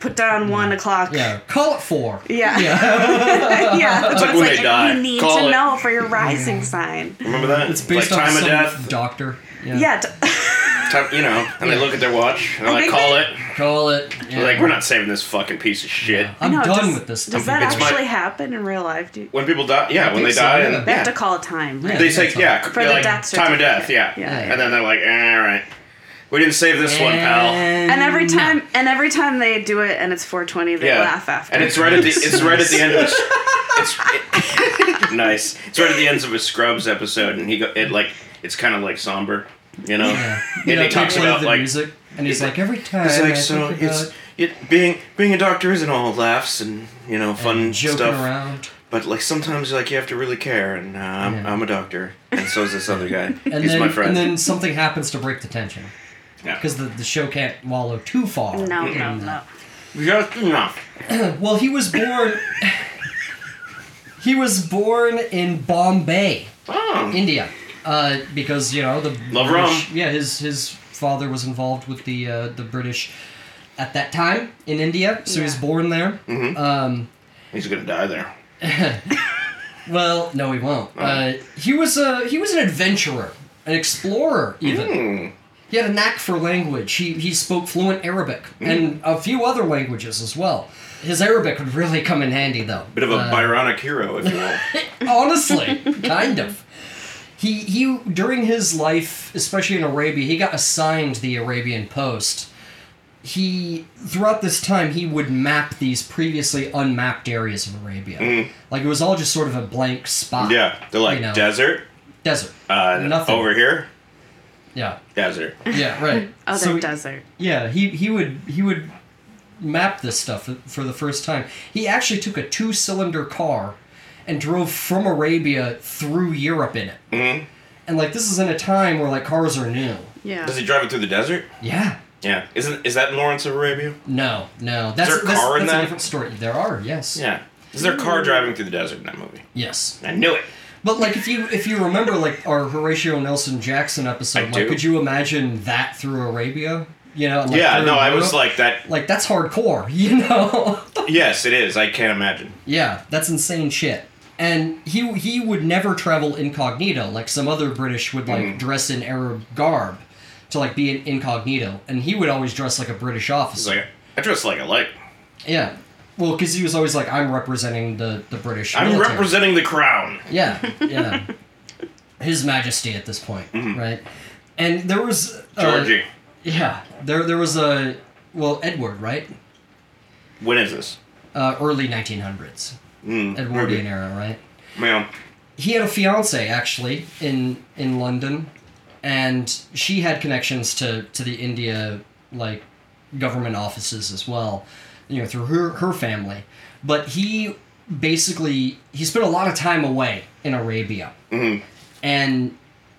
Speaker 3: put down one o'clock."
Speaker 2: yeah. Call it four.
Speaker 3: Yeah. yeah. But It's
Speaker 1: like when they die.
Speaker 3: You need
Speaker 1: Call
Speaker 3: to
Speaker 1: it.
Speaker 3: know for your rising sign.
Speaker 1: Remember that? It's
Speaker 2: Based
Speaker 1: like
Speaker 2: on
Speaker 1: time of
Speaker 2: some
Speaker 1: death.
Speaker 2: doctor.
Speaker 3: Yeah. t-
Speaker 1: time, you know, and they look at their watch and
Speaker 3: I
Speaker 1: they
Speaker 3: think
Speaker 1: call
Speaker 3: they-
Speaker 1: it.
Speaker 2: Call it.
Speaker 1: They're Like we're not saving this fucking piece of shit.
Speaker 2: I'm
Speaker 3: I know,
Speaker 2: done
Speaker 3: does-
Speaker 2: with this. fucking
Speaker 3: Does that
Speaker 1: It's my-
Speaker 3: actually happen in real life? Do
Speaker 1: When people die, yeah, when they
Speaker 2: think so,
Speaker 1: die,
Speaker 2: yeah.
Speaker 1: and
Speaker 3: they have
Speaker 1: yeah.
Speaker 3: to call a time, right?
Speaker 1: They say,
Speaker 2: Yeah,
Speaker 1: yeah,
Speaker 2: For
Speaker 3: the
Speaker 1: they're like,
Speaker 3: death
Speaker 1: time of death, yeah.
Speaker 3: certificate. Yeah,
Speaker 2: yeah.
Speaker 1: And then they're like, eh, all right, we didn't save this one, pal.
Speaker 3: And every time, and every time they do it, and it's 420, they
Speaker 1: Yeah,
Speaker 3: laugh after.
Speaker 1: and it's right at the it's right at the end of a, s- it's it- nice. It's right at the ends of a Scrubs episode, and he go it like it's kind of like somber, you know.
Speaker 2: Yeah.
Speaker 1: And
Speaker 2: You know,
Speaker 1: he talks
Speaker 2: play
Speaker 1: about
Speaker 2: the
Speaker 1: like
Speaker 2: music, and he's
Speaker 1: he's
Speaker 2: like, every time.
Speaker 1: it's
Speaker 2: I
Speaker 1: like so
Speaker 2: think
Speaker 1: it's
Speaker 2: about
Speaker 1: it being being a doctor isn't all laughs and you know fun
Speaker 2: joking
Speaker 1: stuff.
Speaker 2: around.
Speaker 1: But like sometimes like you have to really care, and uh, I'm,
Speaker 2: Yeah.
Speaker 1: I'm a doctor, and so is this other guy.
Speaker 2: And
Speaker 1: He's
Speaker 2: then,
Speaker 1: my friend.
Speaker 2: And then something happens to break the tension.
Speaker 1: Yeah.
Speaker 2: Because the, the show can't wallow too far.
Speaker 3: no, no, no.
Speaker 1: Just enough.
Speaker 2: Well, he was born. he was born in Bombay,
Speaker 1: Oh.
Speaker 2: India, uh, because you know the
Speaker 1: Love
Speaker 2: British,
Speaker 1: rum.
Speaker 2: yeah, his his father was involved with the uh, the British at that time in India, so he was
Speaker 3: Yeah.
Speaker 2: born there.
Speaker 1: Mm-hmm.
Speaker 2: Um,
Speaker 1: He's gonna die there.
Speaker 2: well, no, he won't. Uh, he was a he was an adventurer, an explorer, even.
Speaker 1: Hmm.
Speaker 2: He had a knack for language. He, he spoke fluent Arabic
Speaker 1: Hmm.
Speaker 2: and a few other languages as well. His Arabic would really come in handy, though.
Speaker 1: Bit of a
Speaker 2: Uh,
Speaker 1: Byronic hero, if you will.
Speaker 2: honestly, kind of. He he during his life, especially in Arabia, he got assigned the Arabian post. He throughout this time he would map these previously unmapped areas of Arabia. Like it was all just sort of a blank spot.
Speaker 1: Mm. yeah, they're like
Speaker 2: You know.
Speaker 1: desert.
Speaker 2: Desert.
Speaker 1: Uh,
Speaker 2: Nothing.
Speaker 1: Over here,
Speaker 2: Yeah.
Speaker 1: desert.
Speaker 2: Yeah, right.
Speaker 3: Other
Speaker 2: So he-
Speaker 3: Oh, desert.
Speaker 2: Yeah, he he would he would map this stuff for the first time. He actually took a two-cylinder car and drove from Arabia through Europe in it. Mm-hmm. And like this is in a time where like cars are new.
Speaker 3: Yeah.
Speaker 1: Does he drive it through the desert?
Speaker 2: Yeah.
Speaker 1: Yeah. Isn't is that in Lawrence of Arabia?
Speaker 2: No, no. That's
Speaker 1: there a
Speaker 2: that's,
Speaker 1: car in
Speaker 2: that's a
Speaker 1: that?
Speaker 2: different story. There are, yes.
Speaker 1: Yeah. Is there a car
Speaker 2: Hmm.
Speaker 1: driving through the desert in that movie?
Speaker 2: Yes.
Speaker 1: I knew it.
Speaker 2: But like if you if you remember like our Horatio Nelson Jackson episode,
Speaker 1: I
Speaker 2: like
Speaker 1: do.
Speaker 2: could you imagine that through Arabia? You know? and, like,
Speaker 1: yeah.
Speaker 2: through
Speaker 1: No, I was
Speaker 2: Europe?
Speaker 1: like that.
Speaker 2: like that's hardcore, you know?
Speaker 1: Yes, it is. I can't imagine.
Speaker 2: Yeah, that's insane shit. And he he would never travel incognito like some other British would like
Speaker 1: Mm-hmm.
Speaker 2: dress in Arab garb to like be an incognito, and he would always dress like a British
Speaker 1: It's
Speaker 2: officer.
Speaker 1: like I dress like a light.
Speaker 2: yeah, well, because he was always like, I'm representing the the British.
Speaker 1: I'm
Speaker 2: military."
Speaker 1: representing the crown.
Speaker 2: Yeah, yeah. His Majesty at this point, right? And there was uh,
Speaker 1: Mm-hmm. Georgie.
Speaker 2: Yeah, there there was a well Edward right,
Speaker 1: when is this?
Speaker 2: uh, early 1900s
Speaker 1: Mm,
Speaker 2: Edwardian era, right?
Speaker 1: Ma'am.
Speaker 2: he had a fiance actually in in London, and she had connections to to the India like government offices as well, you know through her her family. But he basically he spent a lot of time away in Arabia, and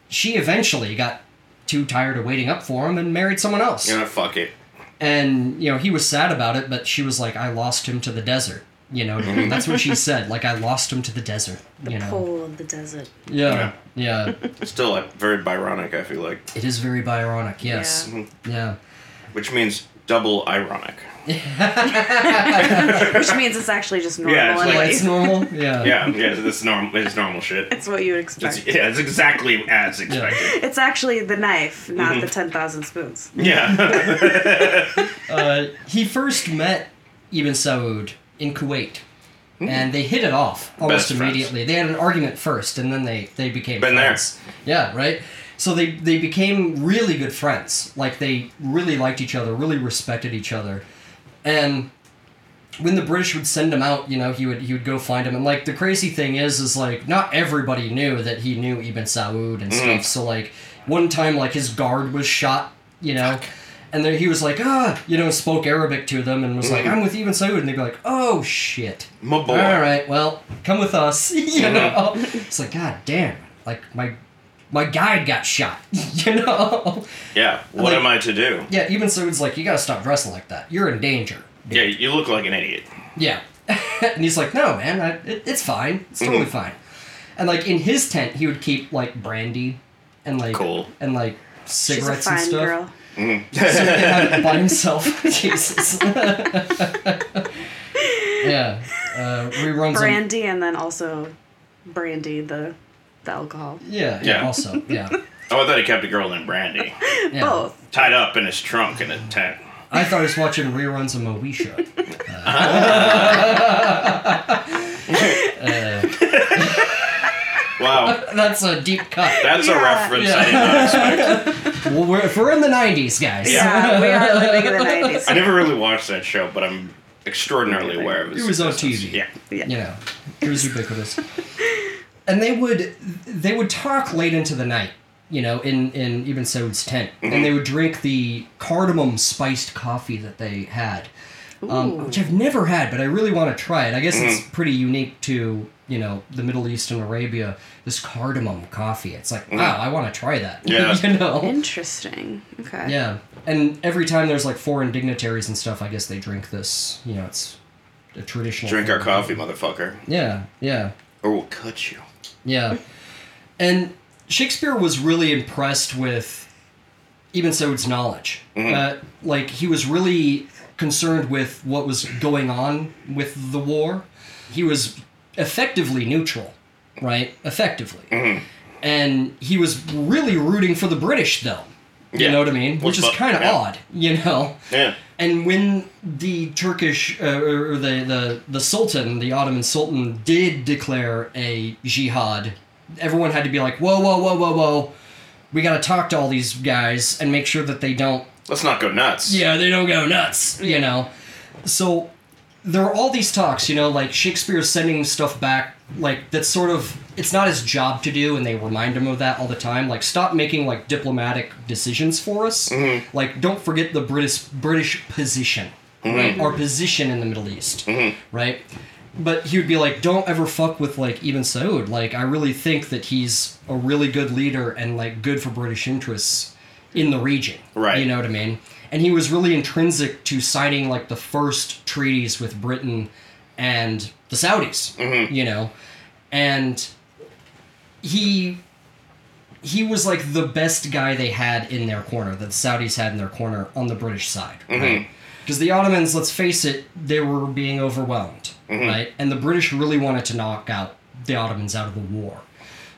Speaker 2: she eventually got too tired of waiting up for him and married someone else.
Speaker 1: Yeah. Fuck it.
Speaker 2: And you know he was sad about it, but she was like, "I lost him to the desert." You know, that's what she said. Like, I lost him to the desert. you know,
Speaker 3: Pole of the desert.
Speaker 2: yeah, yeah.
Speaker 1: It's still like very Byronic. I feel like,
Speaker 2: It is very Byronic, yes.
Speaker 3: Yeah.
Speaker 2: Yeah.
Speaker 1: which means double ironic.
Speaker 3: Which means it's actually just normal.
Speaker 1: Yeah, it's
Speaker 3: and
Speaker 1: like-
Speaker 2: Like, it's normal? Yeah.
Speaker 1: Yeah. Yeah. This is normal. It's normal shit.
Speaker 3: it's what you would
Speaker 1: It's,
Speaker 3: expect. It's,
Speaker 1: yeah, it's exactly as expected.
Speaker 3: actually the knife, not
Speaker 1: Mm-hmm.
Speaker 3: the 10,000 spoons.
Speaker 1: Yeah.
Speaker 2: Uh, he first met Ibn Saud in Kuwait. And they hit it off almost
Speaker 1: Hmm. Best friends.
Speaker 2: immediately. They had an argument first, and then they, they became
Speaker 1: Been there.
Speaker 2: friends. Yeah, right? So they, they became really good friends. Like, they really liked each other, really respected each other. And when the British would send him out, you know, he would he would go find him. And like the crazy thing is, is like not everybody knew that he knew Ibn Saud and stuff. So like one time, like his guard was shot, you know, and then he was like ah, you know, spoke Arabic to them and was like I'm with Ibn Saud, and they'd be like oh shit,
Speaker 1: My boy.
Speaker 2: all right, well come with us, you know. It's like god damn, like my my guide got shot, you know.
Speaker 1: Yeah. What
Speaker 2: Like-
Speaker 1: am I to do?
Speaker 2: Yeah, Ibn Saud's like you gotta stop dressing like that. You're in danger.
Speaker 1: Yeah, you look like an idiot.
Speaker 2: Yeah. and he's like, no, man, I, it, it's fine. It's
Speaker 1: Mm-hmm.
Speaker 2: totally fine. And like in his tent, he would keep like brandy and like
Speaker 1: Cool.
Speaker 2: and like
Speaker 3: She's a
Speaker 2: cigarettes and
Speaker 3: fine
Speaker 2: stuff.
Speaker 3: girl.
Speaker 2: Yeah, by himself. Jesus. yeah. Uh, reruns. on-
Speaker 3: Brandy and then also Brandy, the the alcohol.
Speaker 2: Yeah, yeah,
Speaker 1: Yeah.
Speaker 2: also, yeah.
Speaker 1: Oh, I thought he kept a girl named Brandy
Speaker 2: yeah.
Speaker 3: Both.
Speaker 1: tied up in his trunk in a tent.
Speaker 2: I thought I was watching reruns of Moesha.
Speaker 1: Wow,
Speaker 2: That's a deep cut.
Speaker 1: that's a
Speaker 3: Yeah.
Speaker 1: reference I did
Speaker 2: Yeah.
Speaker 1: not expect.
Speaker 2: Well, we're, if we're in the 90s, guys.
Speaker 3: Yeah, we are living in the nineties.
Speaker 1: I never really watched that show, but I'm extraordinarily aware of
Speaker 2: It was on
Speaker 1: existence.
Speaker 2: TV.
Speaker 1: Yeah.
Speaker 2: you know, it was ubiquitous. and they would they would talk late into the night, you know, in in Ibn Saud's tent,
Speaker 1: Mm-hmm.
Speaker 2: and they would drink the cardamom spiced coffee that they had,
Speaker 3: Ooh.
Speaker 2: um, which I've never had, but I really want to try it. I guess
Speaker 1: Mm-hmm.
Speaker 2: it's pretty unique to you know the Middle East and Arabia. This cardamom coffee, it's like wow, I want to try that.
Speaker 1: Mm-hmm. Yeah.
Speaker 2: you know.
Speaker 3: Interesting. Okay.
Speaker 2: Yeah, and every time there's like foreign dignitaries and stuff, I guess they drink this. You know, it's a traditional.
Speaker 1: Drink our
Speaker 2: thing.
Speaker 1: coffee, motherfucker,
Speaker 2: Yeah, yeah.
Speaker 1: or we'll cut you.
Speaker 2: Yeah. And Shakespeare was really impressed with Ibn Saud's knowledge.
Speaker 1: Mm-hmm.
Speaker 2: Uh, like, he was really concerned with what was going on with the war. He was effectively neutral, right? Effectively.
Speaker 1: Mm-hmm.
Speaker 2: And he was really rooting for the British, though. You
Speaker 1: Yeah.
Speaker 2: know what I mean?
Speaker 1: Well,
Speaker 2: Which is
Speaker 1: but-
Speaker 2: kind of
Speaker 1: yeah.
Speaker 2: odd, you know?
Speaker 1: Yeah.
Speaker 2: And when the Turkish uh, or the, the the Sultan, the Ottoman Sultan, did declare a jihad, everyone had to be like, whoa, whoa, whoa, whoa, whoa. We gotta talk to all these guys and make sure that they don't
Speaker 1: Let's not go nuts.
Speaker 2: yeah, they don't go nuts, you know. So there are all these talks, you know, like Shakespeare's sending stuff back, like that's sort of it's not his job to do, and they remind him of that all the time. Like, stop making like diplomatic decisions for us. Like, don't forget the British British position, right? Our position in the Middle East, right? But he would be like, don't ever fuck with like Ibn Saud. Like, I really think that he's a really good leader and like good for British interests in the region,
Speaker 1: Right.
Speaker 2: You know what I mean? And he was really intrinsic to signing like the first treaties with Britain and the Saudis, you know, and he he was like the best guy they had in their corner that the Saudis had in their corner on the British side, right? Because the Ottomans, let's face it, they were being overwhelmed, right? And the British really wanted to knock out the Ottomans out of the war.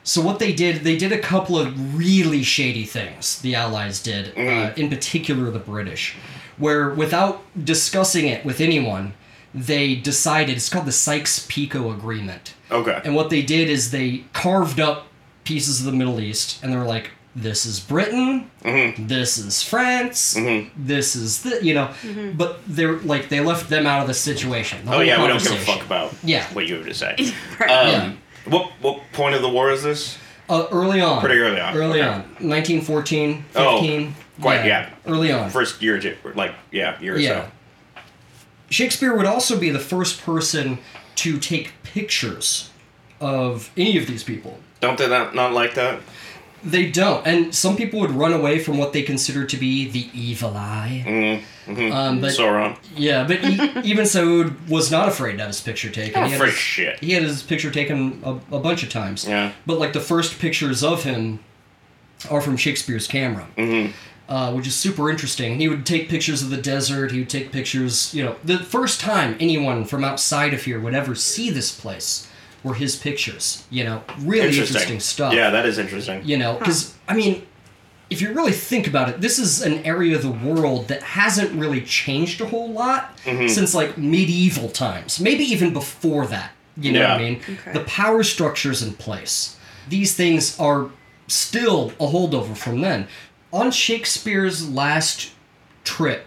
Speaker 2: So what they did, they did a couple of really shady things. The Allies did, uh, in particular the British, where without discussing it with anyone, they decided it's called the Sykes-Picot Agreement.
Speaker 1: Okay.
Speaker 2: And what they did is they carved up pieces of the Middle East, and they were like, "This is Britain.
Speaker 1: Mm-hmm.
Speaker 2: This is France. This is the you know." But they're like they left them out of the situation. the
Speaker 1: oh
Speaker 2: whole
Speaker 1: yeah, we don't give a
Speaker 2: conversation.
Speaker 1: fuck about
Speaker 2: Yeah.
Speaker 1: what you have to say.
Speaker 3: Right.
Speaker 2: Yeah.
Speaker 1: Um, What what point of the war is this?
Speaker 2: Uh, early on.
Speaker 1: Pretty early on,
Speaker 2: Early
Speaker 1: okay.
Speaker 2: on. 1914,
Speaker 1: Oh,
Speaker 2: 15.
Speaker 1: quite- yeah.
Speaker 2: Early on.
Speaker 1: First year or two, or like yeah, year or
Speaker 2: Yeah. Shakespeare would also be the first person to take pictures of any of these people.
Speaker 1: so. Don't they not, not like that?
Speaker 2: They don't, and some people would run away from what they consider to be the evil eye.
Speaker 1: Mm-hmm.
Speaker 2: Um, but
Speaker 1: Sauron.
Speaker 2: yeah, but e- even Saud was not afraid to have his picture taken.
Speaker 1: Oh,
Speaker 2: He had
Speaker 1: for
Speaker 2: his-
Speaker 1: shit.
Speaker 2: He had his picture taken a, a bunch of times.
Speaker 1: Yeah.
Speaker 2: But like the first pictures of him are from Shakespeare's camera,
Speaker 1: Mm-hmm.
Speaker 2: uh, which is super interesting. He would take pictures of the desert. He would take pictures. You know, the first time anyone from outside of here would ever see this place were his pictures. You know, really interesting, stuff
Speaker 1: Yeah, that is interesting.
Speaker 2: you know because i mean if you really think about it this is an area of the world that hasn't really changed a whole lot
Speaker 1: Mm-hmm.
Speaker 2: since like medieval times maybe even before that you know what i
Speaker 1: Yeah.
Speaker 2: mean
Speaker 3: Okay.
Speaker 2: the power structures in place these things are still a holdover from then on shakespeare's last trip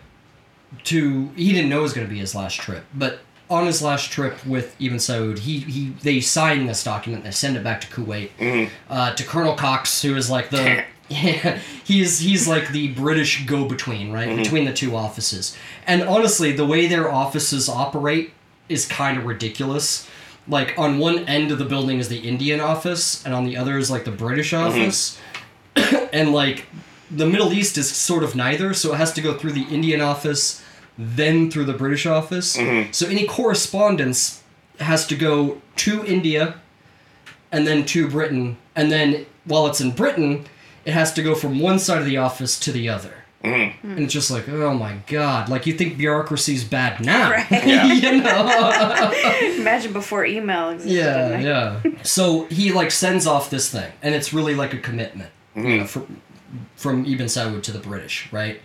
Speaker 2: to he didn't know it was going to be his last trip but on his last trip with Ibn Saud, he, he they sign this document. They send it back to Kuwait uh, to Colonel Cox, who is like the yeah, he's he's like the British go-between, right, between the two offices. And honestly, the way their offices operate is kind of ridiculous. Like on one end of the building is the Indian office, and on the other is like the British office and like the Middle East is sort of neither, so it has to go through the Indian office, then through the British office. So any correspondence has to go to India, and then to Britain, and then while it's in Britain, it has to go from one side of the office to the other. And it's just like, oh my god. Like, you think bureaucracy's bad now.
Speaker 3: Right.
Speaker 1: Yeah.
Speaker 2: you know?
Speaker 3: Imagine before email existed. like,
Speaker 2: yeah, yeah. So he like sends off this thing, and it's really like a commitment
Speaker 1: Mm-hmm.
Speaker 2: you know, fr- from Ibn Saud to the British, right?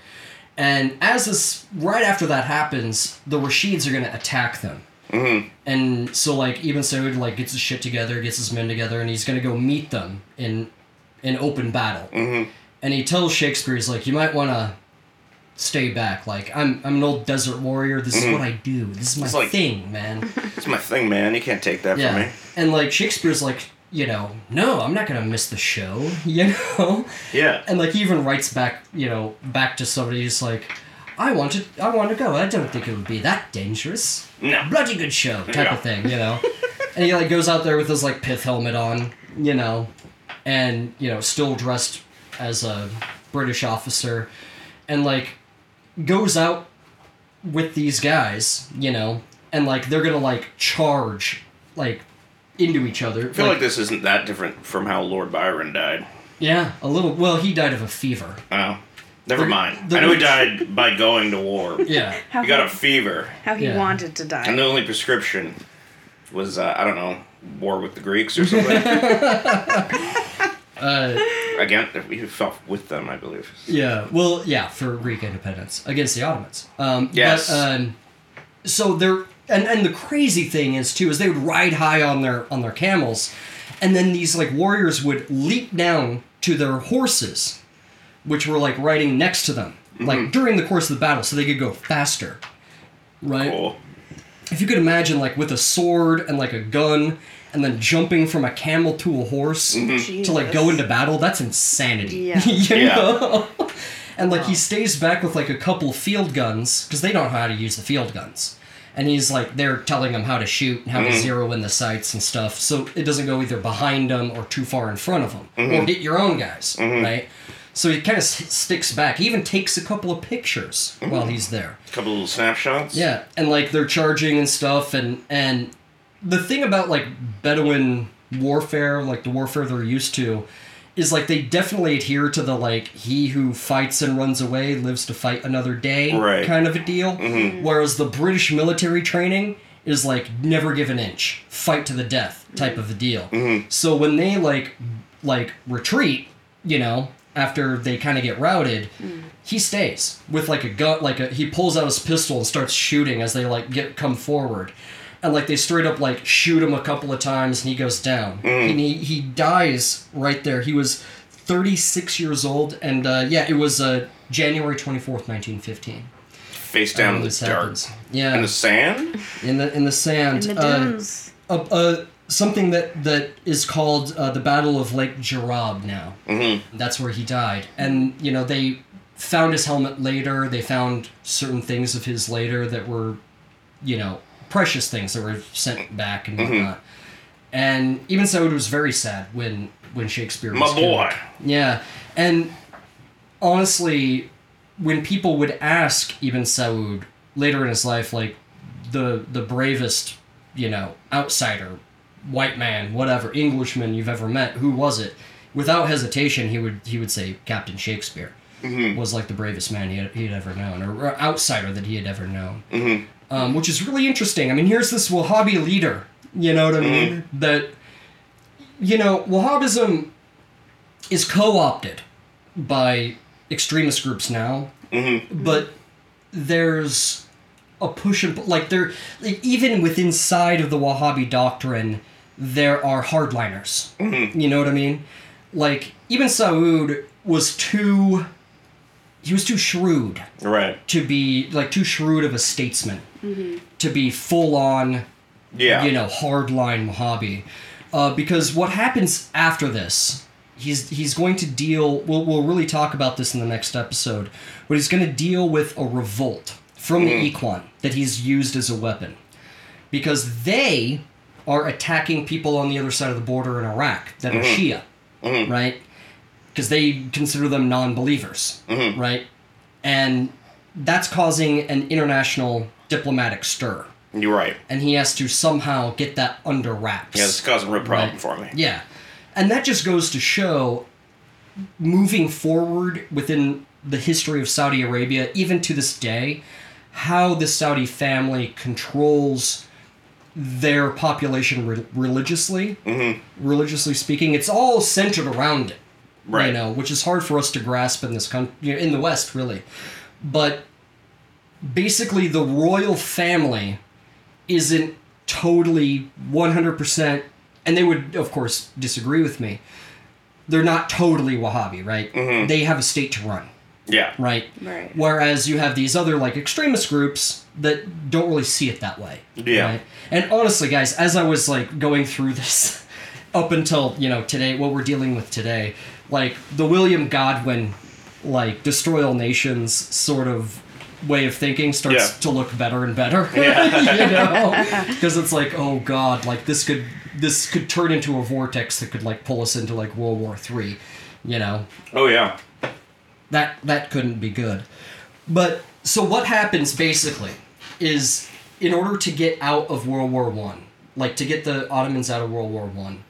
Speaker 2: And as this, right after that happens, the Rashids are going to attack them.
Speaker 1: Mm-hmm.
Speaker 2: And so like Ibn Saud like gets his shit together, gets his men together, and he's going to go meet them in in open battle.
Speaker 1: Mm-hmm.
Speaker 2: And he tells Shakespeare, he's like, you might want to stay back. Like I'm I'm an old desert warrior. This is what I do. This is
Speaker 1: Mm-hmm.
Speaker 2: my
Speaker 1: It's like-
Speaker 2: thing, man.
Speaker 1: It's my thing, man. You can't take that from me.
Speaker 2: Yeah. And like Shakespeare's like, you know, no, I'm not gonna miss the show, you know?
Speaker 1: Yeah.
Speaker 2: And like he even writes back, you know, back to somebody who's like, I want to I want to go. I don't think it would be that dangerous.
Speaker 1: No.
Speaker 2: Bloody good show type
Speaker 1: Yeah.
Speaker 2: of thing, you know. and he like goes out there with his like pith helmet on, you know, and you know, still dressed as a British officer and like goes out with these guys, you know, and like they're gonna like charge like into each other.
Speaker 1: I feel like this isn't that different from how Lord Byron died.
Speaker 2: yeah, a little. Well, he died of a fever.
Speaker 1: Oh, never
Speaker 2: The-
Speaker 1: mind.
Speaker 2: the-
Speaker 1: I know he died by going to war.
Speaker 2: Yeah,
Speaker 3: How
Speaker 1: He got a
Speaker 3: he-
Speaker 1: fever,
Speaker 3: how he
Speaker 2: Yeah.
Speaker 3: wanted to
Speaker 1: and the
Speaker 3: die.
Speaker 1: only prescription was uh, I don't know war with the Greeks or something. uh, Again, he fought with them, I believe.
Speaker 2: yeah. Well, yeah, for Greek independence against the Ottomans. Um,
Speaker 1: Yes.
Speaker 2: But, um, so they're and and the crazy thing is too is they would ride high on their on their camels, and then these like warriors would leap down to their horses, which were like riding next to them,
Speaker 1: Mm-hmm.
Speaker 2: like during the course of the battle, so they could go faster. Right.
Speaker 1: Cool.
Speaker 2: if you could imagine like with a sword and like a gun and then jumping from a camel to a horse to like go
Speaker 3: Jesus.
Speaker 2: into battle that's insanity
Speaker 3: Yeah.
Speaker 2: you
Speaker 1: Yeah.
Speaker 2: know and like he stays back with like a couple field guns because they don't know how to use the field guns and he's like they're telling him how to shoot and how to zero in the sights and stuff so it doesn't go either behind them or too far in front of them or hit your own guys right so he kind of s- sticks back he even takes a couple of pictures while he's there
Speaker 1: A couple little snapshots.
Speaker 2: yeah, and like they're charging and stuff, and and the thing about like Bedouin warfare, like the warfare they're used to, is like they definitely adhere to the like he who fights and runs away lives to fight another day
Speaker 1: Right.
Speaker 2: kind of a deal. Whereas the British military training is like never give an inch, fight to the death type of a deal. So when they like like retreat, you know, after they kind of get routed, he stays with like a gun, like a, he pulls out his pistol and starts shooting as they like get come forward, and like they straight up like shoot him a couple of times and he goes down and he he dies right there. He was. 36 years old and uh, yeah it was uh, january 24th 1915
Speaker 1: Face down in the
Speaker 2: this
Speaker 1: dark.
Speaker 2: happens. yeah
Speaker 1: In the sand?
Speaker 2: in the in the sand
Speaker 3: In the
Speaker 2: uh,
Speaker 3: dunes.
Speaker 2: a, a, something that that is called uh, the Battle of Lake Girard now. Mm-hmm. That's where he died, and you know they found his helmet later. They found certain things of his later that were, you know, precious things that were sent back
Speaker 1: Mm-hmm.
Speaker 2: and whatnot. And even so, it was very sad when when Shakespeare.
Speaker 1: My
Speaker 2: was killed.
Speaker 1: boy.
Speaker 2: Yeah, and honestly, when people would ask Ibn Saud later in his life, like the the bravest, you know, outsider, white man, whatever, Englishman you've ever met, who was it? Without hesitation, he would he would say Captain Shakespeare was like the bravest man he had, he had ever known, or, or outsider that he had ever known, um, which is really interesting. I mean, here's this Wahhabi leader, you know what I mean? That you know, Wahhabism is co-opted by extremist groups now, but there's a push and pull- like there, like even within side of the Wahhabi doctrine, there are hardliners. You know what I mean? Like Ibn Saud was too, he was too shrewd
Speaker 1: Right.
Speaker 2: to be like too shrewd of a statesman to be full on
Speaker 1: Yeah.
Speaker 2: you know, hardline Mojave. Uh, because what happens after this, he's he's going to deal. We'll we'll really talk about this in the next episode, but he's going to deal with a revolt from the Equan that he's used as a weapon, because they are attacking people on the other side of the border in Iraq that are Shia, right? Because they consider them non-believers, right? And that's causing an international diplomatic stir
Speaker 1: You're right.
Speaker 2: and he has to somehow get that under wraps.
Speaker 1: Yeah, this is causing a real problem
Speaker 2: Right.
Speaker 1: for me.
Speaker 2: Yeah. And that just goes to show moving forward within the history of Saudi Arabia, even to this day, how the Saudi family controls their population re- religiously, religiously speaking, it's all centered around it
Speaker 1: Right.
Speaker 2: you know, which is hard for us to grasp in this country, in the West, really. But basically, the royal family isn't totally 100%, and they would, of course, disagree with me. They're not totally Wahhabi, right? They have a state to run,
Speaker 1: Yeah.
Speaker 2: right?
Speaker 3: Right.
Speaker 2: Whereas you have these other, like, extremist groups that don't really see it that way.
Speaker 1: Yeah.
Speaker 2: And honestly, guys, as I was like going through this up until, you know, today, what we're dealing with today, like the William Godwin, like destroy all nations sort of way of thinking starts
Speaker 1: Yeah.
Speaker 2: to look better and better. you know? Because it's like, oh God, like this could this could turn into a vortex that could like pull us into like World War Three, you know?
Speaker 1: Oh yeah.
Speaker 2: that that couldn't be good. But so what happens basically is in order to get out of World War One, like to get the Ottomans out of World War One,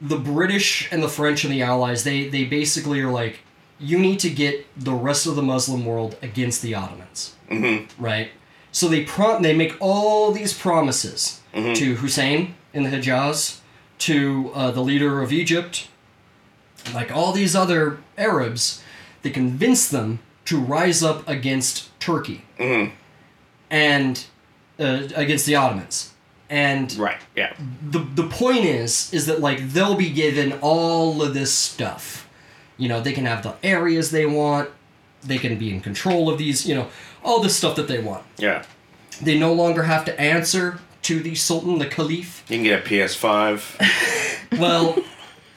Speaker 2: the British and the French and the Allies, they they basically are like, you need to get the rest of the Muslim world against the Ottomans, mm-hmm. right? So they prom- they make all these promises to Hussein in the Hijaz, to uh, the leader of Egypt, like all these other Arabs, they convince them to rise up against Turkey and uh, against the Ottomans. And
Speaker 1: Right. Yeah.
Speaker 2: the the point is is that like they'll be given all of this stuff. You know, they can have the areas they want. They can be in control of these. You know, all this stuff that they want.
Speaker 1: Yeah.
Speaker 2: They no longer have to answer to the Sultan, the Caliph.
Speaker 1: You can get a PS5,
Speaker 2: Well.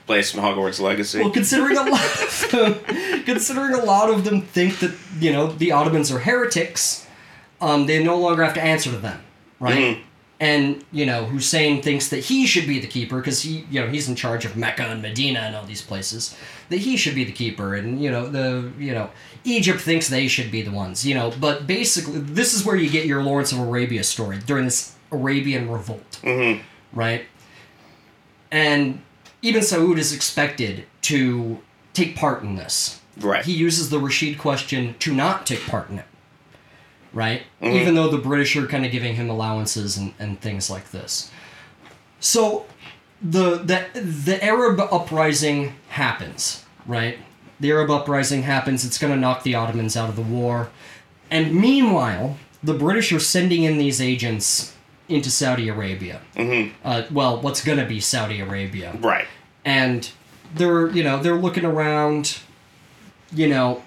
Speaker 1: play some Hogwarts Legacy.
Speaker 2: Well, considering a lot of them, considering a lot of them think that you know the Ottomans are heretics, um, they no longer have to answer to them, right? And you know Hussein thinks that he should be the keeper because he, you know, he's in charge of Mecca and Medina and all these places. That he should be the keeper, and you know the you know Egypt thinks they should be the ones, you know. But basically, this is where you get your Lawrence of Arabia story during this Arabian revolt, right? and Ibn Saud is expected to take part in this.
Speaker 1: Right.
Speaker 2: He uses the Rashid question to not take part in it. Right? Even though the British are kind of giving him allowances and, and things like this. So the the the Arab uprising happens, right? The Arab uprising happens, it's gonna knock the Ottomans out of the war. And meanwhile, the British are sending in these agents into Saudi Arabia. Uh, well, what's gonna be Saudi Arabia?
Speaker 1: right.
Speaker 2: and they're you know they're looking around you know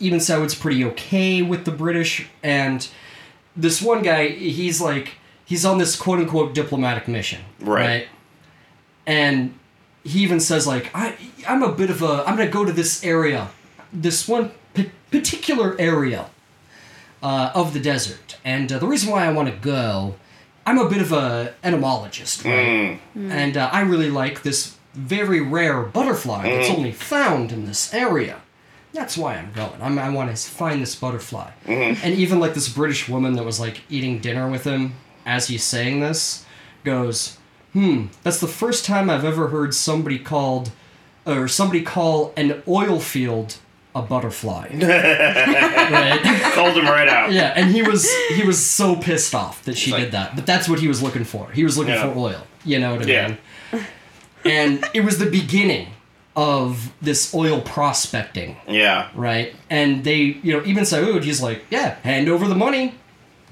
Speaker 2: even so it's pretty okay with the british and this one guy he's like he's on this quote unquote diplomatic mission
Speaker 1: Right.
Speaker 2: and he even says like i i'm a bit of a i'm gonna go to this area this one pa- particular area uh, of the desert and uh, the reason why i want to go i'm a bit of a entomologist right? and uh, I really like this very rare butterfly that's only found in this area. That's why I'm going. I'm, I want to find this butterfly. And even like this British woman that was like eating dinner with him as he's saying this goes, hmm, that's the first time I've ever heard somebody called, or somebody call an oil field a butterfly. right?
Speaker 1: Called him right out.
Speaker 2: Yeah, and he was he was so pissed off that she
Speaker 1: like-
Speaker 2: did that. But that's what he was looking for. He was looking
Speaker 1: Yeah.
Speaker 2: for oil. You know what I
Speaker 1: Yeah.
Speaker 2: mean? And it was the beginning of this oil prospecting,
Speaker 1: Yeah.
Speaker 2: right? And they, you know, even Saud, he's like, yeah, hand over the money,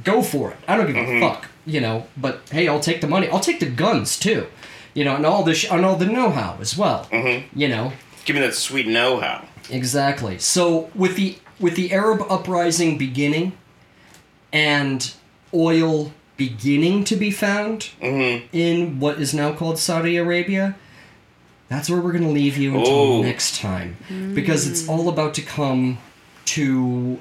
Speaker 2: go for it. I don't give
Speaker 1: Mm-hmm.
Speaker 2: a fuck, you know. But hey, I'll take the money. I'll take the guns too, you know, and all this and all the know-how as well.
Speaker 1: Mm-hmm.
Speaker 2: You know,
Speaker 1: Give me that sweet know-how.
Speaker 2: Exactly. So with the with the Arab uprising beginning and oil beginning to be found in what is now called Saudi Arabia, that's where we're going to leave you until
Speaker 1: Oh.
Speaker 2: next time because it's all about to come to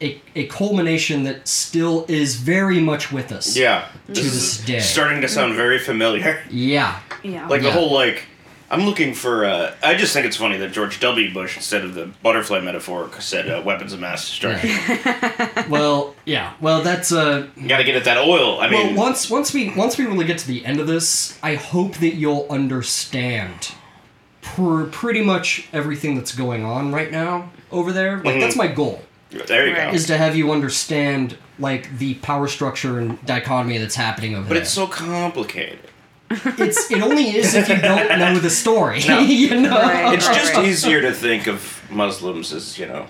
Speaker 2: a, a culmination that still is very much with us
Speaker 1: Yeah.
Speaker 2: to this day.
Speaker 1: Starting to sound very familiar.
Speaker 2: yeah.
Speaker 3: Yeah.
Speaker 1: Like the
Speaker 2: Yeah.
Speaker 1: whole like I'm looking for uh I just think it's funny that George W. Bush instead of the butterfly metaphor said uh, weapons of mass destruction.
Speaker 2: well, yeah. Well, that's uh
Speaker 1: You got to get at that oil. I
Speaker 2: Well,
Speaker 1: mean,
Speaker 2: once once we once we really get to the end of this, I hope that you'll understand pr- pretty much everything that's going on right now over there. Like that's
Speaker 1: Mm-hmm.
Speaker 2: my goal
Speaker 1: There you
Speaker 3: Right.
Speaker 1: go.
Speaker 2: is to have you understand like the power structure and dichotomy that's happening over
Speaker 1: But
Speaker 2: there.
Speaker 1: it's so complicated.
Speaker 2: it's it only is if you don't know the story.
Speaker 1: No.
Speaker 2: you know.
Speaker 3: Right.
Speaker 1: It's just
Speaker 3: Right.
Speaker 1: easier to think of Muslims as, you know,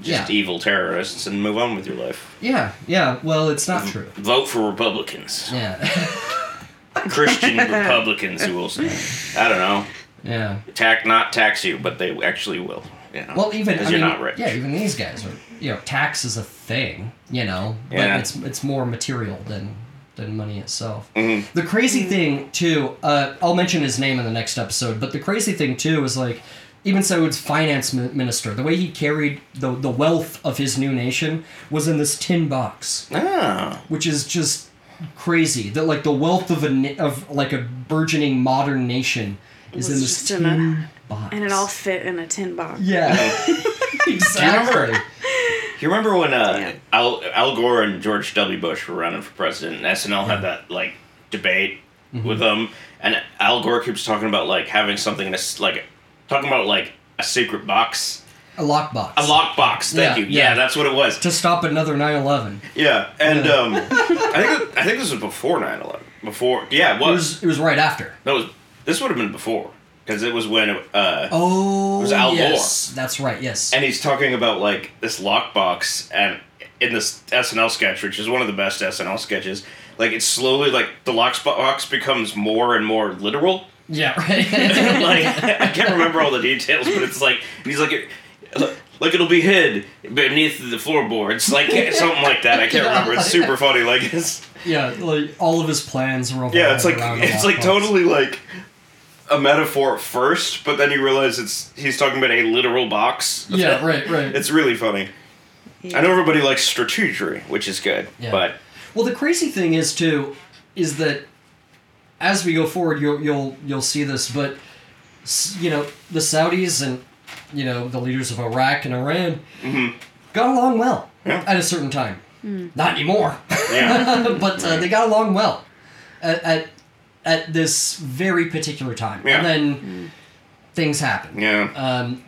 Speaker 1: just
Speaker 2: Yeah.
Speaker 1: evil terrorists and move on with your life.
Speaker 2: Yeah, yeah. Well, it's not true.
Speaker 1: Vote for Republicans.
Speaker 2: Yeah,
Speaker 1: Christian Republicans, who will say. I don't know.
Speaker 2: yeah.
Speaker 1: Tax, not tax you, but they actually will. You know,
Speaker 2: Well, even
Speaker 1: because
Speaker 2: I
Speaker 1: you're
Speaker 2: mean,
Speaker 1: not rich.
Speaker 2: yeah, even these guys are. You know, tax is a thing. You know, but
Speaker 1: Yeah.
Speaker 2: it's it's more material than than money itself.
Speaker 1: Mm-hmm.
Speaker 2: The crazy thing too, uh, I'll mention his name in the next episode. But the crazy thing too is like, even Saud's finance mi- minister, the way he carried the the wealth of his new nation was in this tin box,
Speaker 1: Ah,
Speaker 2: which is just crazy. That like the wealth of a na- of like a burgeoning modern nation is in
Speaker 3: was
Speaker 2: this
Speaker 3: just in
Speaker 2: tin
Speaker 3: a-
Speaker 2: box,
Speaker 3: And it all fit in a tin box.
Speaker 2: yeah. Exactly.
Speaker 1: you remember when uh,
Speaker 3: Damn.
Speaker 1: Al, Al Gore and George W. Bush were running for president, and SNL had that like debate
Speaker 2: Mm-hmm.
Speaker 1: with them, and Al Gore keeps talking about like having something that's like talking about like a secret box,
Speaker 2: A lockbox.
Speaker 1: a lockbox. Thank
Speaker 2: Yeah,
Speaker 1: you. Yeah,
Speaker 2: yeah.
Speaker 1: that's what it was.
Speaker 2: To stop another 9/11.
Speaker 1: Yeah, and um, I think I think this was before 9-11. Before, yeah, it
Speaker 2: It
Speaker 1: was.
Speaker 2: was it was right after.
Speaker 1: that was this would have been before because it was when uh,
Speaker 2: Oh,
Speaker 1: was Al
Speaker 2: yes, that's right. Yes.
Speaker 1: and he's talking about like this lockbox and in this SNL sketch, which is one of the best SNL sketches, like it's slowly like the lockbox becomes more and more literal.
Speaker 2: yeah. Right.
Speaker 1: like I can't remember all the details, but it's like and he's like. It, like it'll be hid beneath the floorboards, like something like that. I can't remember. It's super funny. Like it's
Speaker 2: yeah. Like all of his plans were.
Speaker 1: yeah, it's like
Speaker 2: revolving around a
Speaker 1: it's like
Speaker 2: lockbox.
Speaker 1: totally like a metaphor at first, but then you realize it's he's talking about a literal box.
Speaker 2: Yeah. Right. Right.
Speaker 1: It's really funny. I know everybody likes strategery, which is good,
Speaker 2: Yeah.
Speaker 1: but
Speaker 2: Well, the crazy thing is too, is that as we go forward, you'll you'll you'll see this, but s- you know the Saudis and you know the leaders of Iraq and Iran got along well
Speaker 1: Mm-hmm. Yeah.
Speaker 2: at a certain time. Not anymore,
Speaker 1: yeah,
Speaker 2: but uh, they got along well at, at at this very particular time,
Speaker 1: Yeah. Mm.
Speaker 2: and then things happen.
Speaker 1: yeah,
Speaker 2: Um,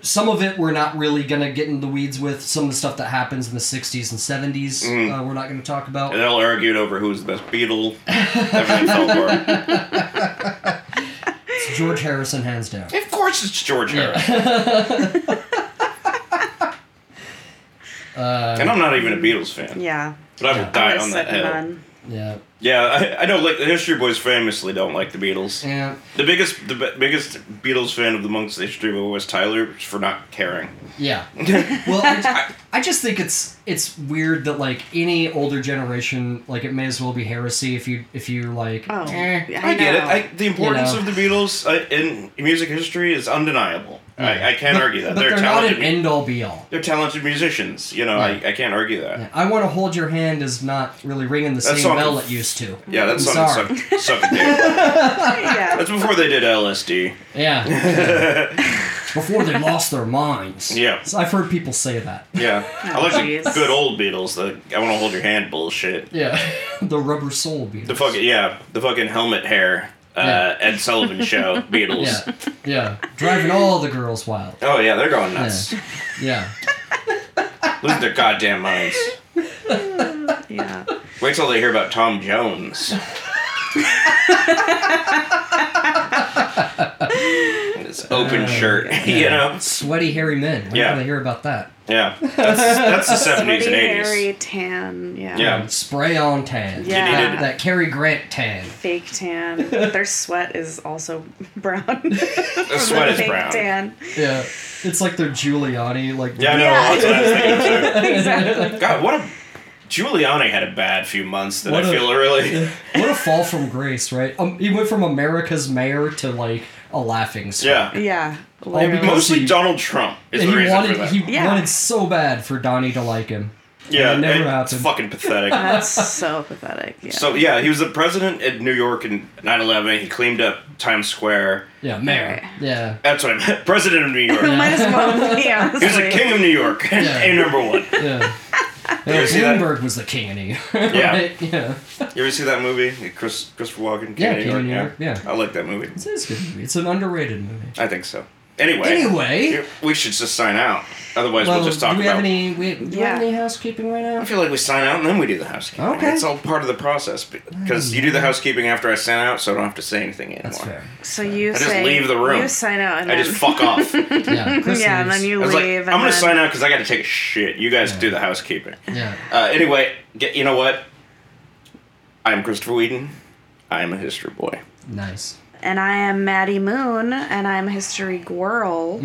Speaker 2: some of it we're not really gonna get in the weeds with. Some of the stuff that happens in the '60s and '70s, uh, we're not gonna talk about.
Speaker 1: Mm. and they'll argue over who's the best Beatle. Everything fell apart.
Speaker 2: George Harrison, hands down.
Speaker 1: Of course, it's George Harris,
Speaker 2: Uh,
Speaker 1: and I'm not even a Beatles fan,
Speaker 3: Yeah.
Speaker 1: but I will die
Speaker 3: I'm
Speaker 1: on
Speaker 3: a
Speaker 1: that
Speaker 3: second
Speaker 1: hill.
Speaker 3: one.
Speaker 2: Yeah.
Speaker 1: Yeah, I, I know. Like the History Boys famously don't like the Beatles.
Speaker 2: Yeah.
Speaker 1: The biggest, the bi- biggest Beatles fan of the monks they stream was Tyler for not caring.
Speaker 2: Yeah. well, I, I just think it's it's weird that like any older generation, like it may as well be heresy if you if you're like,
Speaker 3: Oh,
Speaker 2: eh.
Speaker 1: I, get it.
Speaker 3: know.
Speaker 1: I, the importance
Speaker 2: know.
Speaker 1: of the Beatles uh, in music history is undeniable.
Speaker 2: Yeah.
Speaker 1: I, I can't
Speaker 2: But-
Speaker 1: argue that.
Speaker 2: But
Speaker 1: they're,
Speaker 2: they're, not
Speaker 1: talented.
Speaker 2: an end all be all.
Speaker 1: they're talented musicians. You know,
Speaker 2: Yeah.
Speaker 1: I, I can't argue that. Yeah,
Speaker 2: I want to hold your hand is not really ringing the same
Speaker 1: song-
Speaker 2: bell it used to. I'm
Speaker 1: that's
Speaker 2: sorry.
Speaker 1: something suck, suck a dick.
Speaker 3: yeah.
Speaker 1: That's before they did LSD.
Speaker 2: Yeah. Before they lost their minds.
Speaker 1: Yeah.
Speaker 2: So I've heard people say that.
Speaker 1: Yeah, I like the
Speaker 3: jeez.
Speaker 1: good old Beatles. The I want to hold your hand bullshit.
Speaker 2: Yeah. the rubber soul beat.
Speaker 1: The fucking yeah, the fucking helmet hair. Uh,
Speaker 2: Yeah.
Speaker 1: Ed Sullivan show Beatles.
Speaker 2: Yeah. Yeah. Driving all the girls wild.
Speaker 1: Oh yeah, they're going nuts.
Speaker 2: Yeah.
Speaker 1: Losing their goddamn minds.
Speaker 3: Yeah.
Speaker 1: Wait till they hear about Tom Jones. His open shirt, you know.
Speaker 2: Sweaty hairy men. When
Speaker 1: Yeah.
Speaker 2: yeah. I hear about that.
Speaker 1: Yeah, that's, that's the seventies
Speaker 3: Pretty
Speaker 1: and eighties.
Speaker 3: hairy tan. Yeah.
Speaker 1: Yeah,
Speaker 2: Um, Spray on tan.
Speaker 3: Yeah. You
Speaker 1: needed-
Speaker 2: That Cary Grant tan.
Speaker 3: Fake tan. Their sweat is also brown. the
Speaker 1: sweat is
Speaker 3: fake
Speaker 1: brown.
Speaker 3: Tan.
Speaker 2: Yeah. It's like their Giuliani, like
Speaker 1: yeah, I know. That's what I was thinking too.
Speaker 3: Exactly.
Speaker 1: God, what a Giuliani had a bad few months that
Speaker 2: What
Speaker 1: I
Speaker 2: a-
Speaker 1: feel really.
Speaker 2: what a fall from grace, right? Um, he went from America's mayor to like a laughing stock.
Speaker 1: Yeah,
Speaker 3: Yeah.
Speaker 2: because-
Speaker 3: literally.
Speaker 1: mostly
Speaker 2: he-
Speaker 1: Donald Trump is
Speaker 2: And
Speaker 1: the
Speaker 2: he
Speaker 1: reason for
Speaker 2: wanted
Speaker 1: that.
Speaker 2: he
Speaker 3: Yeah.
Speaker 2: wanted so bad for Donnie to like him.
Speaker 1: yeah,
Speaker 2: it never
Speaker 1: it's
Speaker 2: happened.
Speaker 1: fucking pathetic.
Speaker 3: That's so pathetic. Yeah.
Speaker 1: So yeah, he was the president at New York in 9/11. He cleaned up Times Square.
Speaker 2: Yeah, mayor.
Speaker 3: Right.
Speaker 2: Yeah.
Speaker 1: That's what I meant. President of New York.
Speaker 3: Might as well be,
Speaker 1: He was the
Speaker 3: honestly.
Speaker 1: king of New York.
Speaker 2: Yeah.
Speaker 1: A number one.
Speaker 2: Yeah.
Speaker 1: You ever see that?
Speaker 2: Bloomberg was the king in New York.
Speaker 1: Yeah.
Speaker 2: right? Yeah.
Speaker 1: You ever see that movie? Chris Christopher Walken. King
Speaker 2: Yeah,
Speaker 1: of New
Speaker 2: King of
Speaker 1: York,
Speaker 2: New York, yeah.
Speaker 1: I like that movie.
Speaker 2: It's, it's a good movie. It's an underrated movie.
Speaker 1: I think so. Anyway.
Speaker 2: Anyway.
Speaker 1: We should just sign out. Otherwise,
Speaker 2: Well,
Speaker 1: we'll just talk
Speaker 2: do we
Speaker 1: about.
Speaker 2: have any? We, do we have
Speaker 3: Yeah.
Speaker 2: any housekeeping right
Speaker 1: I
Speaker 2: now?
Speaker 1: feel like we sign out and then we do the housekeeping.
Speaker 2: Okay.
Speaker 1: It's all part of the process because you do the housekeeping after I sign out, so I don't have to say anything anymore.
Speaker 2: That's fair.
Speaker 3: So you
Speaker 1: I just
Speaker 3: say
Speaker 1: leave the room.
Speaker 3: You sign out, and
Speaker 1: I
Speaker 3: then,
Speaker 1: just fuck off. I
Speaker 2: Yeah. Chris
Speaker 3: yeah, and
Speaker 2: leaves.
Speaker 3: then you
Speaker 1: was
Speaker 3: leave.
Speaker 1: like, I'm
Speaker 3: and
Speaker 1: gonna
Speaker 3: then,
Speaker 1: sign out because I got to take a shit. You guys do the housekeeping.
Speaker 2: Yeah.
Speaker 1: Uh, anyway, get, you know what? I'm Christopher Whedon. I'm a history boy.
Speaker 2: Nice.
Speaker 3: And I am Maddie Moon, and I'm History Girl.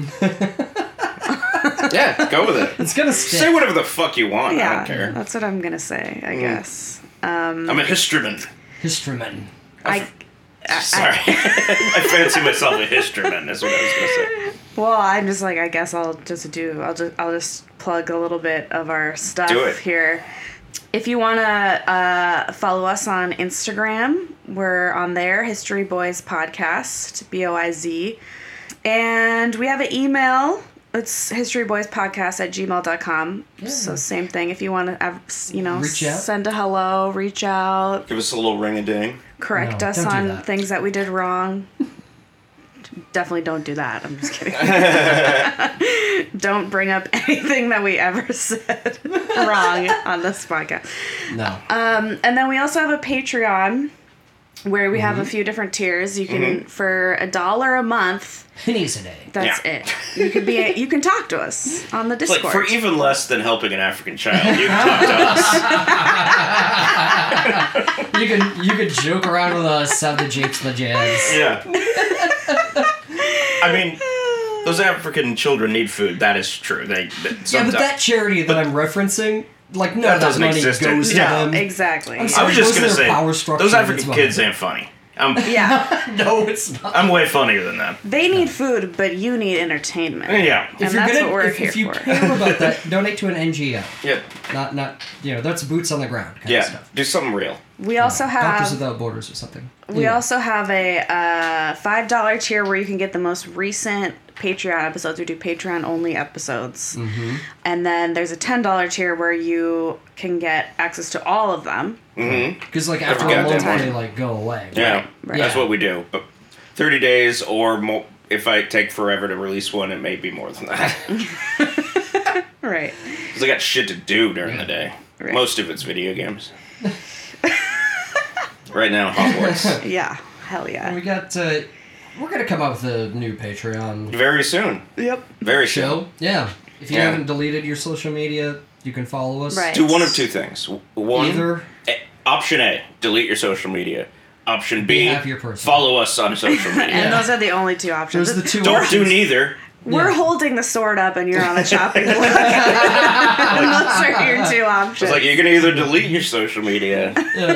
Speaker 1: Yeah, go with it.
Speaker 2: It's gonna stick.
Speaker 1: Say whatever the fuck you want. I
Speaker 3: yeah,
Speaker 1: don't care.
Speaker 3: that's what I'm gonna say.
Speaker 1: Mm.
Speaker 3: I guess.
Speaker 1: I'm a historyman.
Speaker 3: Uh,
Speaker 2: Historyman.
Speaker 3: I, uh.
Speaker 1: Sorry, I fancy myself a historyman. Is what I was gonna say.
Speaker 3: well, I'm just like I guess I'll just do. I'll just I'll just plug a little bit of our stuff
Speaker 1: Do it.
Speaker 3: here. If you wanna uh, follow us on Instagram, we're on there. History Boys Podcast. B O I Z. And we have an email. It's historyboyspodcast at gmail.com. So same thing. If you want to, you know,
Speaker 2: Reach out.
Speaker 3: send a hello, reach out,
Speaker 1: Give us a little ring a ding.
Speaker 3: correct
Speaker 2: No,
Speaker 3: us
Speaker 2: don't do
Speaker 3: on
Speaker 2: that.
Speaker 3: things that we did wrong. Definitely don't do that. I'm just kidding. don't bring up anything that we ever said wrong on this podcast.
Speaker 2: No.
Speaker 3: Um, and then we also have a Patreon where we
Speaker 2: Mm-hmm.
Speaker 3: have a few different tiers. You can for a dollar a month.
Speaker 2: Pennies a day.
Speaker 3: That's
Speaker 1: Yeah.
Speaker 3: it. You could be. you can talk to us on the
Speaker 1: Like
Speaker 3: Discord.
Speaker 1: for even less than helping an African child, you can talk to us.
Speaker 2: You can you can joke around with us, have the japes, the jazz.
Speaker 1: Yeah. I mean, those African children need food. That is true. They, they
Speaker 2: Yeah, but
Speaker 1: sometimes-
Speaker 2: that charity that I'm referencing, like, no,
Speaker 1: That
Speaker 2: that,
Speaker 1: doesn't
Speaker 2: money
Speaker 1: exist in-
Speaker 2: goes to
Speaker 1: Yeah,
Speaker 2: them.
Speaker 3: exactly.
Speaker 2: I'm sorry.
Speaker 1: I was just
Speaker 2: Those
Speaker 1: gonna
Speaker 2: are
Speaker 1: say
Speaker 2: power structure
Speaker 1: those African
Speaker 2: that's why.
Speaker 1: kids ain't funny. I'm
Speaker 3: Yeah,
Speaker 2: No, it's not.
Speaker 1: I'm way funnier than them.
Speaker 3: they need food, but you need entertainment.
Speaker 1: Yeah.
Speaker 3: And that's what we're
Speaker 2: if,
Speaker 3: here
Speaker 2: if you
Speaker 3: for.
Speaker 2: care about that, donate to an NGO.
Speaker 1: Yeah.
Speaker 2: Not not you know that's boots on the ground kind of
Speaker 1: Yeah.
Speaker 2: stuff.
Speaker 1: Do something real.
Speaker 3: We also
Speaker 2: Doctors
Speaker 3: have.
Speaker 2: Without Borders or something.
Speaker 3: Um, We
Speaker 2: Anyway.
Speaker 3: also have a uh, five dollar tier where you can get the most recent Patreon episodes. We do Patreon only episodes,
Speaker 2: Mm-hmm.
Speaker 3: and then there's a ten dollar tier where you can get access to all of them.
Speaker 2: Because like after
Speaker 1: forgot
Speaker 2: a long
Speaker 1: that
Speaker 2: time,
Speaker 1: one.
Speaker 2: they like go away.
Speaker 1: Mm-hmm. Yeah.
Speaker 3: Right.
Speaker 1: That's
Speaker 2: Yeah.
Speaker 1: what we do. But 30 days or more. If I take forever to release one, it may be more than that.
Speaker 3: Right.
Speaker 1: 'Cause I got shit to do during the day.
Speaker 3: Right.
Speaker 1: Most of it's video games. right now, Hogwarts.
Speaker 3: Yeah. Hell yeah.
Speaker 2: We got uh, we're gonna come up with a new Patreon
Speaker 1: Very soon.
Speaker 3: Yep.
Speaker 1: Very soon.
Speaker 2: show. Yeah. If you
Speaker 1: Yeah.
Speaker 2: haven't deleted your social media, you can follow us.
Speaker 3: Right.
Speaker 1: Do one of two things. One,
Speaker 2: Either.
Speaker 1: eh, option A, delete your social media. Option B,
Speaker 2: Be a happier person.
Speaker 1: follow us on social
Speaker 3: And
Speaker 1: media.
Speaker 2: Yeah.
Speaker 3: those are the only two options.
Speaker 2: Those are the two
Speaker 1: Don't do
Speaker 2: options.
Speaker 1: neither.
Speaker 3: We're
Speaker 2: Yeah.
Speaker 3: holding the sword up and you're on the chopping block. Those are your two options.
Speaker 1: It's like you're gonna either delete your social media. You're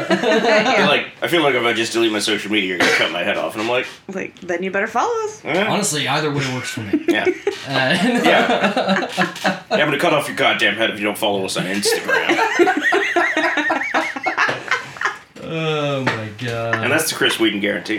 Speaker 1: like I feel like if I just delete my social media, you're gonna cut my head off, and I'm like,
Speaker 3: Like, then you better follow us.
Speaker 1: eh,
Speaker 2: Honestly, either way works for me.
Speaker 1: yeah,
Speaker 2: Uh,
Speaker 1: yeah. yeah. I'm gonna cut off your goddamn head if you don't follow us on Instagram.
Speaker 2: oh my
Speaker 1: And
Speaker 2: god.
Speaker 1: that's the Chris Whedon guarantee.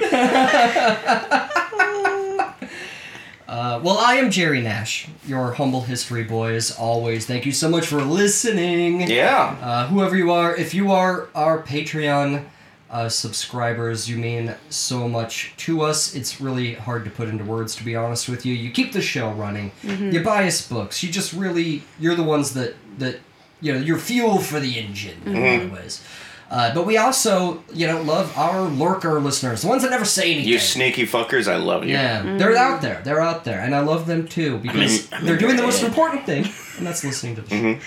Speaker 2: Uh, well, I am Jerry Nash, your humble history boy, as always. Thank you so much for listening.
Speaker 1: Yeah.
Speaker 2: Uh, whoever you are, if you are our Patreon uh, subscribers, you mean so much to us. It's really hard to put into words, to be honest with you. You keep the show running.
Speaker 3: Mm-hmm.
Speaker 2: You buy us books. You just really, you're the ones that that you know, you're fuel for the engine in a lot
Speaker 3: Mm-hmm.
Speaker 2: of ways. Uh, but we also, you know, love our lurker listeners, the ones that never say anything.
Speaker 1: You sneaky fuckers, I love you.
Speaker 2: Yeah,
Speaker 3: Mm-hmm.
Speaker 2: they're out there. They're out there, and I love them too because
Speaker 1: I'm in
Speaker 2: they're doing the
Speaker 1: your
Speaker 2: most
Speaker 1: head.
Speaker 2: important thing, and that's listening to the show.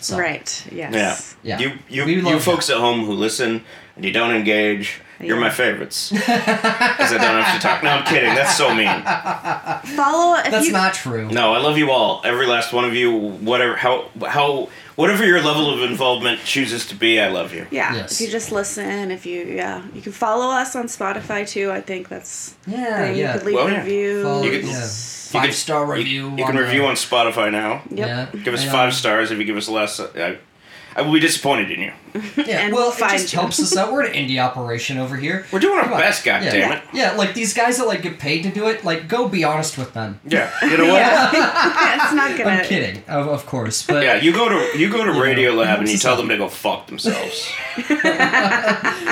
Speaker 2: So,
Speaker 3: Right,
Speaker 1: Yeah.
Speaker 3: yes.
Speaker 2: Yeah.
Speaker 1: You you
Speaker 2: We love
Speaker 1: you folks at home who listen and you don't engage, you're
Speaker 3: Yeah.
Speaker 1: my favorites. Because I don't have to talk. No, I'm kidding. That's so mean.
Speaker 3: Follow if
Speaker 2: That's
Speaker 3: you
Speaker 2: not true.
Speaker 1: No, I love you all. Every last one of you, whatever how how whatever your level of involvement chooses to be, I love you.
Speaker 3: Yeah.
Speaker 2: Yes.
Speaker 3: If you just listen, if you yeah. You can follow us on Spotify too, I think that's
Speaker 2: Yeah,
Speaker 3: thing.
Speaker 2: yeah.
Speaker 3: You could leave
Speaker 1: Well, yeah.
Speaker 3: a review.
Speaker 2: Follow-
Speaker 1: You could-
Speaker 2: Oh, yeah.
Speaker 1: You
Speaker 2: Five
Speaker 1: can-
Speaker 2: star
Speaker 1: you-
Speaker 2: review.
Speaker 1: You, can review on Spotify now.
Speaker 3: Yep.
Speaker 2: Yeah.
Speaker 1: Give us
Speaker 2: And, um,
Speaker 1: five stars if you give us less. Uh, I will be disappointed in you.
Speaker 2: Yeah,
Speaker 3: And
Speaker 2: well,
Speaker 3: we'll
Speaker 2: it
Speaker 3: find
Speaker 2: just
Speaker 3: you.
Speaker 2: helps us out. We're an indie operation over here.
Speaker 1: We're doing our
Speaker 2: Come on.
Speaker 1: best, God
Speaker 2: yeah.
Speaker 1: damn it.
Speaker 2: Yeah, like these guys that like get paid to do it, like go be honest with them.
Speaker 1: Yeah, you know what? Yeah.
Speaker 3: Yeah. That's not gonna.
Speaker 2: I'm kidding, of, of course, but
Speaker 1: you go to you go to Radio Lab and you
Speaker 2: it's
Speaker 1: tell
Speaker 2: just-
Speaker 1: them to go fuck themselves.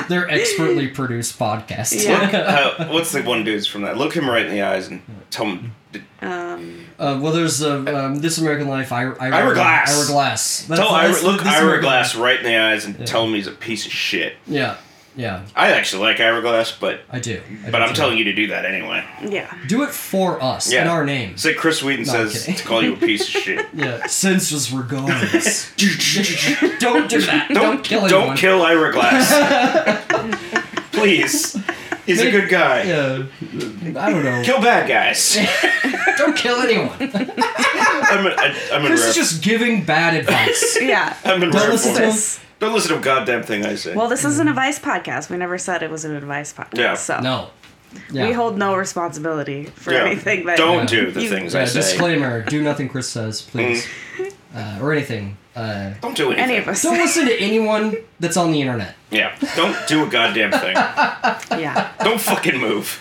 Speaker 2: they're expertly produced podcasts.
Speaker 3: Yeah.
Speaker 1: Uh, what's the one dude's from that? Look him right in the eyes and tell him.
Speaker 3: Um,
Speaker 2: Uh, well, there's uh, um, This American Life, Ira, Ira,
Speaker 1: Ira Glass.
Speaker 2: Ira Glass. That's,
Speaker 1: Tell Ira,
Speaker 2: that's-
Speaker 1: look
Speaker 2: This
Speaker 1: Ira
Speaker 2: American-
Speaker 1: Glass right in the eyes and tell him he's a piece of shit.
Speaker 2: Yeah, yeah,
Speaker 1: I actually like Ira Glass, but
Speaker 2: I do. I
Speaker 1: but
Speaker 2: do
Speaker 1: I'm
Speaker 2: too.
Speaker 1: telling you to do that anyway.
Speaker 3: yeah.
Speaker 2: do it for us
Speaker 1: Yeah,
Speaker 2: in our name.
Speaker 1: It's like Chris Whedon
Speaker 2: No, I'm
Speaker 1: says
Speaker 2: kidding.
Speaker 1: to call you a piece of shit.
Speaker 2: Yeah, censors regardless. don't do that. Don't,
Speaker 1: don't
Speaker 2: kill
Speaker 1: don't
Speaker 2: anyone.
Speaker 1: kill Ira Glass, please. He's a
Speaker 2: Make-
Speaker 1: good guy.
Speaker 2: Yeah, I don't know.
Speaker 1: Kill bad guys.
Speaker 2: don't kill anyone.
Speaker 1: I'm in, I, I'm in
Speaker 2: This
Speaker 1: rare-
Speaker 2: is just giving bad advice.
Speaker 3: Yeah.
Speaker 1: I'm in
Speaker 2: Don't
Speaker 1: rare
Speaker 2: listen
Speaker 1: form.
Speaker 2: to him.
Speaker 3: This-
Speaker 1: Don't listen to a goddamn thing I say.
Speaker 3: Well, this is an advice podcast. We never said it was an advice podcast.
Speaker 1: Yeah.
Speaker 3: So
Speaker 2: No. Yeah.
Speaker 3: we hold no responsibility for
Speaker 1: Yeah.
Speaker 3: anything that.
Speaker 1: don't
Speaker 2: Yeah.
Speaker 1: do the
Speaker 3: You-
Speaker 1: things
Speaker 2: Yeah,
Speaker 1: I say. Mm.
Speaker 2: disclaimer: Do nothing Chris says, please, uh, or anything. Uh,
Speaker 1: Don't do anything.
Speaker 3: Any of us.
Speaker 2: don't listen to anyone that's on the internet.
Speaker 1: Yeah. Don't do a goddamn thing.
Speaker 3: yeah.
Speaker 1: don't fucking move.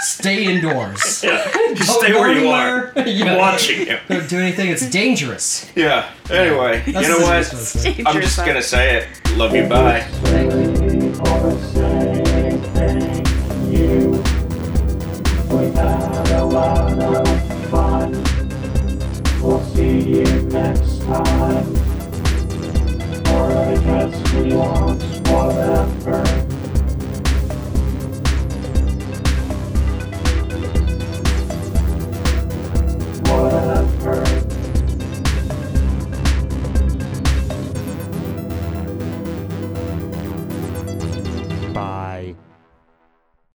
Speaker 2: Stay indoors. Don't
Speaker 1: Stay
Speaker 2: go
Speaker 1: where you
Speaker 2: anywhere.
Speaker 1: are.
Speaker 2: Yeah.
Speaker 1: I'm watching you.
Speaker 2: Don't do anything. It's dangerous.
Speaker 1: Yeah. Anyway,
Speaker 2: That's
Speaker 1: you know
Speaker 2: the
Speaker 1: what?
Speaker 2: dangerous one.
Speaker 1: I'm just gonna say it. Love you. Bye.
Speaker 4: We'll see you next time. Or I guess we want whatever.